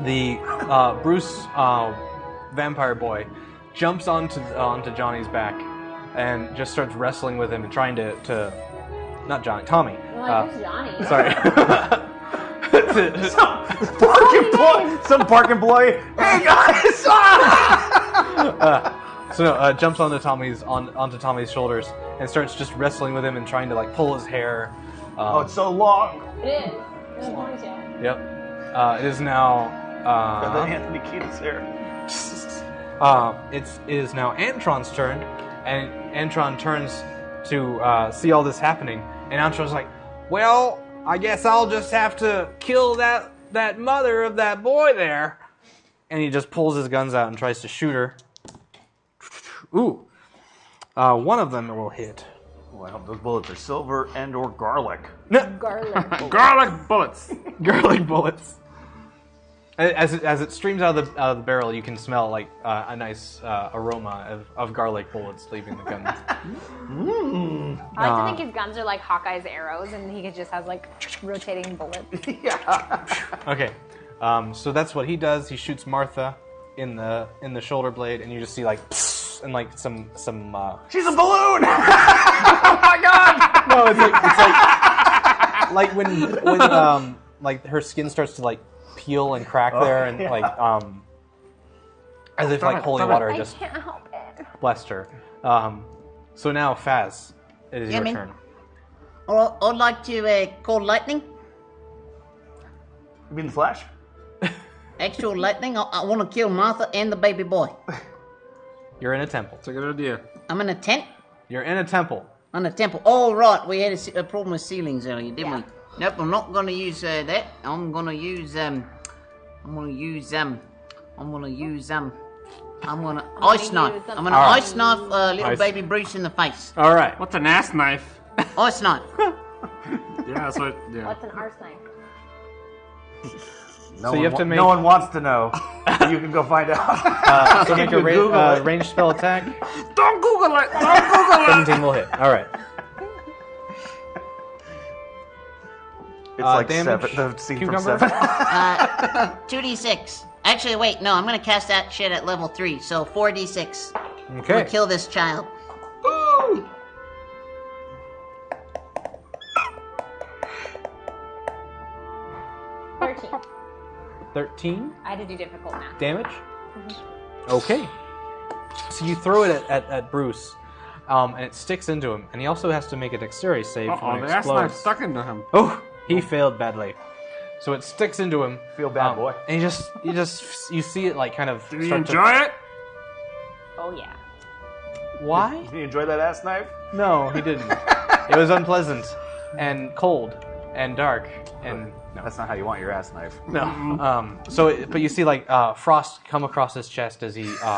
the uh, Bruce uh, vampire boy jumps onto uh, onto Johnny's back and just starts wrestling with him and trying to, to not Johnny, Tommy. I'm Uh, like, who's Johnny? Sorry. To- Park employee. Some park employee. Hey, guys. so no, uh, jumps onto Tommy's on onto Tommy's shoulders and starts just wrestling with him and trying to like pull his hair. Um, Oh, it's so long. It is. It's a ponytail. Yep. Uh, it is now. Got Uh-huh. Uh, that Anthony Kiedis here. uh, it's it is now Antron's turn, and Antron turns to uh, see all this happening, and Antron's like, "Well, I guess I'll just have to kill that that mother of that boy there," and he just pulls his guns out and tries to shoot her. Ooh, uh, one of them will hit. Well, I hope those bullets are silver and or garlic. Garlic. Garlic bullets. garlic bullets. As it, as it streams out of the, out of the barrel, you can smell like uh, a nice uh, aroma of, of garlic bullets leaving the guns. I like to think his guns are like Hawkeye's arrows, and he just has like rotating bullets. okay, um, so that's what he does. He shoots Martha in the in the shoulder blade, and you just see like and like some some. Uh, She's a balloon. no, it's like it's like like when when um like her skin starts to like peel and crack there, and yeah. like um as if like it, holy stop it. water I just can't help it. blessed her. Um, so now, Faz, it is Yeah, your man. turn. Or I'd like to uh, call lightning. You mean the Flash? Actual lightning. I, I want to kill Martha and the baby boy. You're in a temple. It's a good idea. I'm in a tent You're in a temple. on a temple. All right, we had a, se- a problem with ceilings earlier, didn't we? Nope. I'm not going to use uh, that. I'm going to use um. I'm going to use um. I'm going to use um. I'm going to ice knife. use an I'm going to ice- ice knife uh, little Ice. baby Bruce in the face. All right. What's an ass knife? Ice knife. Yeah, that's what. Yeah. What's an arsenic? No you one have to wa- make- No one wants to know. you can go find out. so make a You Google ra- uh, it. ranged spell attack. Don't Google it. Don't Google it. 17 will hit. All right. It's Uh, like damage, seven. The scene cucumber? from seven. 2d6. Actually, wait, no, I'm gonna cast that shit at level 3, so 4d6. Okay. Kill this child. Thirteen. 13 I had to do difficult math. Mm-hmm. damage. Okay. So you throw it at, at, at Bruce, uh, um, and it sticks into him. And he also has to make a dexterity save Uh-oh, when it the ass knife explodes. stuck into him. Oh, he failed badly. So it sticks into him. Feel bad, boy. Um, And you just, you just, you see it like kind of. Did you start to- enjoy it? Oh yeah. Why? Did you enjoy that ass knife? No, he didn't. it was unpleasant, and cold, and dark, and no. That's not how you want your ass knife. No. Um, so, it- but you see, like uh, frost come across his chest as he.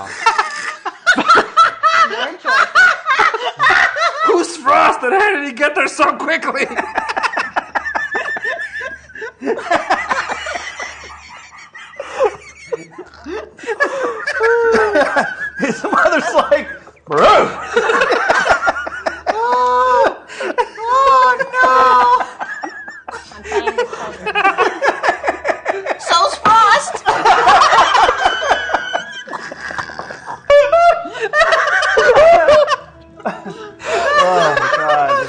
Um, Who's Frost and how did he get there so quickly? His mother's like, bro. Oh, I'm playing with children. So's Frost! Oh,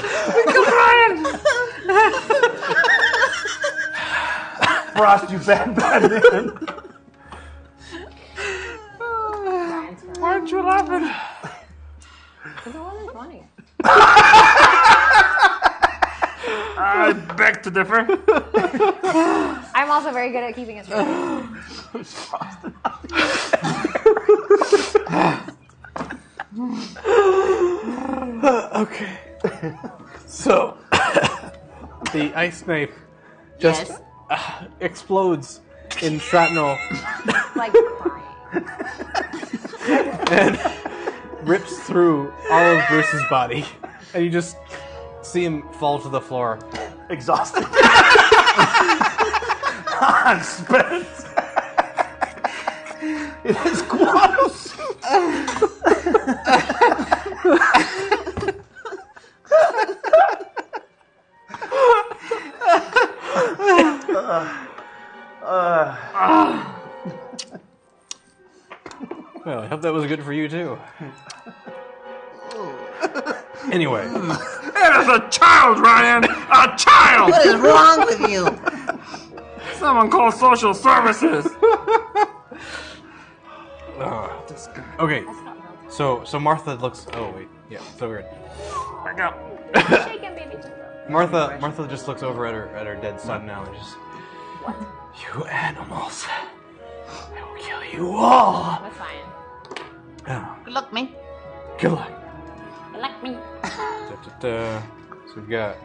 Frost, you bad, bad man. Brian's fine. Why aren't you laughing? 'Cause it wasn't funny. I beg to differ. I'm also very good at keeping it straight. okay. so, the ice knife Yes. explodes in shrapnel, Like crying. rips through all of Bruce's body, and you just see him fall to the floor. exhausted. I'm spent. it is gross. Well, I hope that was good for you too. Anyway, It is a child, Ryan! A child! What is wrong with you? Someone call social services! okay. So, so Martha looks. Oh wait, yeah, so weird. Back up. Shake him, baby. Martha, Martha just looks over at her at her dead son now and just. You animals! I will kill you all. Oh, That's fine. Good luck, man. Good luck. You like me. Da, da, da. So we've got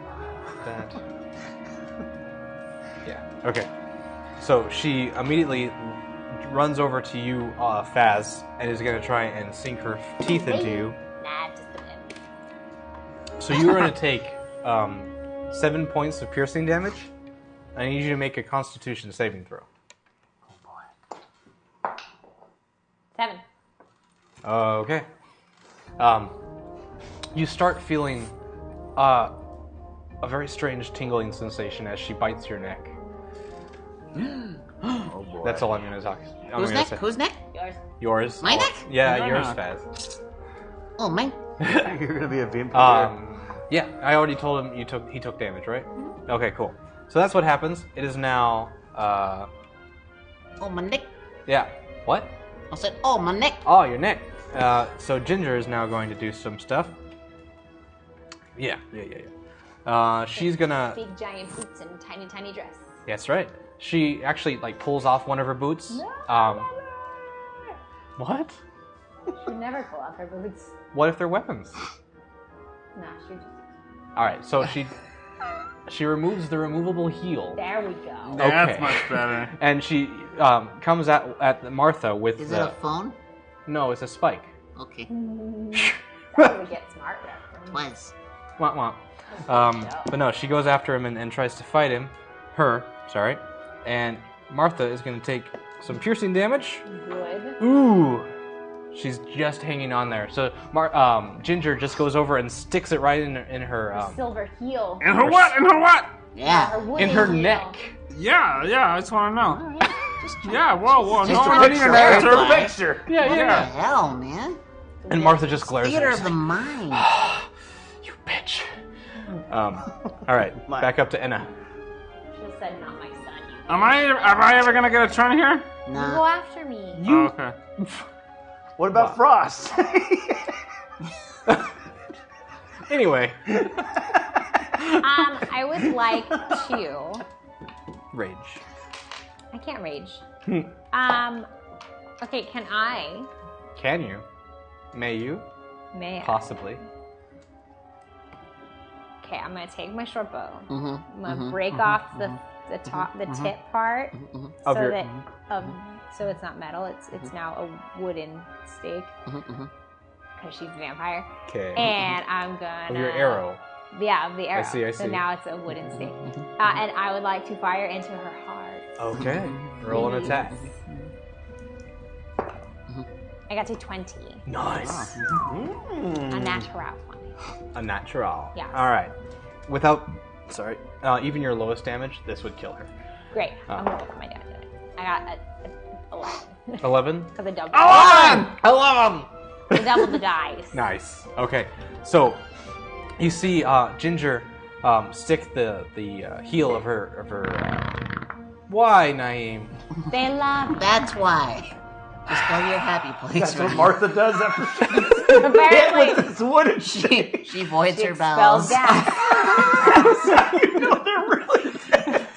that. Yeah. Okay. So she immediately runs over to you, uh, Faz, and is going to try and sink her teeth into you. Nah, just a bit. So you are going to take um, seven points of piercing damage. I need you to make a Constitution saving throw. Oh, Seven. Uh, Okay. Um, you start feeling uh, a very strange tingling sensation as she bites your neck. Oh, That's all I'm going to talk. I'm Who's gonna neck? say. Who's neck? Yours. Yours. My Oh, neck? Yeah, Your yours, neck. Faz. Oh, man. You're gonna be a vampire. Um, yeah, I already told him you took he took damage, right? Okay, cool. So that's what happens. It is now. Uh, Oh, my neck. yeah. What? I said, oh, my neck. Oh, your neck. Uh, so Ginger is now going to do some stuff. Yeah, yeah, yeah, yeah. Uh, she's gonna. Big giant boots and tiny, tiny dress. That's right. She actually like pulls off one of her boots. Um, what? She'd never pull off her boots. What if they're weapons? Nah, she just. All right, so she she removes the removable heel, There we go. That's Okay. much better. and she um, comes at at Martha with Is it the a phone? no, it's a spike. Okay. That would get smart reference. Was. Womp womp. Um, but no, she goes after him and, and tries to fight him. Her, sorry. And Martha is going to take some piercing damage. Good. Ooh. She's just hanging on there. So Mar- um, Ginger just goes over and sticks it right in, her- in her um, Silver heel. And her what? And her what? Yeah. Her wooden in her heel. neck. Yeah, yeah, I just want to know. Yeah, whoa, whoa, no, Just I a need picture, an right? That's answer. her picture. Yeah, yeah. What the hell, man? And Martha just glares at Theater her. of the mind. You bitch. Um, all right, back up to Enna. She said, not my son. You Am I, am I ever gonna get a turn here? go Nah. after me. Oh, okay. What about Frost? Anyway, Um, I would like to. rage. I can't rage. Hmm. um, okay, can I? Can you? May you? May I? Possibly. Okay, I'm gonna take my short bow. Mm-hmm, I'm gonna break off the the top, the tip part, so mm-hmm, Of your- mm-hmm, that of so it's not metal. It's it's now a wooden stake Mm-hmm, because she's a vampire. Okay. And uh, I'm gonna Mm-hmm, Of your arrow. Yeah, of the arrow. see, I So see. Mm-hmm, now it's a wooden stake, uh, and I would like to fire into her heart. Okay. Roll an attack. I got to twenty, Nice. a Mm. natural twenty. A natural. Yeah. All right. Without, sorry, uh, even your lowest damage, this would kill her. Great. Ah. I'm gonna look at my dad. I got a, a, a eleven. Eleven. Because I doubled, I love him. I doubled the dice. Nice. Okay. So you see uh, Ginger um, stick the the uh, heel of her of her. Uh, why, Naeem? They love That's why. Just go to your happy place. That's what Ryan. Martha does after she gets hit Apparently, with this wooden shit. she, she voids her bells. spells gas. you know they're really dead.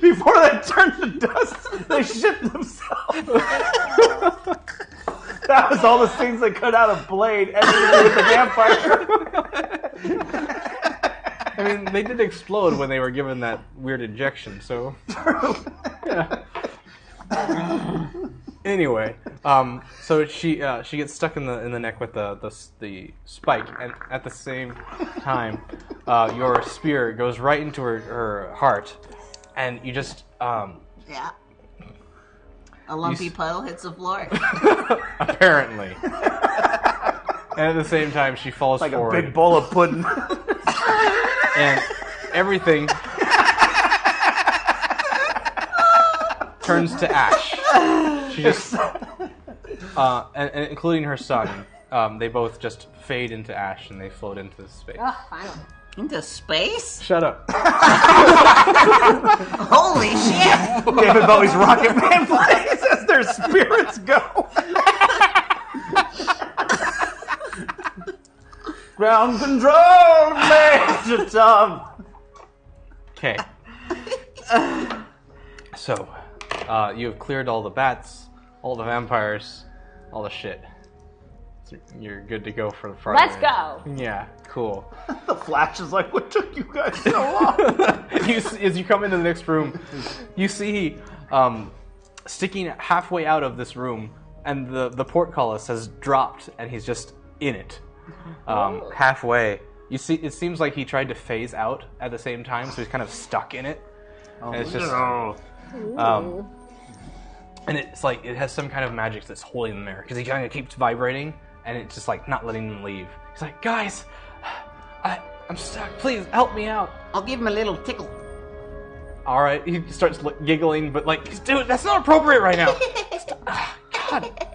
Before they turn to dust, they shit themselves. that was all the scenes they cut out of Blade, ending with the vampire. I mean, they did explode when they were given that weird injection. So. Yeah. Anyway, um, so she uh, she gets stuck in the in the neck with the the, s- the spike, and at the same time, uh, your spear goes right into her, her heart, and you just um, Yeah. A lumpy s- puddle hits the floor. apparently. and at the same time, she falls Like a forward, big bowl of pudding. and everything turns to ash. She just, uh, and, and including her son, um, they both just fade into ash and they float into space. Ugh, finally. Into space? Shut up. Holy shit! David Bowie's Rocket Man plays as their spirits go. Ground control, Major Tom. Okay. so, uh, you have cleared all the bats, all the vampires, all the shit. So you're good to go for the front. Let's end. go. Yeah, cool. The Flash is like, what took you guys so long? you see, as you come into the next room, you see um, sticking halfway out of this room, and the, the portcullis has dropped, and he's just in it. Um, halfway, you see, it seems like he tried to phase out at the same time, so he's kind of stuck in it. and it's just, um, and it's like it has some kind of magic that's holding them there because he kind of keeps vibrating, and it's just like not letting them leave. He's like, guys, I, I'm stuck. Please help me out. I'll give him a little tickle. All right, he starts li- giggling, but like, dude, that's not appropriate right now. Stop- ah, God,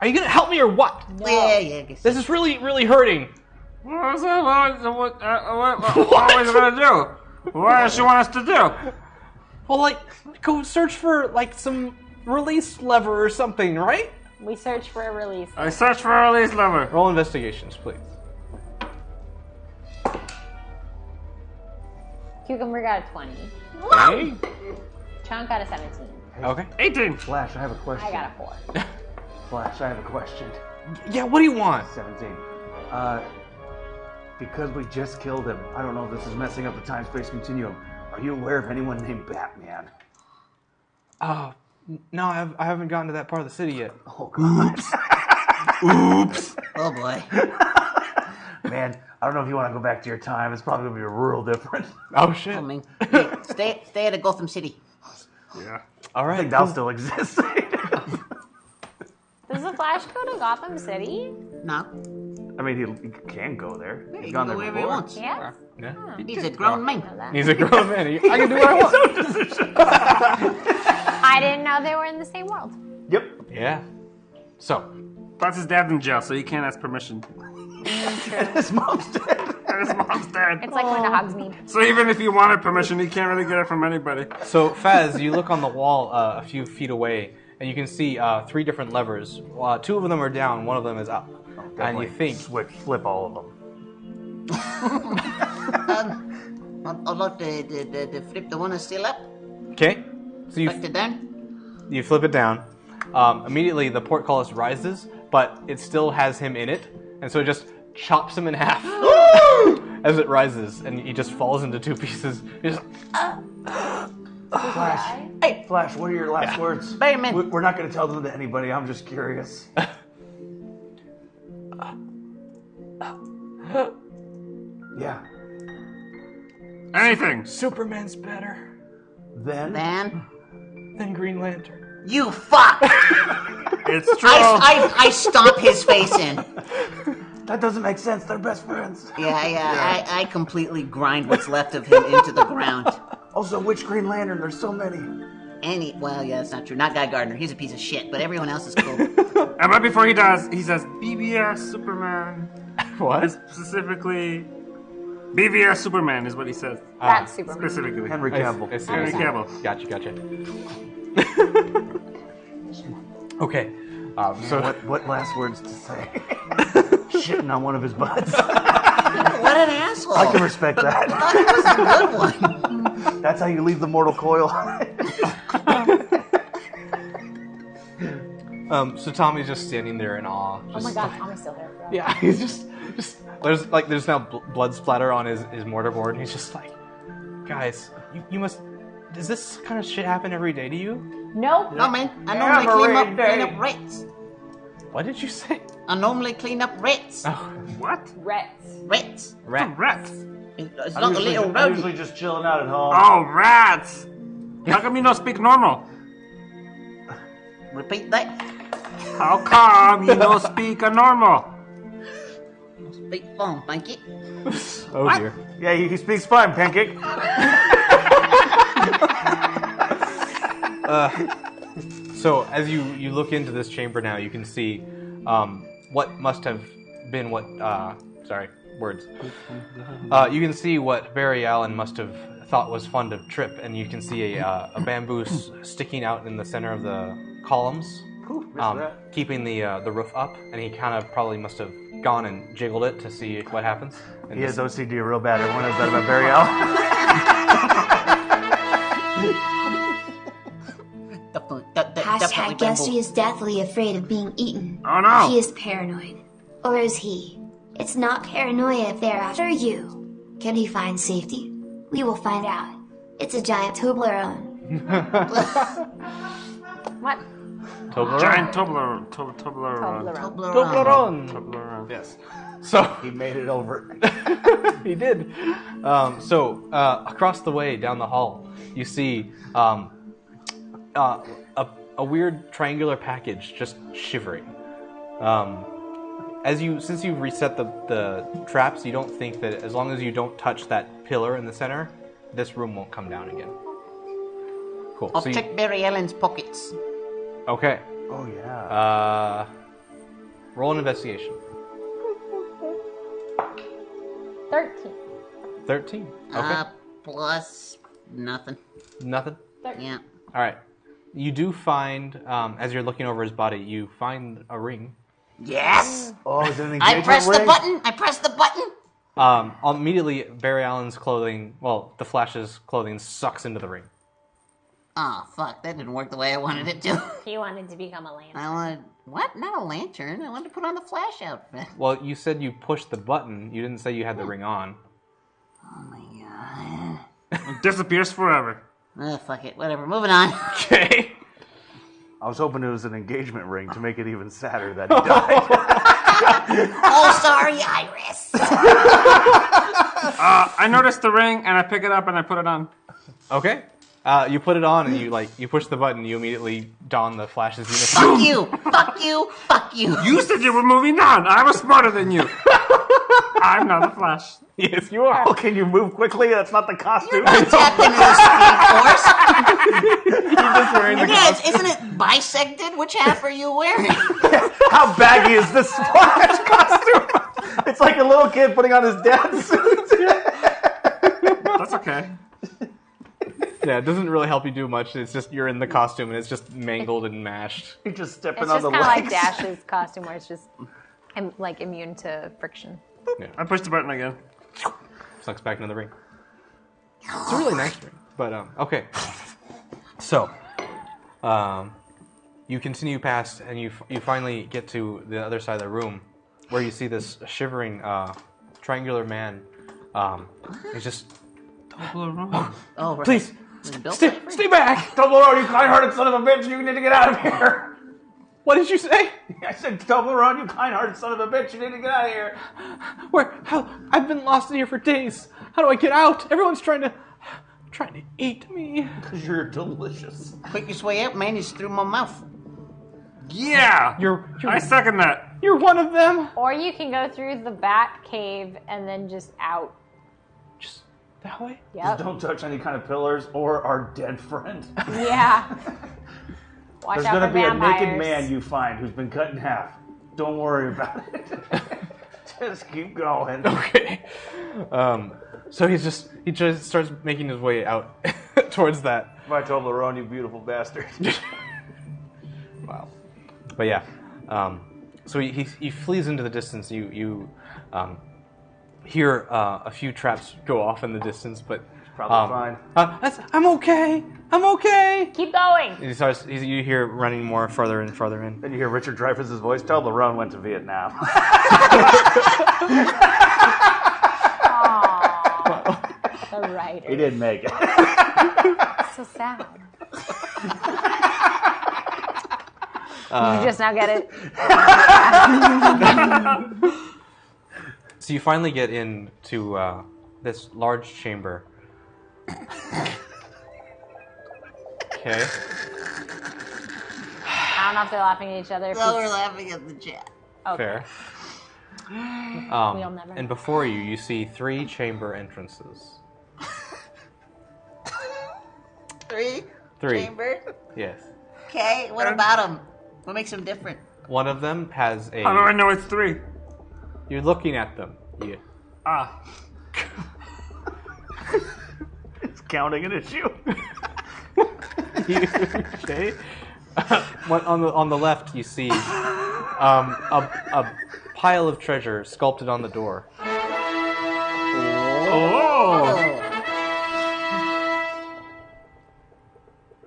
are you gonna help me or what? Yeah, yeah, I guess. This is really, really hurting. What is that? What, what, uh, what, what, what are we gonna do? What does she want us to do? Well, like, go search for like some release lever or something, right? We search for a release. I search for a release lever. Roll investigations, please. Cucumber got a 20. Okay. Chunk got a 17. Okay. 18. Flash, I have a question. I got a 4. Flash, I have a question. Yeah. What do you want? 17. Uh, because we just killed him, I don't know if this is messing up the time space continuum. Are you aware of anyone named Batman? Uh, n- no, I have- I haven't gotten to that part of the city yet. Oh, God. Oh boy. Man, I don't know if you want to go back to your time. It's probably going to be real different. Oh shit. I mean, hey, stay, stay at a Gotham City. All I right. think that'll still exist. Does the Flash go to Gotham City? No, I mean, he, he can go there. he He's can gone go there wherever he before. wants. Yes. Yeah. He's a grown man. He's a grown man. He- I can do what I want. I didn't know they were in the same world. Yep. Yeah. So, That's his dad's in jail, so you can't ask permission. His mom's dead. And his mom's dead. It's like going to Hogsmeade. So even if you wanted permission, you can't really get it from anybody. So, Faz, you look on the wall uh, a few feet away, and you can see uh, three different levers. Uh, two of them are down, one of them is up. Oh, and you think Switch, flip all of them. I'd, I'd like to, to, to, to flip the one that's still up. okay, so you Flip it down. You flip it down. Um, immediately, the portcullis rises, but it still has him in it, and so it just chops him in half as it rises, and he just falls into two pieces. He just- Flash. Hey, Flash. What are your last words? Spider-Man. We- We're not going to tell them to anybody. I'm just curious. yeah. Anything. Superman's better Then Man, than Green Lantern. you fuck! It's true. Oh. I, I, I stomp his face in. that doesn't make sense. They're best friends. Yeah, yeah. I, I completely grind what's left of him into the ground. Also, which Green Lantern? There's so many. Any, well, yeah, that's not true. Not Guy Gardner. He's a piece of shit, but everyone else is cool. and right before he does, he says, BBS Superman. What? Specifically, BBS Superman is what he says. That's Superman. Specifically. Henry Cavill. Uh, I see. Henry Cavill. Gotcha, gotcha. okay, um, so What, what last words to say? Shitting on one of his butts. what an asshole! I can respect that. that was a good one. That's how you leave the mortal coil. um, so Tommy's just standing there in awe. Oh my just god, like- Tommy's still there. Bro. Yeah, he's just, just there's like there's now bl- blood splatter on his his mortarboard, and he's just like, guys, you, you must. Does this kind of shit happen every day to you? Nope. No, man. I normally clean up, clean up rats. What did you say? I normally clean up rats. Ah. What? Rats. Rats. Rat. Rats. It's not a little I'm rodent. usually just chilling out at home. Oh, rats. How come you don't speak normal? Repeat that. How come you don't speak a normal? Big phone, thank you. Oh dear. Yeah, he, he speaks fine, Pancake. Uh, So as you you look into this chamber now, you can see um, what must have been what. Uh, sorry, words. Uh, you can see what Barry Allen must have thought was fond of Trip, and you can see a, uh, a bamboo s- sticking out in the center of the columns, um, keeping the uh, the roof up. And he kind of probably must have gone and jiggled it to see what happens. And He this- has OCD real bad. Everyone knows that about Barry Allen. Definitely, de- de- definitely Hashtag guess bamboo. he is deathly afraid of being eaten. Oh, no. He is paranoid. Or is he? It's not paranoia if they're after you. Can he find safety? We will find out. It's a giant Toblerone. What? Toblerone. Giant Tobler, Tobler, Tobler, Toblerone. Toblerone. Tobler. Yes. So. he made it over. he did. Um, so uh, across the way, down the hall, you see um, uh, a, a weird triangular package just shivering. Um, as you, since you've reset the, the traps, you don't think that as long as you don't touch that pillar in the center, this room won't come down again. Cool. I'll So you- check Barry Allen's pockets. okay. Oh yeah. Uh, roll an investigation. Thirteen. Thirteen. Okay. Uh, plus nothing. Nothing. Yeah. All right. You do find, um, as you're looking over his body, you find a ring. Yes. oh, is it an I engagement press ring? the button. I press the button. Um, immediately, Barry Allen's clothing, well, the Flash's clothing sucks into the ring. Oh fuck! That didn't work the way I wanted it to. He wanted to become a lantern. I wanted what? Not a lantern. I wanted to put on the flash outfit. Well, you said you pushed the button. You didn't say you had the ring on. Oh my uh, Disappears forever. god. Ugh, fuck it. Whatever. Moving on. Okay. I was hoping it was an engagement ring to make it even sadder that he died. oh, sorry, Iris. Uh, I noticed the ring and I pick it up and I put it on. Okay. Uh, you put it on and you like you push the button. You immediately don the Flash's uniform. fuck you. Fuck you. Fuck you. You said you were moving on. I was smarter than you. I'm not the Flash. yes, you are. oh, can you move quickly? That's not the costume. Tapped into the speed force. Just wearing the Yeah, it's, isn't it bisected? Which half are you wearing? How baggy is this Flash costume? it's like a little kid putting on his dad's suit. That's okay. yeah, it doesn't really help you do much. It's just you're in the costume and it's just mangled and mashed. You're just stepping It's on just the kind of like legs. Dash's costume, where it's just I'm like immune to friction. I pushed the button again. Sucks back into the ring. It's a really nice ring, but um, okay. So, um, you continue past, and you f- you finally get to the other side of the room, where you see this shivering uh, triangular man. Um, he's just Oh, right. please Built stay, it. stay back. Toblerone, you kind-hearted son of a bitch, you need to get out of here. What did you say? I said, Toblerone, you kind-hearted son of a bitch, you need to get out of here. Where? How? I've been lost in here for days. How do I get out? Everyone's trying to trying to eat me. Because you're delicious. Quickest way out, man, is through my mouth. Yeah! You're- you're- I second that. You're one of them. Or you can go through the bat cave and then just out. Just that way. Yep. Don't touch any kind of pillars or our dead friend. Yeah. Watch There's out gonna for be vampires. a naked man you find who's been cut in half. Don't worry about it. Just keep going. Okay. Um, so he's just he just starts making his way out towards that. My Toblerone, you beautiful bastard. Wow. But yeah. Um, so he, he he flees into the distance. You you um, hear uh, a few traps go off in the distance, but Probably um, fine. Uh, that's, I'm okay. I'm okay. Keep going. And he starts. He's, you hear running more further and further in. Then you hear Richard Dreyfuss's voice. Toblerone went to Vietnam. The writer. he didn't make it. so sad. you just now get it. So you finally get into uh, this large chamber. okay. I don't know if they're laughing at each other. So we're laughing at the chat. Fair. Um, We'll never and know. before you, you see three chamber entrances. Three? Three. Chamber? Yes. Okay, what about them? What makes them different? One of them has a. How do I know it's three? You're looking at them. You, Ah. It's counting an issue. you- okay. One- on the on the left, you see um, a, a pile of treasure sculpted on the door.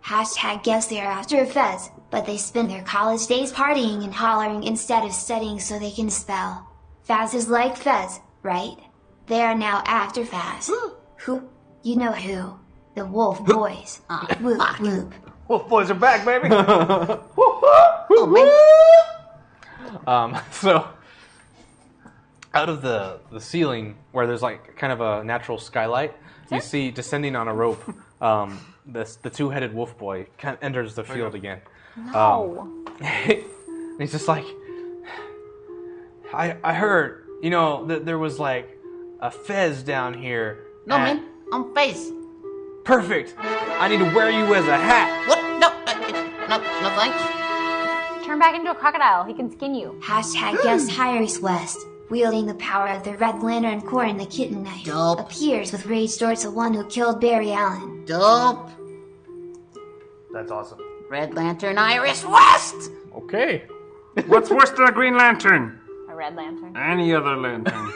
Hashtag guess they are after a fez, but they spend their college days partying and hollering instead of studying so they can spell. Faz is like fez, right? They are now after Faz. who? You know who? The wolf boys. Whoop whoop. Wolf boys are back, baby. Um, so out of the the ceiling where there's like kind of a natural skylight, you see descending on a rope. Um, this the two-headed wolf boy kind of enters the field again. Oh. And he's just like, I I heard you know that there was like a fez down here. No, and- man, on face. Perfect. I need to wear you as a hat. What? No, uh, uh, no, no thanks. Turn back into a crocodile. He can skin you. Hashtag guess Tyrese West, wielding the power of the Red Lantern Corps and the Kitten Knife, Dope. appears with rage towards the one who killed Barry Allen. Dope. That's awesome. Red Lantern Iris West! Okay. What's worse than a green lantern? A red lantern. Any other lantern.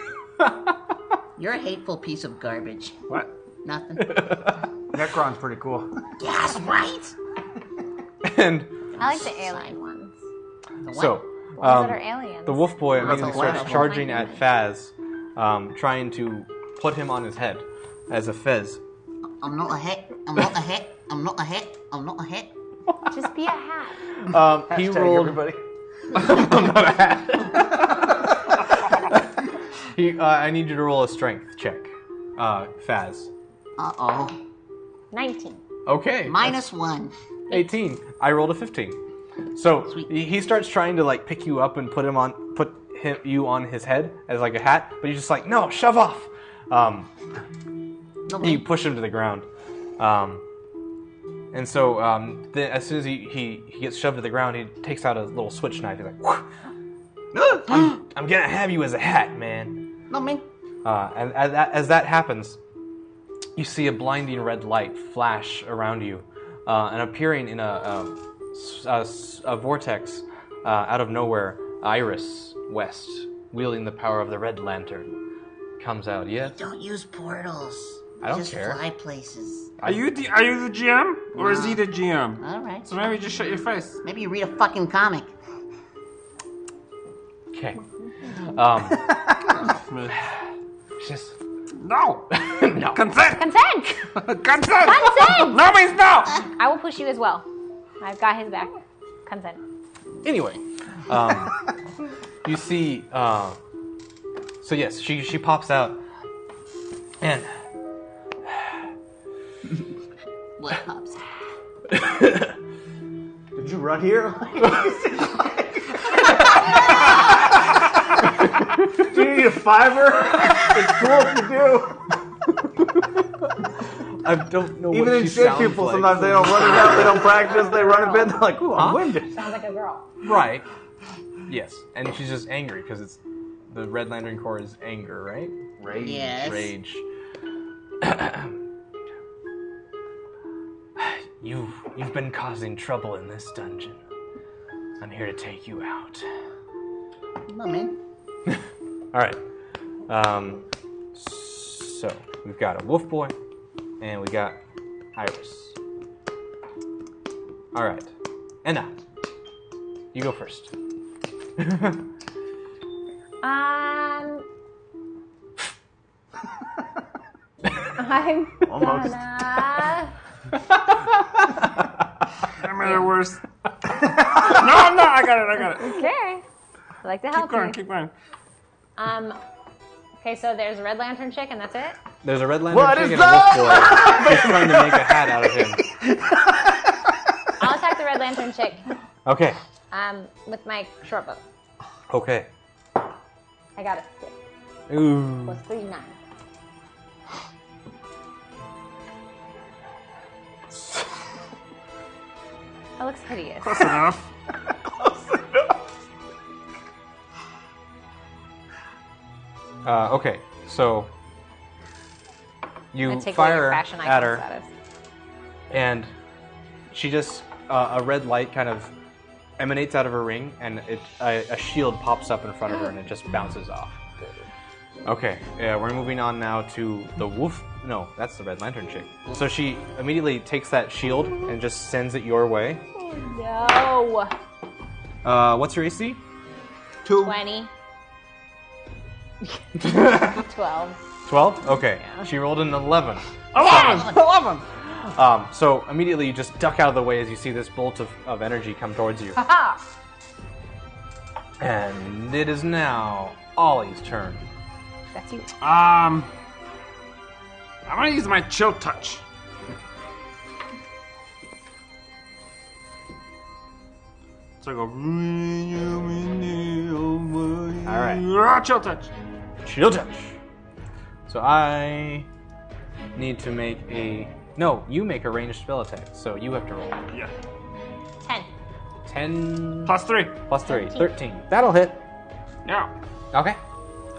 You're a hateful piece of garbage. what? Nothing. Necron's pretty cool. yes, right! And I like the alien ones. so. The ones um, that are aliens. The wolf boy immediately a starts wow. charging at Faz, um, trying to put him on his head as a Fez. I'm not a hit. I'm not a hit. I'm not a hit. I'm not a hit. Just be a hat. Um, he Hashtag rolled. everybody. He, uh, I need you to roll a strength check, uh, Faz. Uh oh. 19. Okay. Minus one. 18. I rolled a 15. So Sweet. he he starts trying to like pick you up and put him on, put him, you on his head as like a hat, but you're just like, no, shove off. Um, No, you man. push him to the ground. Um, and so um, then as soon as he, he, he gets shoved to the ground, he takes out a little switch knife. He's like, "Whew. I'm, I'm gonna have you as a hat, man. No, man. Uh, and as that, as that happens, you see a blinding red light flash around you, uh, and appearing in a, a s- a s- a vortex uh, out of nowhere Iris West, wielding the power of the Red Lantern, comes out. Yeah, Don't use portals. I don't Just care. fly places. Are you the Are you the GM or is he the GM? All right. So maybe just shut your face. Maybe you read a fucking comic. okay. Um, just No. no. Consent. Consent! Consent. Consent! No means no. I will push you as well. I've got his back. Consent. Anyway, um, you see, uh, so yes, she she pops out, and What pops? Did you run here? do you need a fiver? It's cool to I don't know do. Even what in she shit sounds people, like. sometimes they don't run it out, they don't practice, they run a bit, they're like, ooh, I'm Huh? winded. Sounds like a girl. Right. Yes, and she's just angry because it's the Red Lantern Corps is anger, right? Rage. Yes. Rage. you you've been causing trouble in this dungeon. I'm here to take you out. Come on, man. All right. Um, so we've got a wolf boy, and we got Iris. All right, Enna, you go first. Um. I'm Almost. gonna. I'm at the worst. no, no, I got it. I got it. Okay. I like to Keep help going. you. Keep going. Um. Okay, so there's Red Lantern chick, and that's it. There's a red lantern What is chick and a wolf boy. He's trying to make a hat out of him. I'll attack the Red Lantern chick. Okay. Um, with my short bow. Okay. I got it. Ooh. Plus three nine. That looks hideous. Close enough. Uh, okay. So I you take away your fire fashion icon at her. status. and she just uh, a red light kind of emanates out of her ring, and it, a, a shield pops up in front of her, and it just bounces off. Okay, yeah, we're moving on now to the wolf. No, that's the Red Lantern chick. So she immediately takes that shield and just sends it your way. No. Uh, what's your AC? Two. 20. 12. Twelve. Okay, she rolled an eleven. Eleven. Eleven. Um, so immediately you just duck out of the way as you see this bolt of, of energy come towards you. Ha! And it is now Ollie's turn. That's you. Um, I'm gonna use my chill touch. So I go. All right. "Ah, Chill touch. Shield touch. So I need to make a. No, you make a ranged spell attack, so you have to roll. Yeah. 10. 10 Plus three. plus 3, 13. That'll hit. Yeah. Okay.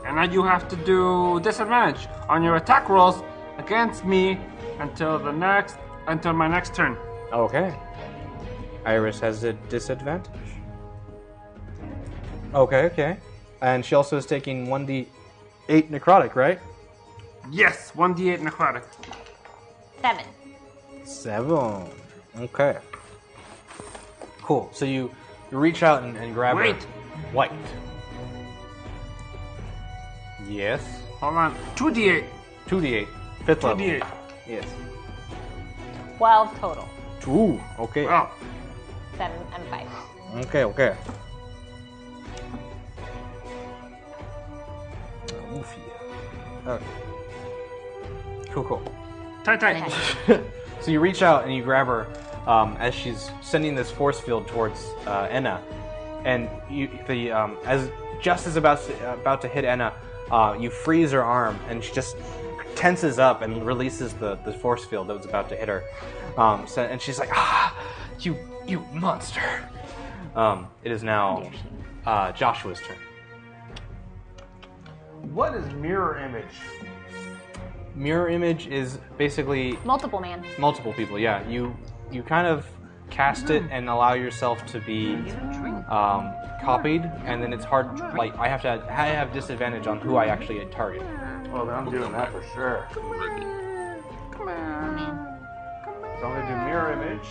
And now you have to do disadvantage on your attack rolls against me until the next until my next turn. Okay. Iris has a disadvantage. Okay, okay. And she also is taking 1d8 necrotic, right? Yes, one d8 necrotic. 7. 7. Okay. Cool. So you, you reach out and, and grab Wait. her. White. Yes. Hold on, two d8, 2d8. Fifth two level. d8. Yes. 12 total. Two. Okay. Wow. 7 and 5. Okay, okay. Oof, yeah. Okay. Cool, cool. Tight, tight. So you reach out and you grab her um, as she's sending this force field towards uh, Enna, and you, the um, as just as about to, about to hit Enna, uh, you freeze her arm and she just tenses up and releases the, the force field that was about to hit her. Um, so, and she's like, "Ah, you you monster!" Um, it is now uh, Joshua's turn. What is mirror image? Mirror image is basically Multiple man. multiple people. Yeah, you you kind of cast it and allow yourself to be. Get a drink. um, copied, and then it's hard. To, like I have to I have disadvantage on who I actually target. Well, then I'm doing that for sure. So I'm gonna do mirror image.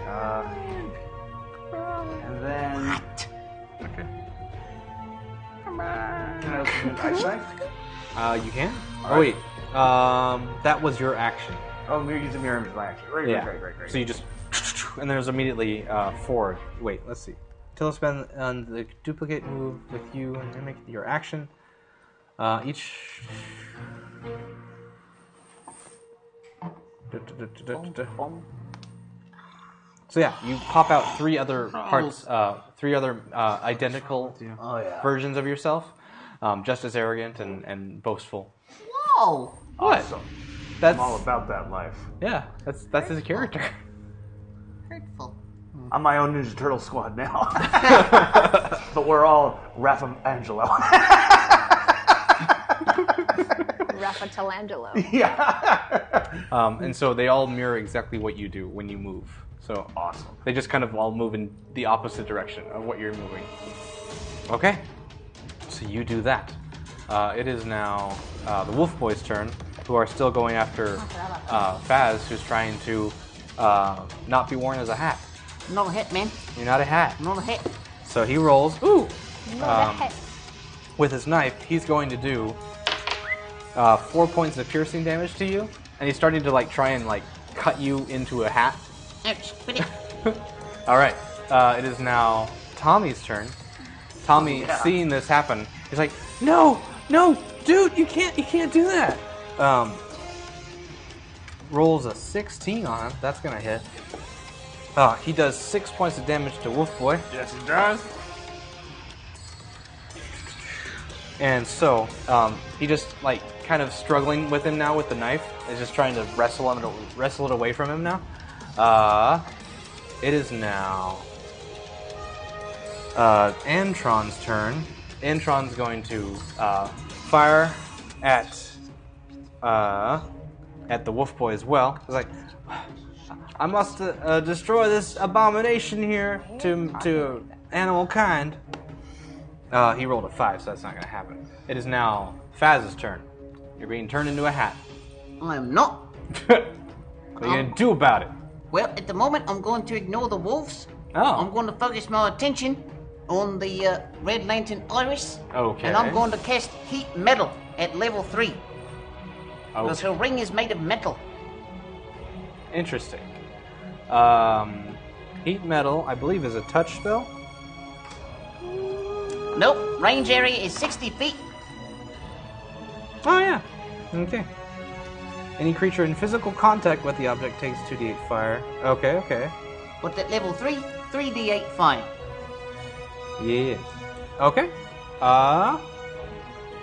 Uh, and then. Okay. Can I also do an ice knife? Uh, you can. Oh wait, um, that was your action. Oh, we're using mirror image by action. Right, yeah. right, right, right, right. So you just and there's immediately uh, four. Wait, let's see. Till spend on um, the duplicate move with you and mimic your action. Uh, each. So yeah, you pop out three other parts, uh, three other uh, identical Oh, yeah. versions of yourself, um, just as arrogant and, and boastful. Whoa! What? That's I'm all about that life. yeah. That's that's his character. Hurtful. I'm my own Ninja Turtle squad now. but we're all Rafa Angelo. Rafa Talangelo. Um, and so they all mirror exactly what you do when you move. So awesome. They just kind of all move in the opposite direction of what you're moving. Okay. So you do that. Uh, it is now uh, the Wolf Boys' turn, who are still going after uh, Faz, who's trying to uh, not be worn as a hat. No hit, man. You're not a hat. No hit. So he rolls. Ooh! No, Um, that- With his knife, he's going to do uh, four points of piercing damage to you, and he's starting to like try and like cut you into a hat. Ouch. Quit it. All right. Uh, it is now Tommy's turn. Tommy, seeing this happen, he's like, "No, no, dude, you can't, you can't do that." Um, rolls a 16 on it. That's gonna hit. Uh, he does six points of damage to Wolf Boy, Yes, he does. and so um, he just like kind of struggling with him now with the knife. Is just trying to wrestle him, wrestle it away from him now. Uh, it is now uh, Antron's turn. Antron's going to uh, fire at uh, at the wolf boy as well. He's like, I must uh, uh, destroy this abomination here to to animal kind. Uh, he rolled a five, so that's not going to happen. It is now Faz's turn. You're being turned into a hat. I'm not. what are you going to do about it? Well, at the moment, I'm going to ignore the wolves. I'm Oh, going to focus my attention on the uh, Red Lantern Iris. Okay. Oh. And I'm going to cast Heat Metal at level 3. Because okay. her ring is made of metal. Interesting. Um, heat metal, I believe, is a touch spell. Nope, range area is 60 feet. Oh yeah. Okay. Any creature in physical contact with the object takes 2d8 fire. Okay, okay. But at level 3, 3d8 fire. Yeah. Okay. Uh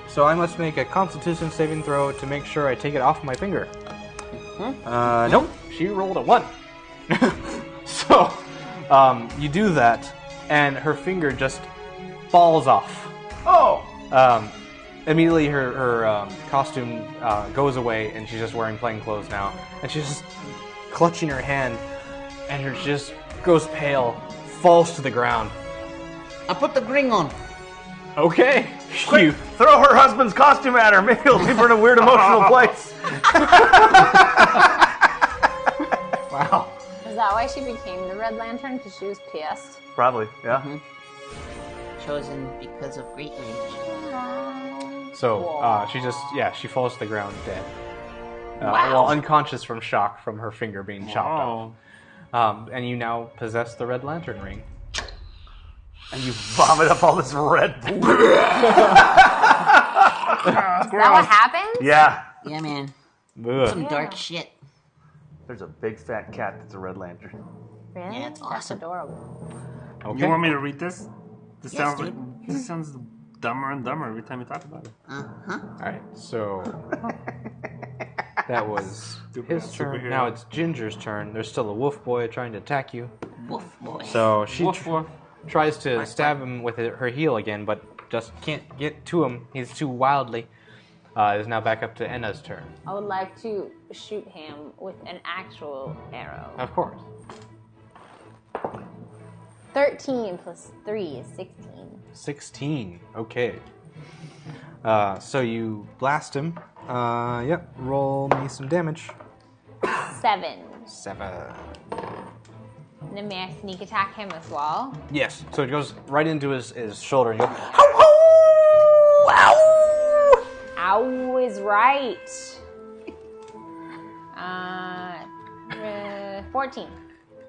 so I must make a constitution saving throw to make sure I take it off my finger. Uh nope. She rolled a one. so um you do that and her finger just falls off. oh! Um, immediately, her, her um, costume uh, goes away, and she's just wearing plain clothes now. And she's just clutching her hand, and her she just goes pale, falls to the ground. I put the ring on. Okay, you. Throw her husband's costume at her. Maybe it'll leave her in a weird emotional place. Wow. Is that why she became the Red Lantern? Because she was pissed. Probably, yeah. Chosen because of great rage. So uh, she just yeah she falls to the ground dead. Uh, Well, unconscious from shock from her finger being chopped Oh. off. Um, and you now possess the Red Lantern ring. And you vomit up all this red blood. Is that what happened? Yeah. Yeah, man. Some dark shit. There's a big fat cat that's a red lantern. Really? Yeah, it's awesome. Adorable. Okay. You want me to read this? This Yes, sounds like, this sounds dumber and dumber every time we talk about it. All right, so that was his turn. superhero. Now it's Ginger's turn. There's still a wolf boy trying to attack you. Woof boy. So she Wolf, tr- wolf. tries to stab him with her her heel again, but just can't get to him. He's too wildly. Uh, is now back up to Enna's turn. I would like to shoot him with an actual arrow. Of course. 13 plus 3 is 16. 16. Okay. Uh, so you blast him. Uh, yep. Roll me some damage. 7. Seven. And then may I sneak attack him as well? Yes. So it goes right into his, his shoulder. And you go, Ow is right. Uh, uh, 14.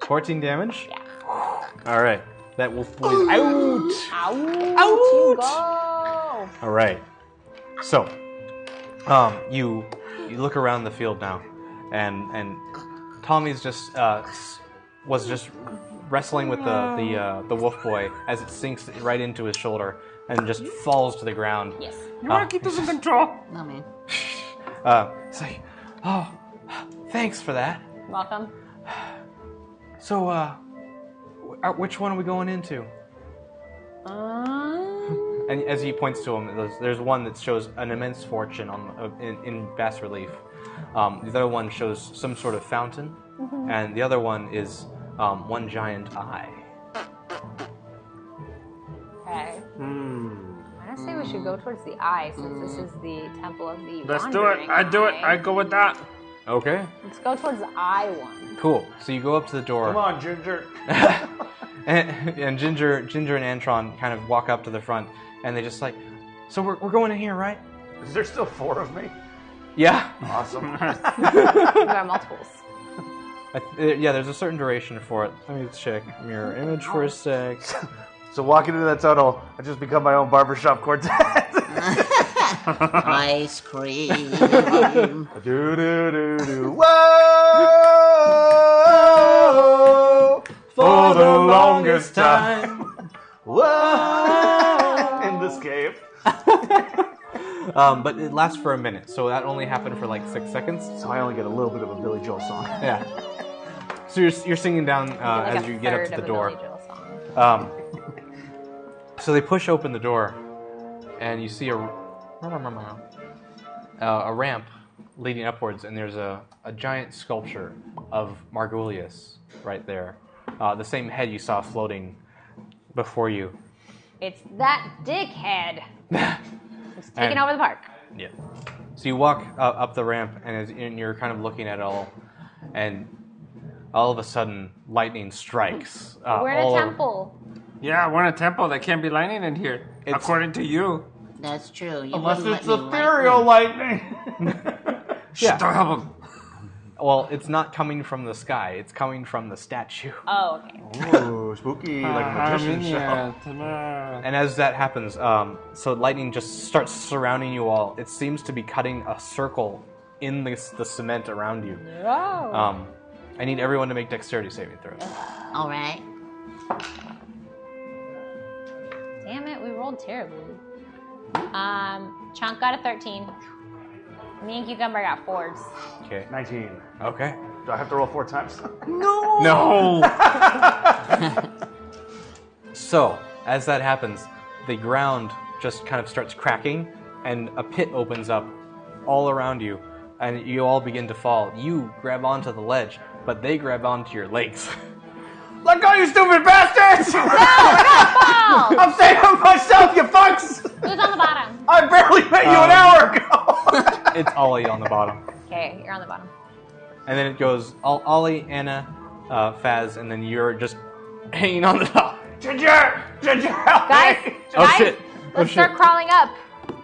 14 damage? Yeah. All right. That wolf boy is out. Out. You go. All right. So, um, you you look around the field now, and and Tommy's just uh, s- was just wrestling with the the uh, the wolf boy as it sinks right into his shoulder and just falls to the ground. Yes. You want to keep this in control? No, man. Uh, it's like, oh, thanks for that. Welcome. So, uh, wh- uh, which one are we going into? Um, And as he points to him, there's, there's one that shows an immense fortune on uh, in, in bas relief. Um, the other one shows some sort of fountain, Mhm. and the other one is um, one giant eye. okay. Hmm. Honestly, we should go towards the eye since this is the temple of the. Let's do it. I do it. I go with that. Okay, Let's go towards the eye one. cool. So you go up to the door. Come on, Ginger. and, and Ginger, Ginger, and Antron kind of walk up to the front, and they just like, so we're, we're going in here, right? Is there still four of me? Yeah. Awesome. We got multiples. I th- uh, yeah, there's a certain duration for it. Let me check mirror image for a sec. so walking into that tunnel, I just become my own barbershop quartet. Ice cream. do do do do. Whoa! For the longest time. Oh. Whoa! In this cave. Um, but it lasts for a minute, so that only happened for like six seconds. So I only get a little bit of a Billy Joel song. Yeah. So you're, you're singing down uh, Like as a you get third up to of the a door. Billy Joel song. Um, so they push open the door, and you see a uh, a ramp leading upwards, and there's a, a giant sculpture of Margulius right there, uh, the same head you saw floating before you. It's that dickhead. He's taking And- over the park. Yeah. So you walk uh, up the ramp, and, as, and you're kind of looking at it all, and all of a sudden, lightning strikes. Uh, We're in all a over- temple. Yeah, we're in a temple. There can't be lightning in here, It's- according to you. That's true. You Unless wouldn't it's let me ethereal like lightning. Yeah. Don't help him. Well, it's not coming from the sky. It's coming from the statue. Oh, Uh, okay. Ooh, spooky, like a magician show. And as that happens, um, so lightning just starts surrounding you all. It seems to be cutting a circle in the, the cement around you. Oh. Um, I need everyone to make dexterity saving throws. that. All right. Damn it, we rolled terribly. Um, Chunk got a 13. Me and Cucumber got fours. Okay. 19. Okay. Do I have to roll four times? Oh, No. so as that happens, the ground just kind of starts cracking, and a pit opens up all around you, and you all begin to fall. You grab onto the ledge, but they grab onto your legs. Let go, you stupid bastards! Oh! Paul! I'm saving myself, you fucks! Who's on the bottom? I barely met you an Um, hour ago! it's Ollie on the bottom, Okay, you're on the bottom. and then it goes Ol- Ollie, Anna, uh, Faz, and then you're just hanging on the top. Ginger! Ginger, help Guys, me! Oh, guys, shit. let's Oh, start shit. crawling up.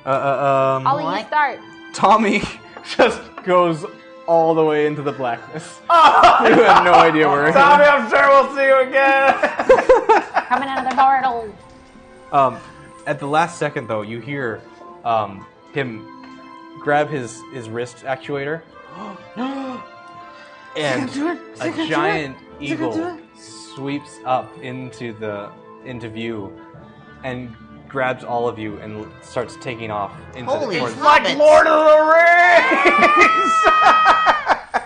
Uh, uh, um, Ollie, What? you start. Tommy just goes all the way into the blackness. you have no idea where he Tommy, is. I'm sure we'll see you again! Coming out of the portal. Um, at the last second, though, you hear um, him grab his, his wrist actuator, and a giant eagle sweeps up into the into view and grabs all of you and starts taking off into Holy the towards- fuck. like Lord of the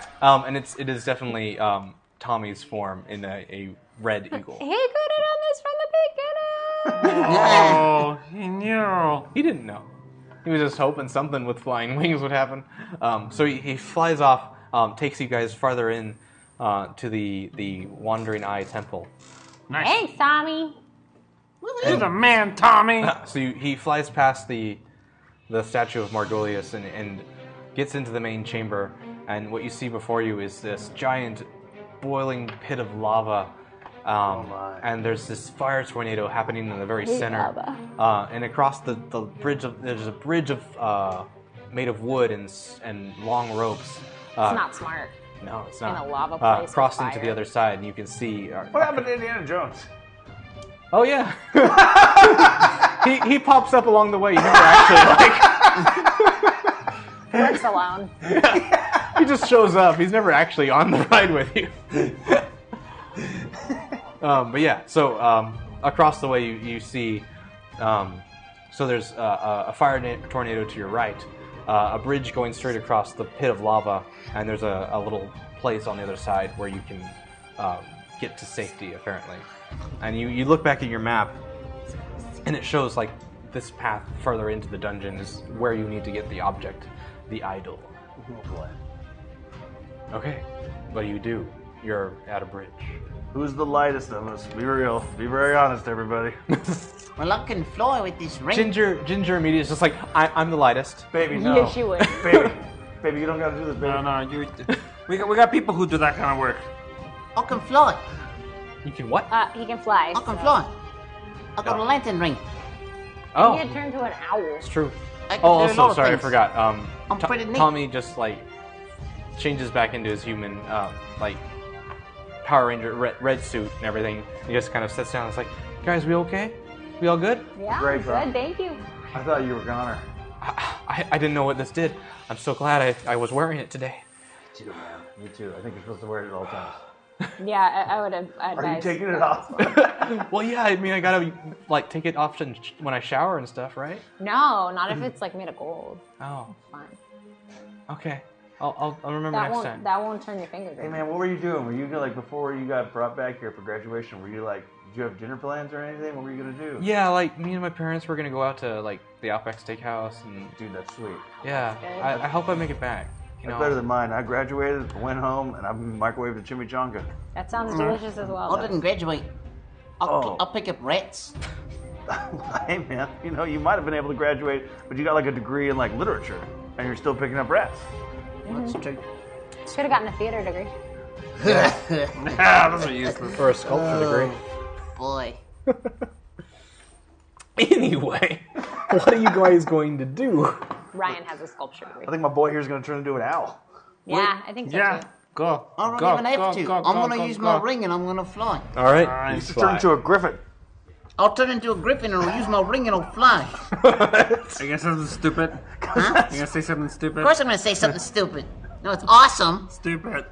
Rings! um, and it's it is definitely um, Tommy's form in a, a red He eagle. could have done this from the beginning. Oh, he knew. He didn't know. He was just hoping something with flying wings would happen. Um, so he, he flies off, um, takes you guys farther in uh, to the the Wandering Eye Temple, Nice. Thanks, Tommy. He's a man, Tommy. so you, he flies past the the statue of Margolius and, and gets into the main chamber. And what you see before you is this giant boiling pit of lava. Um, and there's this fire tornado happening in the very I hate center. lava. Uh, and across the, the bridge of there's a bridge of uh, made of wood and s- and long ropes. Uh, Ah. it's not smart. No, it's in not. a lava Uh, place with crossing to fire. the other side, and you can see. Uh, What happened to Indiana Jones? oh yeah. he, he pops up along the way. You never actually like. Works alone. He just shows up. He's never actually on the ride with you. um, but yeah, so um, across the way you, you see, um, so there's uh, a, a fire na- tornado to your right, uh, a bridge going straight across the pit of lava, and there's a, a little place on the other side where you can uh, get to safety apparently. And you, you look back at your map, and it shows like this path further into the dungeon is where you need to get the object, the idol. Okay, what do you do? You're at a bridge. Who's the lightest of us? Be real. Be very honest, everybody. We're looking floor with this ring. Ginger, Ginger immediately is just like, I, I'm the lightest. Baby, no. Yes, you would. Baby, baby, you don't gotta do this, baby. No, no, you. We got, we got people who do that kind of work. I can floor. You can what? Uh, he can fly. I can so- floor. I got a lantern ring. Oh, He had turned to an owl. it's true. I can Oh, do a lot also, of sorry, things. I forgot. Um, I'm To- pretty neat. Tommy just like changes back into his human, uh, like Power Ranger red, red suit and everything. He just kind of sits down. and is like, guys, we okay? We all good? Yeah, Great, good. bro. Thank you. I thought you were goner. I, I, I didn't know what this did. I'm so glad I, I was wearing it today. Too, man. Me too. I think you're supposed to wear it at all times. Yeah, I, I would have. Are you taking it off? Well, yeah, I mean, I gotta like take it off to- when I shower and stuff, right? No, not if it's like made of gold. Oh, Fine. okay. I'll, I'll, I'll remember That next won't. time. That won't turn your finger. hey, green. man, what were you doing? Were you gonna, like before you got brought back here for graduation? Were you like, did you have dinner plans or anything? What were you gonna do? Yeah, like me and my parents were gonna go out to like the Outback Steakhouse, and Dude, that's sweet. yeah, I, I hope I make it back. You That's know, better than mine. I graduated, went home, and I microwaved a chimichanga. That sounds Mm-hmm. delicious as well. I though. didn't graduate. I'll, Oh. I'll pick up rats. hey, man, you know, you might have been able to graduate, but you got like a degree in like literature, and you're still picking up rats. That's true. Should have gotten a theater degree. Ah, those are useless. for a sculpture Uh, degree. Boy. Anyway, what are you guys going to do? Ryan has a sculpture degree. I think my boy here is going to turn into an owl. Yeah, I think so Yeah, too. go. I don't go, even have go, to. Go, I'm go, gonna go, use go. my ring and I'm gonna fly. All right, Fine. you Just Turn fly. into a griffin. I'll turn into a griffin and I'll use my ring and I'll fly. Of Are you gonna say something stupid? Huh? You gonna say something stupid? course I'm gonna say something stupid. No, it's awesome. Stupid.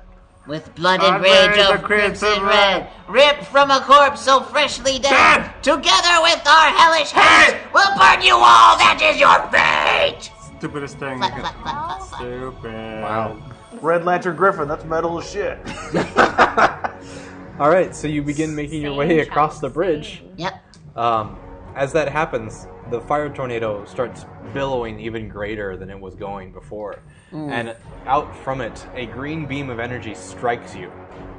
With blood Blood and rage rage of of crimson crimson red, ripped from a corpse so freshly dead, Dead! together with our hellish host, we'll burn you all, that is your fate! Stupidest thing. Flap, flap, flap, flap, flap. Stupid. Red Lantern Griffin, that's metal as shit. All right, so you begin making your way Same across the child, bridge. same. Yep. Um, as that happens, the fire tornado starts billowing even greater than it was going before. And out from it, a green beam of energy strikes you.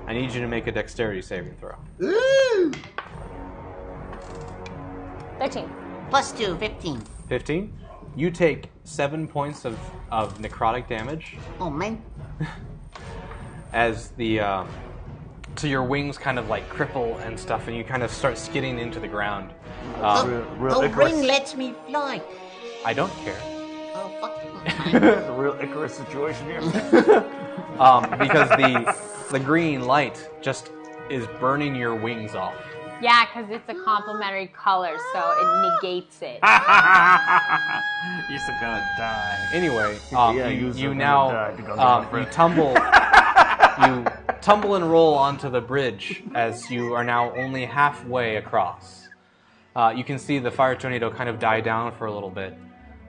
I need you to make a dexterity saving throw. Ooh! Thirteen. Plus two, 15. 15. You take seven points of, of necrotic damage Oh man. as the. Uh, so your wings kind of like cripple and stuff, and you kind of start skidding into the ground. The, Um, Ah, real the Icarus. ring lets me fly. I don't care. Oh, fuck. It's a real Icarus situation here. Um, because the, the green light just is burning your wings off. Yeah, because it's a complementary color, so it negates it. Ah. You're so gonna die. Oh, Anyway, um, Yeah, you, use you them and, now uh, to go um, get my you friend. tumble, you tumble and roll onto the bridge as you are now only halfway across. Uh, you can see the fire tornado kind of die down for a little bit,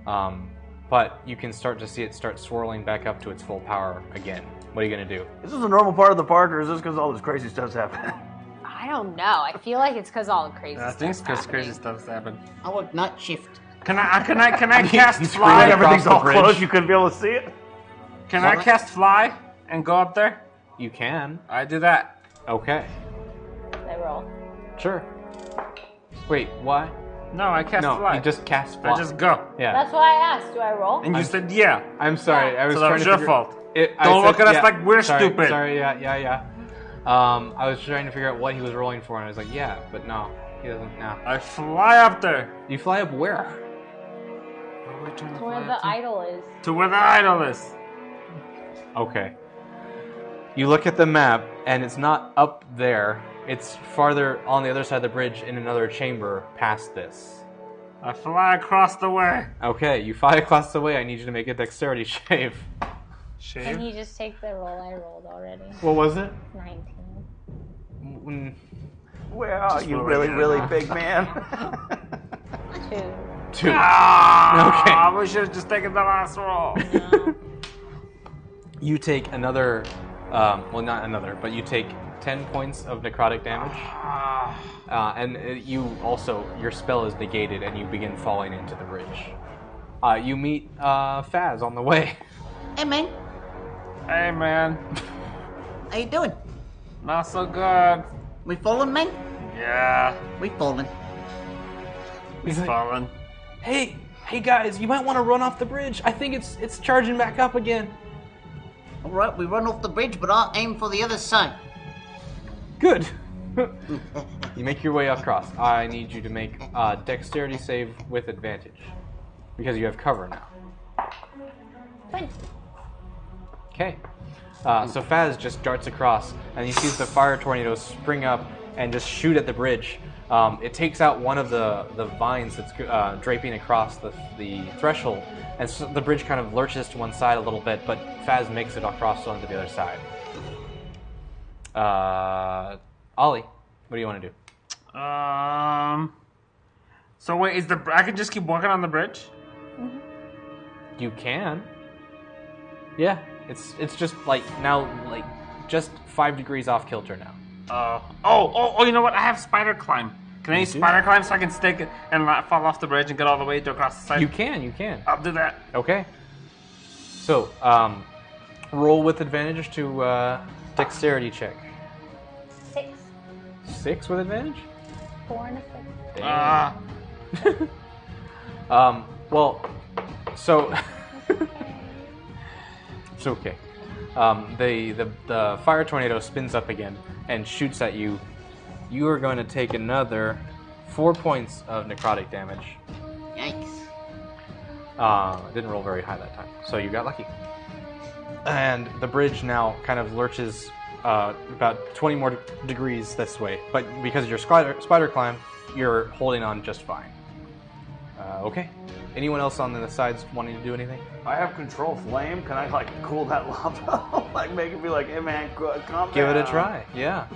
um, but you can start to see it start swirling back up to its full power again. What are you gonna do? Is this a normal part of the park, or is this because all this crazy stuff's happening? I don't know. I feel like it's because all the crazy I stuff. think crazy, crazy stuff's happened. I work night shift. Can I? uh, Can I? Can I cast he's fly? screaming Everything's the all bridge. closed. You couldn't be able to see it. Can I cast fly and go up there? You can. I do that. Okay. They roll. Sure. Wait, why? No, I cast no, fly. you just cast fly. I just go. yeah. That's why I asked. Do I roll? And you said yeah. I'm sorry. I was So that trying was to your figure- fault. It, I Don't said- look at us yeah, like we're sorry, stupid. Sorry. Yeah. Yeah. Yeah. Um, I was trying to figure out what he was rolling for, and I was like, yeah, but no, he doesn't. No. I fly up there. You fly up where? To where the idol is. To where the idol is. Okay. You look at the map, and it's not up there. It's farther on the other side of the bridge in another chamber past this. I fly across the way. Okay, you fly across the way. I need you to make a dexterity shave. Can Shave. you just take the roll I rolled already? What was it? 19. Mm, Where are you, roll really, again. really big man? Two. Two. Ah, we should have just taken the last roll. You take another, um, well, not another, but you take 10 points of necrotic damage. Uh, and uh, you also, your spell is negated and you begin falling into the bridge. Uh, you meet uh, Faz on the way. Hey, man. hey man, How you doing? not so good. We falling, man? Yeah, We falling. he's like- fallen. Hey, hey guys, you might want to run off the bridge. I think it's it's charging back up again. All right, we run off the bridge, but I'll aim for the other side. Good. you make your way across. I need you to make uh, dexterity save with advantage because you have cover now. Okay. Uh, so Faz just darts across, and he sees the fire tornado spring up and just shoot at the bridge. Um, it takes out one of the, the vines that's uh, draping across the, the threshold, and so the bridge kind of lurches to one side a little bit, but Faz makes it across onto the other side. Uh, Ollie, what do you want to do? Um. So wait, is the I can just keep walking on the bridge? You can. Yeah, it's it's just like now like just five degrees off kilter now. Uh, oh, oh, oh! You know what? I have spider climb. Can I use spider climb so I can stick it and not fall off the bridge and get all the way to across the side? You can, you can. I'll do that. Okay. So, um, roll with advantage to uh, dexterity check. Six. Six with advantage. Four and a six. Uh, Um, well, so it's okay. Um, the, the the fire tornado spins up again and shoots at you. You are going to take another four points of necrotic damage. Yikes. Uh, didn't roll very high that time, so you got lucky. And the bridge now kind of lurches uh, about 20 more de- degrees this way, but because of your spider, spider climb, you're holding on just fine. Uh, okay. Anyone else on the sides wanting to do anything? I have control flame. Can I like cool that lava? like make it be like, hey man, co- calm Give it a down." try. Yeah.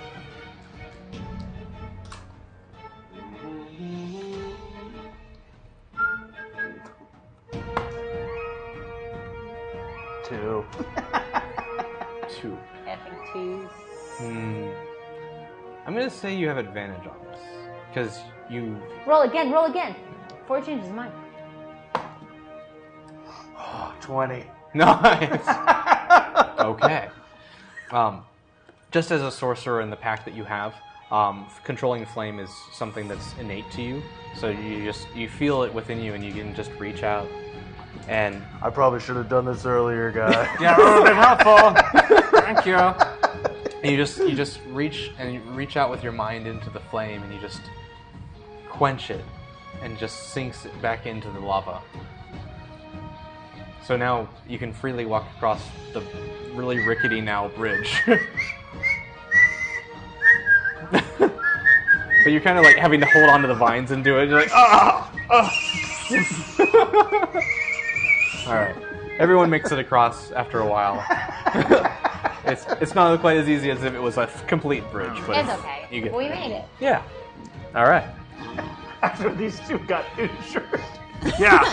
Two. Two. Effing twos. Hmm. I'm gonna say you have advantage on this because you Roll again, roll again. Four changes mine. Twenty. Nice. okay. Um, just as a sorcerer in the pack that you have, um, controlling flame is something that's innate to you. So you just you feel it within you, and you can just reach out. And I probably should have done this earlier, guy. yeah, that would have been helpful. Thank you. and you just you just reach and you reach out with your mind into the flame, and you just quench it, and just sinks it back into the lava. So now you can freely walk across the really rickety now bridge. but you're kind of like having to hold onto the vines and do it. You're like, ah, ah." All right. Everyone makes it across after a while. it's it's not quite as easy as if it was a complete bridge, but It's okay. You get we it. made it. Yeah. All right. After these two got injured, Yeah.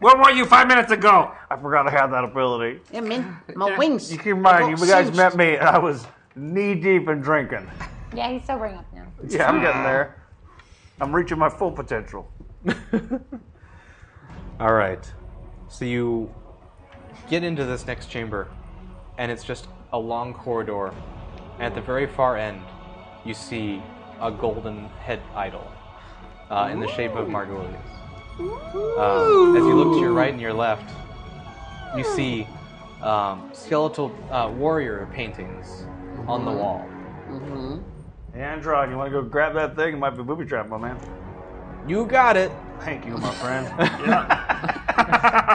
Where were you five minutes ago? I forgot I had that ability. Yeah, man. My wings. You keep in mind, got you guys singed. met me, and I was knee deep in drinking. Yeah, he's sobering up now. Yeah, I'm getting there. I'm reaching my full potential. All right. So you get into this next chamber, and it's just a long corridor. At the very far end, you see a golden head idol uh, in the shape of Margulies. Um, Ooh. as you look to your right and your left, you see um, skeletal uh, warrior paintings on the wall. Mm-hmm. Hey, Andron, you want to go grab that thing? It might be booby trapped, my man. You got it. Thank you, my friend.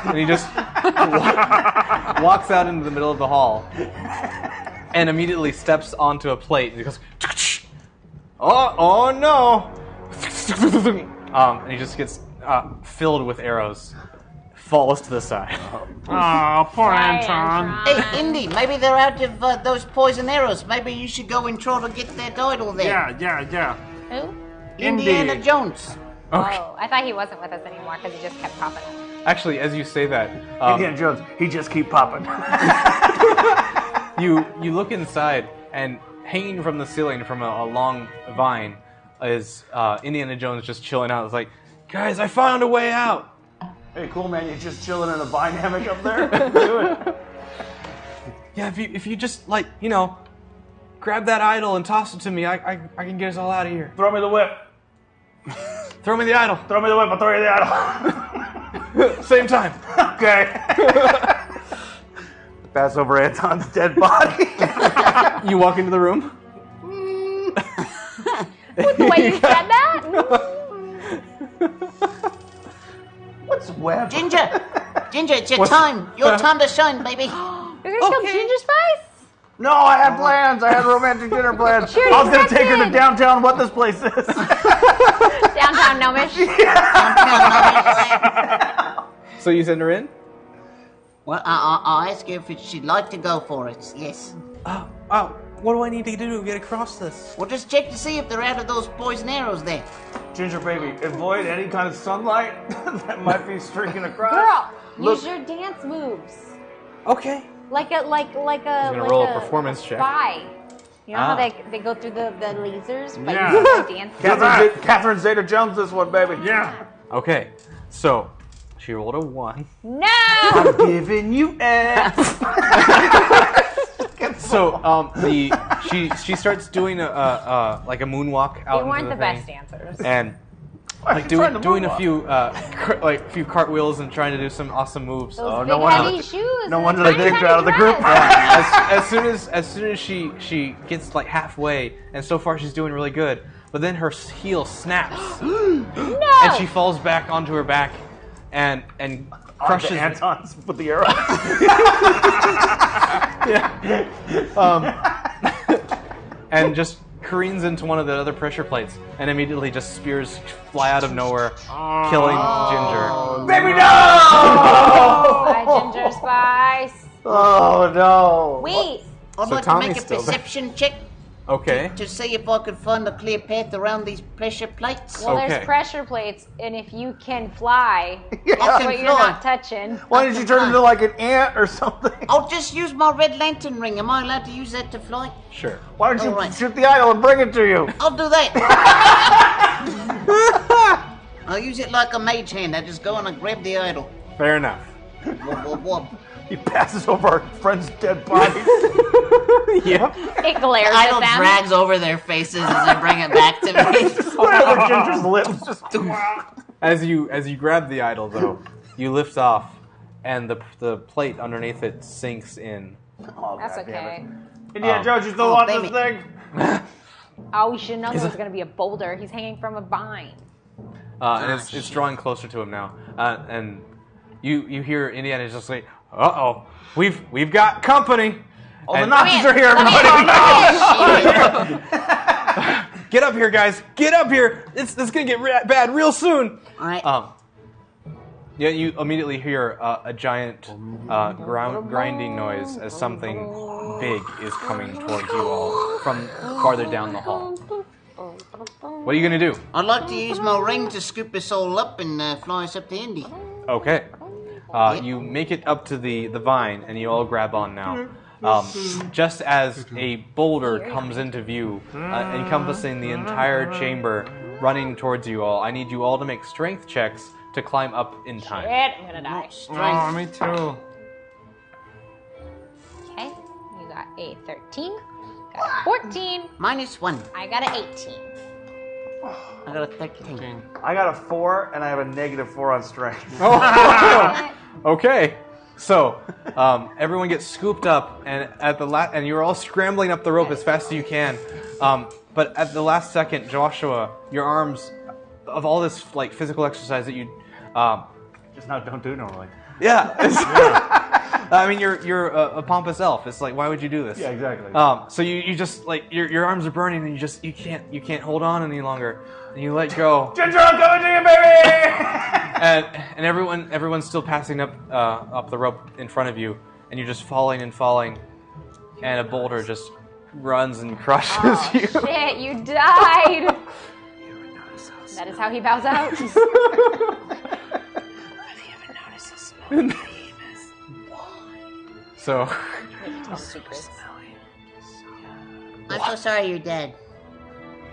and he just wa- walks out into the middle of the hall and immediately steps onto a plate and he goes, oh, oh no! Um, and he just gets uh, filled with arrows, falls to the side. Oh, poor Anton. Hey, Indy, maybe they're out of uh, those poison arrows. Maybe you should go and try to get that idol there. Yeah, yeah, yeah. Who? Indiana Indy. Jones. Oh, I thought he wasn't with us anymore because he just kept popping up. Actually, as you say that, uh, Indiana Jones, he just keep popping. you you look inside, and hanging from the ceiling from a, a long vine is uh, Indiana Jones just chilling out. It's like, guys, I found a way out. hey, cool, man. You're just chilling in a vine hammock up there. Do it. Yeah, if you if you just like you know, grab that idol and toss it to me, I I, I can get us all out of here. Throw me the whip. Throw me the idol. Throw me the whip. I'll throw you the idol. Same time. okay. Pass over Anton's dead body. you walk into the room. With the way you said that? What's web? Ginger, Ginger, it's your What's- time. Your time to shine, baby. You're gonna kill Ginger Spice? No, I Oh. had plans. I had romantic dinner plans. Sure, I was gonna you take her to did. downtown. What this place is? Downtown Gnomish? So you send her in. Well, I, I, I'll ask her if she'd like to go for it. Yes. Oh, what do I need to do to get across this? Well, just check to see if they're out of those poison arrows there. Ginger baby, avoid any kind of sunlight that might be streaking across. Girl, Look. use your dance moves. Okay. Like a like like a gonna like roll a performance check. Spy. You know how Ah. they they go through the, the lasers, but Yeah. you do the dance. Catherine, Z- Catherine Zeta Jones, this one, baby. Yeah. Okay, so she rolled a one. No! I'm giving you X. So um, the she she starts doing a, a, a like a moonwalk out. You weren't into the the, best thing, dancers. And like doing doing a few uh, cr- like a few cartwheels and trying to do some awesome moves. Those big heavy shoes. Oh, no and wonder a they tiny, kicked her tiny out of the group. dress. as, as soon as as soon as she she gets like halfway, and so far she's doing really good. But then her s- heel snaps, and she falls back onto her back, and and crushes Crushes Anton's with the arrow. and just careens into one of the other pressure plates, and immediately just spears fly out of nowhere, killing Ginger. baby, no! Spy, Ginger Spice. Oh no! Wait. I'd So like Tommy's to make a still there. perception check Okay. to see if I could find a clear path around these pressure plates. Well, Well, Okay. there's pressure plates, and if you can fly, I that's can what you're not fly. touching. Why did you turn into like an ant or something? Oh. I'll just use my red lantern ring. Am I allowed to use that to fly? Sure. Why don't you Oh, All right. shoot the idol and bring it to you? I'll do that. I'll use it like a mage hand. I just go and I grab the idol. Fair enough. Wop, wop, wop. He passes over our friend's dead body. Yep. It glares The idol at them. drags over their faces as I bring it back to me. Whatever Ginger's lips. Just As you as you grab the idol though, you lift off, and the the plate underneath it sinks in. That's okay. Indiana Jones, you still Oh, want baby. this thing? Oh, we should know there was gonna be a boulder. He's hanging from a vine. Uh, and it's, it's drawing closer to him now. Uh, and you you hear Indiana just like, uh oh, we've we've got company. All The Nazis are here, Let me- everybody. Get up here, guys! Get up here! It's, it's gonna get re- bad real soon. All right. Um, yeah, you immediately hear uh, a giant uh, ground, grinding noise as something big is coming towards you all from farther down the hall. What are you gonna do? I'd like to use my ring to scoop us all up and uh, fly us up to Indy. Okay, uh, you make it up to the the vine, and you all grab on now. Um, just as a boulder comes into view, uh, encompassing the entire chamber, running towards you all, I need you all to make strength checks to climb up in time. Shit, I'm gonna die. Oh, me too. Okay, you got a 13, got a 14, Minus one. I got an 18. I got a 13. I got a four, and I have a negative four on strength. Oh. okay. So, um, everyone gets scooped up, and at the la- and you're all scrambling up the rope as fast as you can. Um, but at the last second, Joshua, your arms, of all this like physical exercise that you, um, Just not don't do normally. yeah, I mean you're you're a, a pompous elf. It's like why would you do this? Yeah, exactly. Um, so you, you just like your, your arms are burning, and you just you can't you can't hold on any longer, and you let go. Ginger, I'm coming to you, baby. and, and everyone everyone's still passing up uh, up the rope in front of you, and you're just falling and falling, and a boulder just runs and crushes Ah. you. Shit, you died. That is how he bows out. So I'm so sorry you're dead.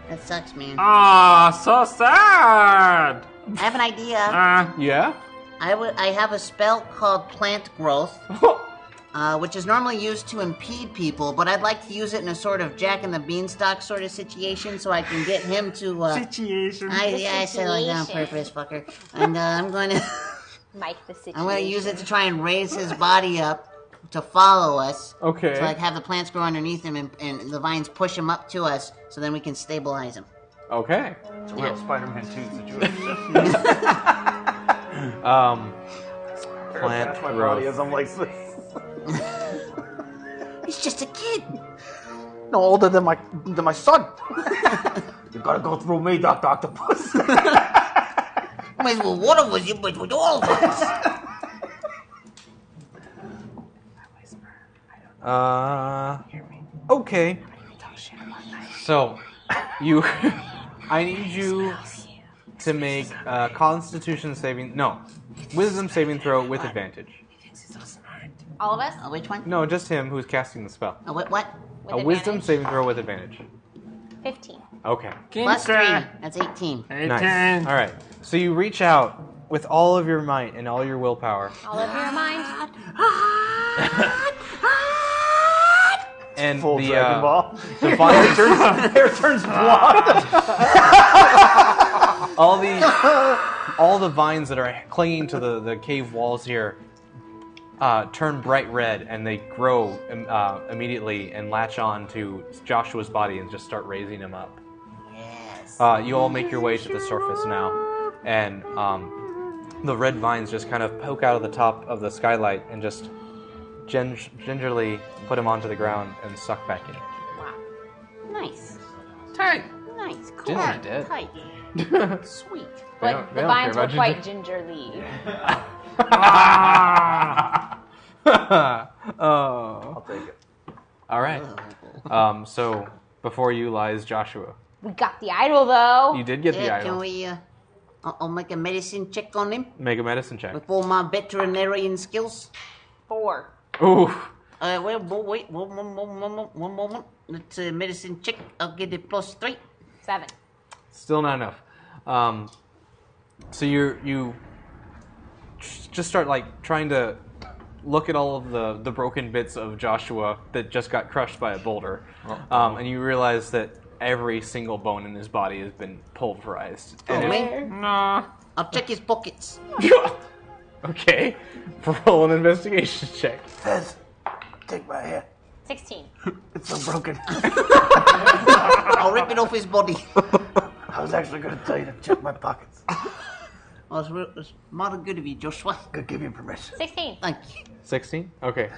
That sucks, man. Um, Aw, Ah, so sad. I have an idea. Uh, yeah. I would- I have a spell called Plant Growth, uh, which is normally used to impede people, but I'd like to use it in a sort of Jack and the Beanstalk sort of situation, so I can get him to. Uh, Situation. I, yeah, I said it like that on Situation. purpose, fucker. And uh, I'm going to Mike the situation. I'm going to use it to try and raise his body up to follow us. Okay. To like have the plants grow underneath him, and, and the vines push him up to us, so then we can stabilize him. Okay. It's a real Spider-Man 2 situation. Um, That's plant my body growth. as I'm like, this. He's just a kid. no older than my than my son. you gotta go through me, Doctor Octopus. Might as well one of us, you might as well all of us. Uh, okay. So, you, I need you to make a Constitution saving no, Wisdom saving throw with advantage. All of us? Uh, which one? No, just him who's casting the spell. Uh, what? What? a Wisdom saving throw with advantage. 15. Okay. Plus three. That's 18. Nice. All right. So you reach out with all of your might and all your willpower, All of your mind. Ah. and Full the Dragon uh, Ball. the vines- Hair turns blonde. all the all the vines that are clinging to the, the cave walls here uh, turn bright red and they grow um, uh, immediately and latch on to Joshua's body and just start raising him up. Yes. Uh, you all make your way to the surface now, and um, the red vines just kind of poke out of the top of the skylight and just gen- gingerly put him onto the ground and suck back in. Wow. Nice. Tight. Nice. Cool. Ginger dead. Tight. Sweet. They But don't- they the don't care vines were about you. quite gingerly. Ah. oh. I'll take it. All right. Um, so before you lies Joshua. We got the idol though. You did get the Yeah, idol. can we, uh, I'll, I'll make a medicine check on him Make a medicine check. with all my veterinarian skills. Four. Ooh. Uh, wait, wait, wait one, one, one moment, one moment. Let's uh, medicine check. I'll get it plus three. Seven. Still not enough. Um, so you you tr- just start like trying to look at all of the, the broken bits of Joshua that just got crushed by a boulder, um, and you realize that every single bone in his body has been pulverized. Oh, And it- wait. Nah. I'll check his pockets. okay, roll an investigation check. Fez, take my hand. 16. It's so broken. I'll rip it off his body. I was actually gonna tell you to check my pockets. Oh, it's, real, it's mighty good of you, Joshua. Could give you permission. 16. Thank you. 16? Okay.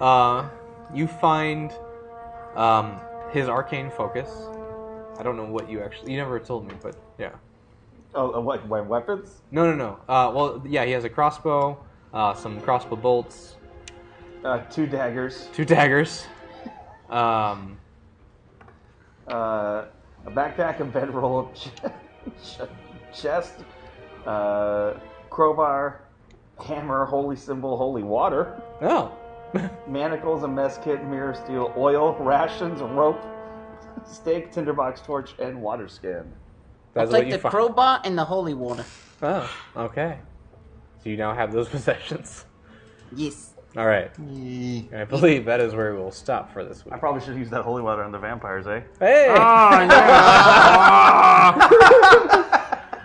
Uh, you find um, his arcane focus. I don't know what you actually. You never told me, but yeah. Oh, uh, what? My weapons? No, no, no. Uh, well, yeah, he has a crossbow, uh, some crossbow bolts, Uh, two daggers. two daggers. Um, uh, a backpack, a bedroll, ch- ch- chest, uh, crowbar, hammer, holy symbol, holy water, oh. manacles, a mess kit, mirror, steel, oil, rations, rope, stake, tinderbox, torch, and water skin. That's what Take you the find. crowbar and the holy water. oh, okay. So you now have those possessions. Yes. All right. I believe that is where we'll stop for this week. I probably should use that holy water on the vampires, eh? Hey! Oh,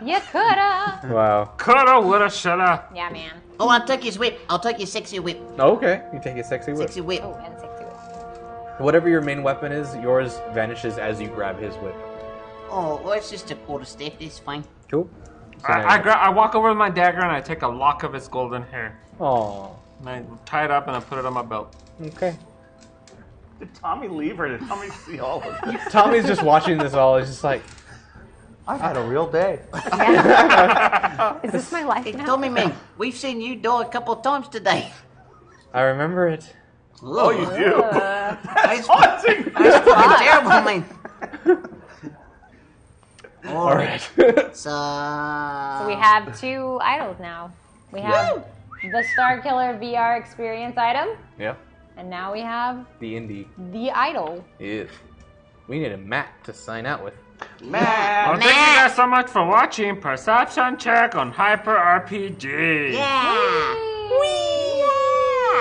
You coulda. wow. Coulda, woulda, shoulda. Yeah, man. Oh, I'll take his whip. I'll take your sexy whip. Oh, Okay, you take a sexy whip. Sexy whip. Oh, and sexy whip. Whatever your main weapon is, yours vanishes as you grab his whip. Oh, well, it's just a quarter staff. It's fine. Cool. So now- I, I, gra- I walk over with my dagger and I take a lock of his golden hair. Aw. And I tie it up and I put it on my belt. Okay. Did Tommy leave or did Tommy see all of this? Tommy's just watching this all. He's just like, I've had a real day. Is this my life Hey, now? Tommy, man, we've seen you do a couple times today. I remember it. Oh, you do? That's haunting. That's fucking terrible, man. All right. So, so We have two idols now. We have the Star Killer VR experience item, yeah. and now we have The indie the idol. is. We need a map to sign out with. Well, thank you guys so much for watching Perception Check on Hyper RPG. Ah.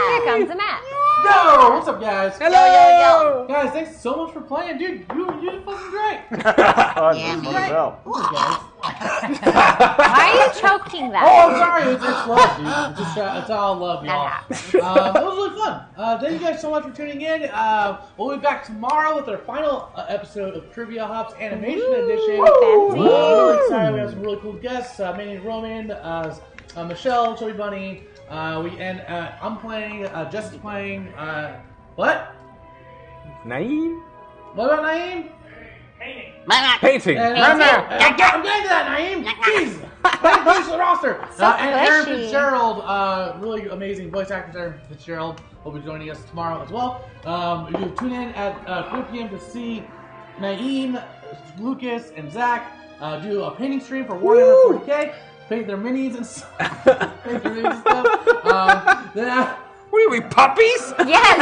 Yeah. Here comes the map. Yo, what's up, guys? Yo, yo, Guys, thanks so much for playing, dude. You, you're fucking great. God, Yeah, man. this one's out. Why are you choking that? Oh, I'm sorry. It's, it's love, dude. It's, just, uh, it's all love, y'all. Um, it was really fun. Uh, thank you guys so much for tuning in. Uh, we'll be back tomorrow with our final uh, episode of Trivia Hops Animation Edition. fancy. We're really excited. We have some really cool guests. Uh, Manny Roman, uh, uh, Michelle, Joey Bunny. Uh, we and uh, I'm playing. Uh, Jess is playing. Uh, what? Name? What about Naeem? Man, I- Painting. And, uh, I'm I'm getting to that, Naeem. Jeez. Thank you to the roster. So uh, and Aaron pushy. Fitzgerald, uh, really amazing voice actor, Aaron Fitzgerald, will be joining us tomorrow as well. Um, you can tune in at uh, 3 p.m. to see Naeem, Lucas, and Zach uh, do a painting stream for Warhammer 40k, paint their minis and stuff. paint their minis and stuff. Um, then, uh, What are we, puppies? Yes.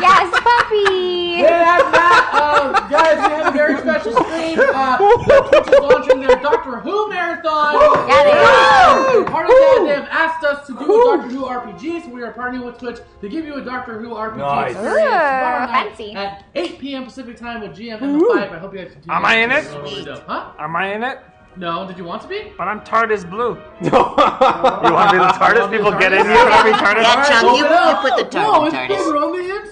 yes, puppy. Then after that, um, guys, we have a very special stream. Uh, Twitch is launching their Doctor Who marathon. Yeah, they are. And Part of that, they have asked us to do a Doctor Who RPG, so we are partnering with Twitch to give you a Doctor Who RPG Nice. experience Ooh, tomorrow night fancy. at 8 p.m. Pacific time with GM and the Five. I hope you guys can do Am that. I in it? It's really dope. Huh? Am I in it? No, did you want to be? But I'm TARDIS blue. You want to be the TARDIS? People get in here? Are we TARDIS Yeah, Chuck, you, blue? Open you up. put the Oh, tongue in it's TARDIS. bigger on the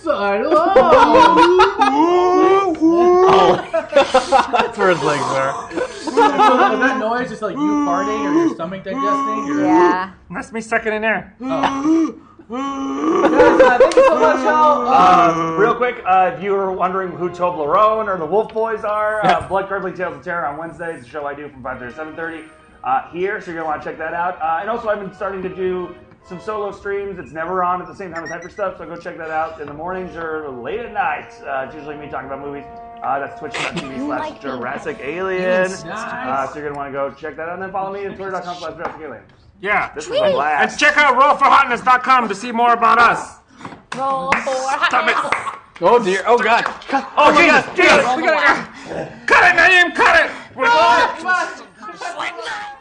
inside. Oh. That's where his legs are. So was that noise just like you farting or your stomach digesting? Or... Yeah. That's me sucking in air. Guys, uh, thank you so much, y'all. Uh, Uh, real quick, uh, if you were wondering who Toblerone or the Wolf Boys are, uh, Blood Curdling Tales of Terror on Wednesdays, the show I do from 5.30 to 7.30 uh, here, so you're going to want to check that out. Uh, and also, I've been starting to do some solo streams. It's never on at the same time as Hyper Stuff, so go check that out in the mornings or late at night. Uh, it's usually me talking about movies. Uh, that's twitch.tv slash Jurassic Alien. Uh, so you're going to want to go check that out. And then follow me on twitter.com slash Jurassic Alien. Yeah. This was a And blast. check out rollforhotness.com to see more about us. Roll for hotness. Oh dear. Oh god. Oh my god, Jesus! We gotta go. Cut it, Naeem, cut it! We're going. come on. Slip knot.